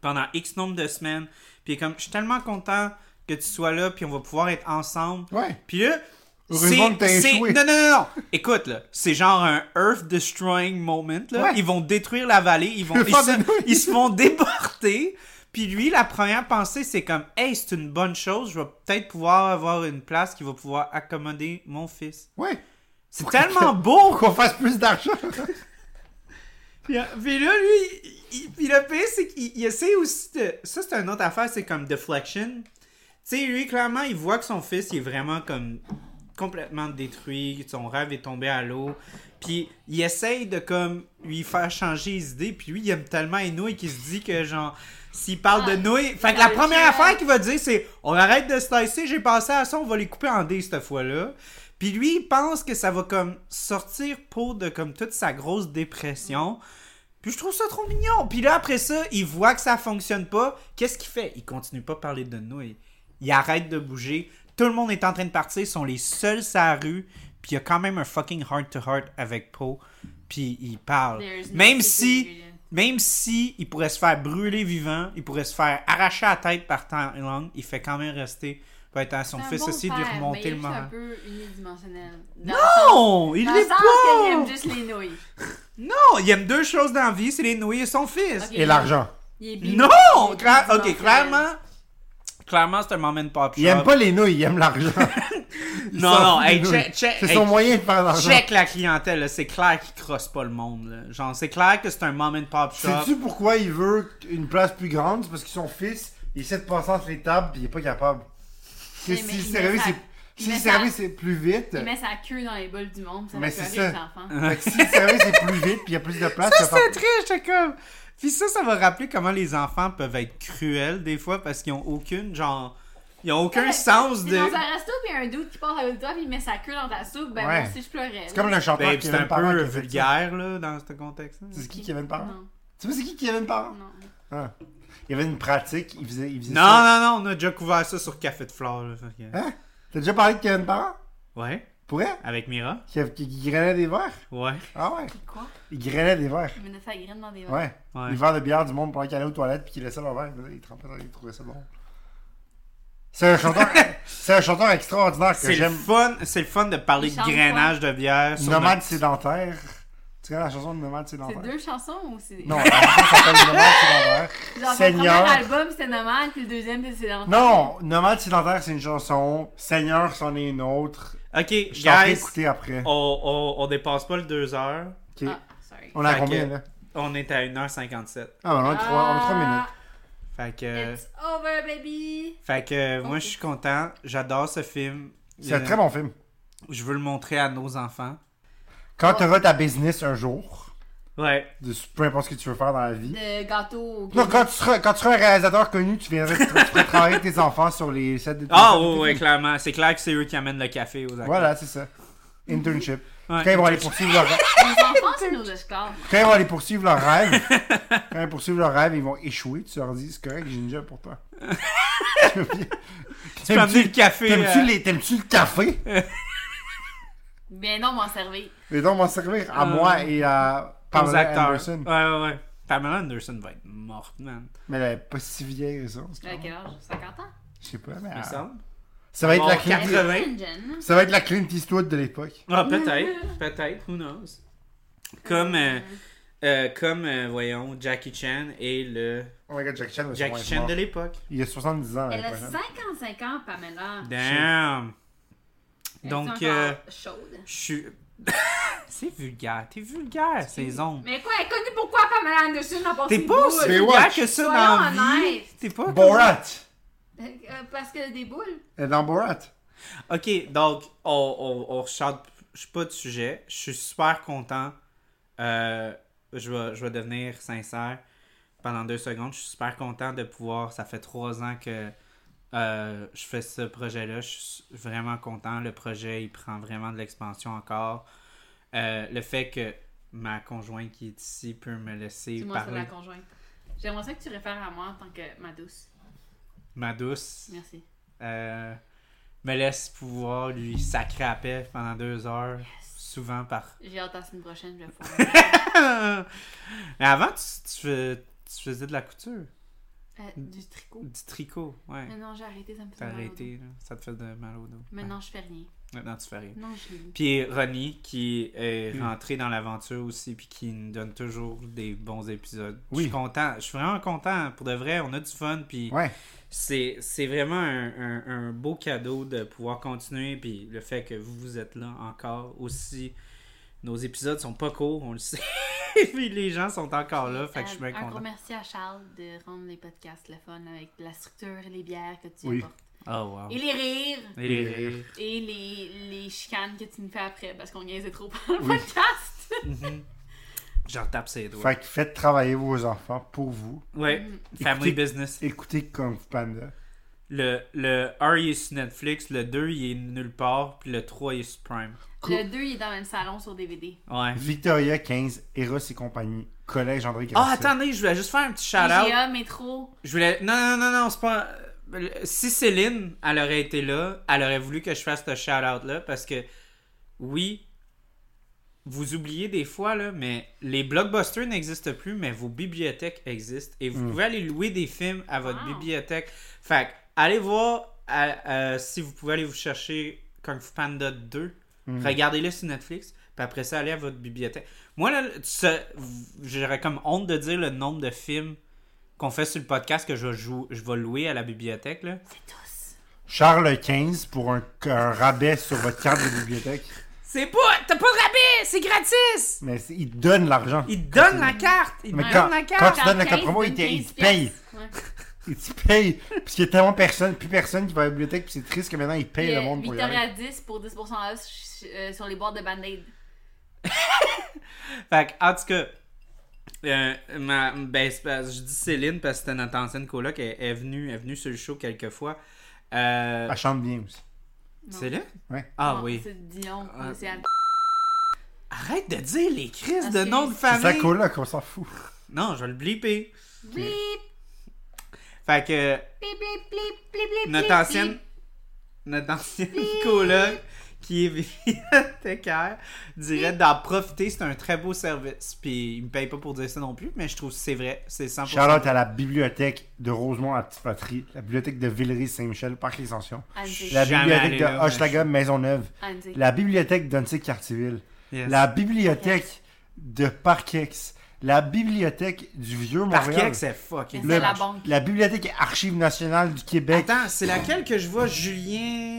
Speaker 3: pendant X nombre de semaines, puis il est comme, je suis tellement content que tu sois là, puis on va pouvoir être ensemble.
Speaker 2: Ouais.
Speaker 3: Puis là,
Speaker 2: Heureusement
Speaker 3: c'est-
Speaker 2: que t'as
Speaker 3: c'est-
Speaker 2: échoué.
Speaker 3: Non, non, non, non. Écoute, là, c'est genre un Earth Destroying Moment, là.
Speaker 2: Ouais.
Speaker 3: Ils vont détruire la vallée,
Speaker 2: [laughs]
Speaker 3: ils, vont,
Speaker 2: Le
Speaker 3: ils,
Speaker 2: fan
Speaker 3: se,
Speaker 2: de nouilles.
Speaker 3: ils se font déporter. Puis lui, la première pensée, c'est comme, hey, c'est une bonne chose, je vais peut-être pouvoir avoir une place qui va pouvoir accommoder mon fils.
Speaker 2: Ouais.
Speaker 3: C'est tellement beau!
Speaker 2: Qu'on fasse plus d'argent.
Speaker 3: Puis, euh, puis là, lui, il, il- puis le pire, c'est qu'il il essaie aussi de. Ça, c'est une autre affaire, c'est comme deflection. Tu sais, lui, clairement, il voit que son fils il est vraiment comme complètement détruit, son rêve est tombé à l'eau. Puis il essaye de comme lui faire changer les idées. Puis lui, il aime tellement les nouilles qu'il se dit que genre, s'il parle
Speaker 1: Ah,
Speaker 3: de nouilles. Fait que la
Speaker 1: le
Speaker 3: première
Speaker 1: gel.
Speaker 3: affaire qu'il va dire, c'est on arrête de slicer, j'ai pensé à ça, on va les couper en dés cette fois-là. Puis lui, il pense que ça va comme sortir pour de comme toute sa grosse dépression. Puis je trouve ça trop mignon. Puis là, après ça, il voit que ça fonctionne pas. Qu'est-ce qu'il fait? Il continue pas de parler de nouilles. Il arrête de bouger. Tout le monde est en train de partir. Ils sont les seuls à la rue. Puis il y a quand même un fucking heart-to-heart avec Poe. Puis il parle.
Speaker 1: There's no
Speaker 3: Même
Speaker 1: secret
Speaker 3: si,
Speaker 1: ingredient.
Speaker 3: même si il pourrait se faire brûler vivant, il pourrait se faire arracher la tête par temps long, il fait quand même rester. Peut-être à son
Speaker 1: C'est un
Speaker 3: fils
Speaker 1: bon
Speaker 3: aussi de lui
Speaker 1: père, mais il
Speaker 3: remonter
Speaker 1: est
Speaker 3: le
Speaker 1: juste un
Speaker 3: moral.
Speaker 1: peu unidimensionnel.
Speaker 3: Non! Il
Speaker 1: Dans le
Speaker 3: est
Speaker 1: sens qu'il aime
Speaker 3: pas!
Speaker 1: juste les nouilles.
Speaker 3: Non! Il aime deux choses dans la vie, c'est les nouilles et son fils.
Speaker 1: Ok.
Speaker 2: Et l'argent.
Speaker 1: Il est bi-
Speaker 3: Non!
Speaker 1: il est
Speaker 3: Cla-
Speaker 1: bidimensionnel.
Speaker 3: ok, clairement. Clairement, c'est un moment pop shop.
Speaker 2: Il aime pas les nouilles, il aime
Speaker 3: [laughs]
Speaker 2: l'argent. Il
Speaker 3: Non,
Speaker 2: s'en
Speaker 3: non,
Speaker 2: fout des
Speaker 3: hey,
Speaker 2: nouilles.
Speaker 3: check, check,
Speaker 2: C'est
Speaker 3: hey,
Speaker 2: son moyen de faire de l'argent.
Speaker 3: check la clientèle, là. c'est clair qu'il crosse pas le monde. là. Genre, c'est clair que c'est un moment pop shop.
Speaker 2: Sais-tu pourquoi il veut une place plus grande? C'est parce que son fils, il essaie de passer entre les tables puis il est pas capable. Que
Speaker 1: Mais-
Speaker 2: si
Speaker 1: mais
Speaker 2: le
Speaker 1: il
Speaker 2: service
Speaker 1: met sa-
Speaker 2: est-
Speaker 1: il
Speaker 2: si le
Speaker 1: met sa-
Speaker 2: service est plus vite,
Speaker 1: Il met sa queue dans les bols du monde, ça
Speaker 2: Mais
Speaker 1: fait
Speaker 2: c'est
Speaker 1: pleurer les
Speaker 2: ça.
Speaker 1: enfants.
Speaker 2: fait que si le service est plus vite puis il y a plus de place,
Speaker 3: Ça,
Speaker 2: tu vas faire-
Speaker 3: [laughs] c'est très, j'étais comme. Puis ça, ça va rappeler comment les enfants peuvent être cruels des fois parce qu'ils ont aucune, genre. Ils ont aucun
Speaker 1: Ouais,
Speaker 3: sens
Speaker 1: T'es
Speaker 3: de.
Speaker 1: dans un resto, puis il y a un doute qui passe à côté de toi, puis il met sa queue dans ta soupe, ben
Speaker 2: Ouais.
Speaker 1: moi aussi je pleurais.
Speaker 2: c'est comme le chanteur
Speaker 3: Ben, c'est
Speaker 2: Kevin
Speaker 3: un
Speaker 2: Parent qui
Speaker 3: peu
Speaker 2: a fait ça.
Speaker 3: vulgaire, là, dans ce contexte.
Speaker 2: C'est qui Kevin Parent?
Speaker 1: Non,
Speaker 2: Tu sais pas c'est qui Kevin Parent?
Speaker 1: non.
Speaker 2: Ah. Il y avait une pratique, il faisait, il faisait
Speaker 3: Non,
Speaker 2: ça.
Speaker 3: non, non, on a déjà couvert ça sur Café de Flore, là. fait que-
Speaker 2: Hein? T'as déjà parlé de Kevin Parent?
Speaker 3: Ouais,
Speaker 2: Pourrait?
Speaker 3: avec Mira.
Speaker 2: Qui, qui, qui grainait des verres?
Speaker 3: Ouais.
Speaker 2: Ah ouais?
Speaker 1: Quoi?
Speaker 2: Il grainait des verres.
Speaker 1: Il me mettait sa graine dans des verres.
Speaker 2: Ouais.
Speaker 3: Ouais.
Speaker 2: Il vend de bière du monde pendant qu'il allait aux toilettes puis qu'il laissait leur verre. Il trempait dans- il trouvait ça bon. C'est un chanteur, c'est un chanteur extraordinaire que
Speaker 3: C'est le
Speaker 2: j'aime.
Speaker 3: fun, c'est le fun de parler
Speaker 1: Il
Speaker 3: de
Speaker 1: chante
Speaker 3: grainage de bière sur
Speaker 2: Nomade
Speaker 3: notre-
Speaker 2: sédentaire. Tu connais la chanson de Nomade
Speaker 1: C'est
Speaker 2: sédentaire?
Speaker 1: deux chansons ou c'est.
Speaker 2: Non, la chanson s'appelle Nomade
Speaker 1: Genre,
Speaker 2: sédentaire.
Speaker 1: son premier
Speaker 2: Seigneur.
Speaker 1: album c'était normal, puis le deuxième c'était dans
Speaker 2: Non, Nomade sédentaire, c'est une chanson. Seigneur, c'en est une autre.
Speaker 3: Ok,
Speaker 2: Je t'en ferai
Speaker 3: guys,
Speaker 2: écouter après.
Speaker 3: on, on, on dépasse pas le 2 heures.
Speaker 2: Ok.
Speaker 1: Ah, sorry.
Speaker 2: On a
Speaker 3: Fait
Speaker 2: combien
Speaker 3: que-
Speaker 2: là?
Speaker 3: On est à 1h57.
Speaker 2: Ah, ben, on a trois, on a trois minutes. Euh.
Speaker 3: Fait que,
Speaker 1: Ah, It's over, baby!
Speaker 3: fait que euh, moi,
Speaker 1: Ok.
Speaker 3: je suis content. J'adore ce film. Euh,
Speaker 2: C'est un très bon film.
Speaker 3: Je veux le montrer à nos enfants.
Speaker 2: Quand tu auras ta business un jour,
Speaker 3: Ouais.
Speaker 2: de, peu importe ce que tu veux faire dans la vie,
Speaker 1: De gâteau. au
Speaker 2: Non, quand tu, seras, quand tu seras un réalisateur connu, tu viendrais tu ferais travailler avec tes enfants sur les sets de
Speaker 3: Ah,
Speaker 2: les sets de
Speaker 3: oui,
Speaker 2: tes
Speaker 3: ouais,
Speaker 2: films.
Speaker 3: clairement. C'est clair que c'est eux qui amènent le café aux acteurs.
Speaker 2: Voilà, c'est ça. Internship.
Speaker 3: Ouais.
Speaker 2: Quand ils vont aller poursuivre leur,
Speaker 1: Les enfants, c'est nos esclaves.
Speaker 2: quand ils vont aller poursuivre leur
Speaker 3: [laughs]
Speaker 2: rêve, quand ils poursuivent leur rêve, ils vont échouer. Tu leur dis, c'est correct, j'ai une job pour
Speaker 3: [laughs]
Speaker 2: toi.
Speaker 3: Tu peux amener le café.
Speaker 2: T'aimes-tu
Speaker 3: euh,
Speaker 2: les- t'aimes-tu le café?
Speaker 1: Bien Ben non, m'en servir.
Speaker 2: Mais donc, m'en servir à
Speaker 3: Euh,
Speaker 2: moi et à
Speaker 3: aux
Speaker 2: Pamela
Speaker 3: acteurs. Ah.
Speaker 2: Anderson.
Speaker 3: Ouais, ouais, ouais. Pamela Anderson va être morte, man.
Speaker 2: Mais elle est pas si vieille, ça. en ce
Speaker 1: À
Speaker 2: moment.
Speaker 1: quel âge? 50 ans?
Speaker 2: Je sais pas, mais...
Speaker 3: Il me
Speaker 2: elle-
Speaker 3: semble.
Speaker 2: Ça va être
Speaker 3: Bon,
Speaker 2: la Clint...
Speaker 3: quatre- 80.
Speaker 1: Une jeune.
Speaker 2: Ça va être la Clint Eastwood de l'époque.
Speaker 3: Ah, peut-être. peut-être. Who knows? Comme, euh, euh, comme euh, voyons, Jackie Chan et le
Speaker 2: Oh my god, Jackie Chan va sûrement
Speaker 3: Jackie
Speaker 2: être
Speaker 3: Chan
Speaker 2: mort.
Speaker 3: de l'époque.
Speaker 2: Il a 70 ans. hein. l'année
Speaker 1: Elle a
Speaker 2: prochaine.
Speaker 1: 55 ans, Pamela.
Speaker 3: Damn!
Speaker 1: Elle est
Speaker 3: Donc,
Speaker 1: encore
Speaker 3: euh,
Speaker 1: chaude.
Speaker 3: je suis. [laughs] c'est vulgaire. T'es vulgaire, ces ondes.
Speaker 1: Mais quoi, elle est connue pourquoi Pamela Anderson a passé
Speaker 3: T'es pas
Speaker 1: le bout?
Speaker 3: aussi
Speaker 2: Mais
Speaker 3: vulgaire
Speaker 2: wesh.
Speaker 3: que ça
Speaker 1: Soyons
Speaker 3: dans la vie.
Speaker 1: honnêtes.
Speaker 3: T'es pas. comme-
Speaker 2: Borat!
Speaker 4: Euh, Parce que des boules.
Speaker 2: Et Euh, dans Borat.
Speaker 3: Ok, donc, on, on, on chante je suis pas de sujet. Je suis super content. Euh, je, vais, je vais devenir sincère pendant deux secondes. Je suis super content de pouvoir. Ça fait trois ans que euh, je fais ce projet-là. Je suis vraiment content. Le projet, il prend vraiment de l'expansion encore. Euh, le fait que ma conjointe qui est ici peut me laisser
Speaker 1: Dis-moi, c'est
Speaker 3: parler.
Speaker 1: la conjointe. J'aimerais ça que tu réfères à moi en tant que ma douce.
Speaker 3: Ma douce.
Speaker 1: Merci.
Speaker 3: euh, me laisse pouvoir lui sacrer à paix pendant deux heures,
Speaker 1: Yes.
Speaker 3: souvent par
Speaker 1: J'ai hâte à la semaine prochaine, je vais
Speaker 3: [laughs]
Speaker 1: faire.
Speaker 3: Mais avant, tu, tu fais- tu faisais de la couture,
Speaker 1: Euh, du tricot.
Speaker 3: du tricot, ouais.
Speaker 1: Maintenant, j'ai arrêté, ça me fait
Speaker 3: T'as
Speaker 1: mal. au dos.
Speaker 3: arrêté, là. ça te fait de mal au dos.
Speaker 1: Maintenant, je fais rien.
Speaker 3: Ouais. Maintenant, tu fais rien.
Speaker 1: Non, je lis.
Speaker 3: Puis Ronnie, qui est
Speaker 2: Mm.
Speaker 3: rentré dans l'aventure aussi, puis qui nous donne toujours des bons épisodes.
Speaker 2: Oui.
Speaker 3: Je suis content, je suis vraiment content. Pour de vrai, on a du fun, puis
Speaker 2: Ouais.
Speaker 3: c'est c'est vraiment un, un- un beau cadeau de pouvoir continuer. Puis le fait que vous, vous êtes là encore aussi. Nos épisodes sont pas courts, on le sait. [laughs] puis les gens sont encore là, fait que je suis bien
Speaker 1: Euh, Un gros
Speaker 3: content.
Speaker 1: merci à Charles de rendre les podcasts le fun avec la structure et les bières que tu
Speaker 2: Oui.
Speaker 1: apportes.
Speaker 3: Oh wow.
Speaker 1: Et les rires
Speaker 3: Et les-
Speaker 1: et les, les chicanes que tu nous fais après parce qu'on niaisait trop pendant le
Speaker 2: Oui.
Speaker 1: podcast.
Speaker 3: Mhm. J'en tape ses doigts.
Speaker 2: Fait que faites travailler vos enfants pour vous.
Speaker 3: Ouais,
Speaker 1: [laughs]
Speaker 3: Family
Speaker 2: Écoutez-
Speaker 3: Business.
Speaker 2: Écoutez Kung Fu Panda.
Speaker 3: Le, le 1, il est sur Netflix. Le 2, il est nulle part. Puis le 3, il est sur Prime.
Speaker 1: Le 2, il est dans le salon sur DVD.
Speaker 3: Ouais.
Speaker 2: Victoria 15, Eros et compagnie. Collège André
Speaker 3: Ah,
Speaker 2: Grasset.
Speaker 3: attendez, je voulais juste faire un petit shout-out.
Speaker 1: IGA, métro.
Speaker 3: Je voulais... Non, non, non, non, c'est pas... euh, Si Céline, elle aurait été là, elle aurait voulu que je fasse ce shout-out-là parce que, oui, vous oubliez des fois, là, mais les blockbusters n'existent plus, mais vos bibliothèques existent et vous pouvez aller louer des films à votre
Speaker 1: Wow.
Speaker 3: bibliothèque. Fait que, allez voir à- euh, si vous pouvez aller vous chercher Kung Fu Panda 2. Regardez-le sur Netflix, puis après ça, allez à votre bibliothèque. Moi, là, ce- j'aurais comme honte de dire le nombre de films qu'on fait sur le podcast que je vais, jou- je vais louer à la bibliothèque. Là.
Speaker 1: C'est tous.
Speaker 2: Charles 15 pour un, un rabais sur votre carte de bibliothèque.
Speaker 3: C'est pas. T'as pas de rabais! C'est gratis!
Speaker 2: Mais c'est- il te donne l'argent.
Speaker 3: Ils te donnent la carte! Ils
Speaker 2: Mais
Speaker 3: te
Speaker 2: quand-
Speaker 3: donnent la
Speaker 2: quand
Speaker 3: carte!
Speaker 2: Ah, tu donnes le
Speaker 1: Dans
Speaker 2: code promo,
Speaker 1: 15,
Speaker 2: il te- il te
Speaker 1: 15
Speaker 2: paye.
Speaker 1: piastres. Ouais.
Speaker 2: Il te paye. Parce qu'il y a tellement personne, plus personne qui va à la bibliothèque. Puis c'est triste que maintenant, il paye
Speaker 1: Puis,
Speaker 2: le
Speaker 1: euh,
Speaker 2: monde pour y aller.
Speaker 1: Victoria 10 pour 10% off ch- euh, sur les boîtes de Band-Aid.
Speaker 3: Fait que, en tout cas, euh, ma, ben, c'est parce- je dis Céline parce que c'était notre ancienne coloc, elle, elle est, venue, elle est venue sur le show quelques fois. Euh,
Speaker 2: Elle chante bien aussi.
Speaker 1: Non.
Speaker 3: Céline?
Speaker 2: Ouais.
Speaker 3: Ah
Speaker 1: Non,
Speaker 3: oui.
Speaker 1: C'est Dion.
Speaker 3: Ah.
Speaker 1: c'est Anne.
Speaker 3: Arrête de dire les crises de
Speaker 1: Excuse.
Speaker 3: nom de
Speaker 2: C'est sa
Speaker 3: famille!
Speaker 2: coloc, on s'en fout.
Speaker 3: Non, je vais le blipper.
Speaker 1: Blip,
Speaker 3: Fait que
Speaker 1: blip, blip, blip, blip, blip, blip,
Speaker 3: notre ancienne,
Speaker 1: blip.
Speaker 3: notre ancienne coloc qui est bibliothécaire dirait d'en profiter, c'est un très beau service. Puis il me paye pas pour dire ça non plus, mais je trouve que c'est vrai, c'est 100%.
Speaker 2: Charlotte à la bibliothèque de Rosemont à Petite Patrie, la bibliothèque de Villery-Saint-Michel, Parc Extension,
Speaker 1: Anne, c'est-
Speaker 2: la
Speaker 3: Jamais allé
Speaker 2: bibliothèque de
Speaker 3: là, mais
Speaker 2: Hochelaga, Maisonneuve,
Speaker 1: Anne, c'est-
Speaker 2: la bibliothèque d'Annecy-Cartierville,
Speaker 3: Yes.
Speaker 2: la bibliothèque de Parquex, la bibliothèque du Vieux-Montréal,
Speaker 3: Parquet, c'est fucking.
Speaker 1: Mais c'est
Speaker 2: le-
Speaker 1: la banque.
Speaker 2: la bibliothèque et Archives nationales du Québec,
Speaker 3: Attends, c'est laquelle que je vois Julien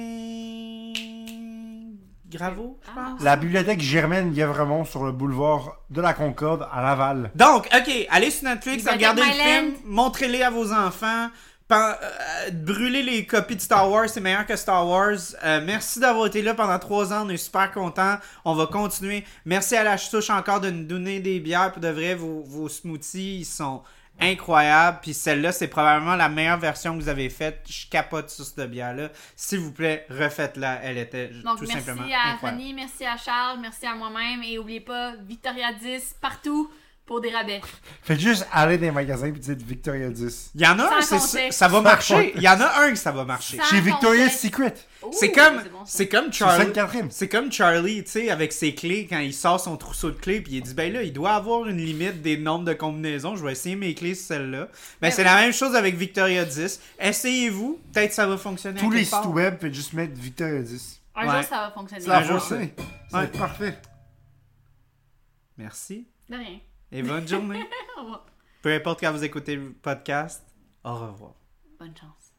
Speaker 3: Graveau, je pense.
Speaker 2: la bibliothèque Germaine Guévremont sur le boulevard de la Concorde à Laval.
Speaker 3: Donc, ok, allez sur Netflix,
Speaker 1: Bibliothèque
Speaker 3: regardez le film,
Speaker 1: Myland.
Speaker 3: montrez-les à vos enfants, pen- euh, brûlez les copies de Star Wars, c'est meilleur que Star Wars. Euh, merci d'avoir été là pendant trois ans, on est super contents, on va continuer. Merci à la Chouche encore de nous donner des bières, pour de vrai, vos, vos smoothies, ils sont incroyables, puis celle-là, c'est probablement la meilleure version que vous avez faite, je capote sur cette bière-là. S'il vous plaît, refaites-la, elle était
Speaker 1: Donc,
Speaker 3: tout
Speaker 1: merci
Speaker 3: simplement
Speaker 1: à
Speaker 3: incroyable.
Speaker 1: Fanny, merci à Charles, merci à moi-même. Et oubliez pas, Victoria 10 partout pour des rabais.
Speaker 2: Faites juste aller dans les magasins et dites Victoria 10.
Speaker 3: Il y en a
Speaker 1: Sans
Speaker 3: un, c'est
Speaker 1: conseil.
Speaker 3: ça va
Speaker 2: Sans
Speaker 3: marcher.
Speaker 2: conseil.
Speaker 3: Il y en a un que ça va marcher.
Speaker 1: Sans
Speaker 2: Chez Victoria's
Speaker 1: conseil.
Speaker 2: Secret,
Speaker 1: Ouh,
Speaker 3: C'est comme,
Speaker 1: bon, ça.
Speaker 3: c'est comme
Speaker 2: sur
Speaker 3: Charlie.
Speaker 2: Sainte-Catherine.
Speaker 3: C'est comme Charlie, tu sais, avec ses clés, quand il sort son trousseau de clés, puis il dit, ben là, il doit avoir une limite des nombres de combinaisons, je vais essayer mes clés sur celle-là. Ben,
Speaker 1: Ouais,
Speaker 3: c'est la même chose avec Victoria 10. Essayez-vous, peut-être ça va fonctionner. à
Speaker 2: Tous les
Speaker 3: quelque part.
Speaker 2: sites web, faites juste mettre Victoria 10.
Speaker 1: Un
Speaker 3: Ouais.
Speaker 1: jour, ça va fonctionner.
Speaker 2: C'est la
Speaker 3: Un jour,
Speaker 2: prochaine. Ça va être parfait.
Speaker 3: Merci,
Speaker 1: De rien. [laughs]
Speaker 3: et bonne journée.
Speaker 1: Au revoir.
Speaker 3: Peu importe quand vous écoutez le podcast, au revoir.
Speaker 1: Bonne chance.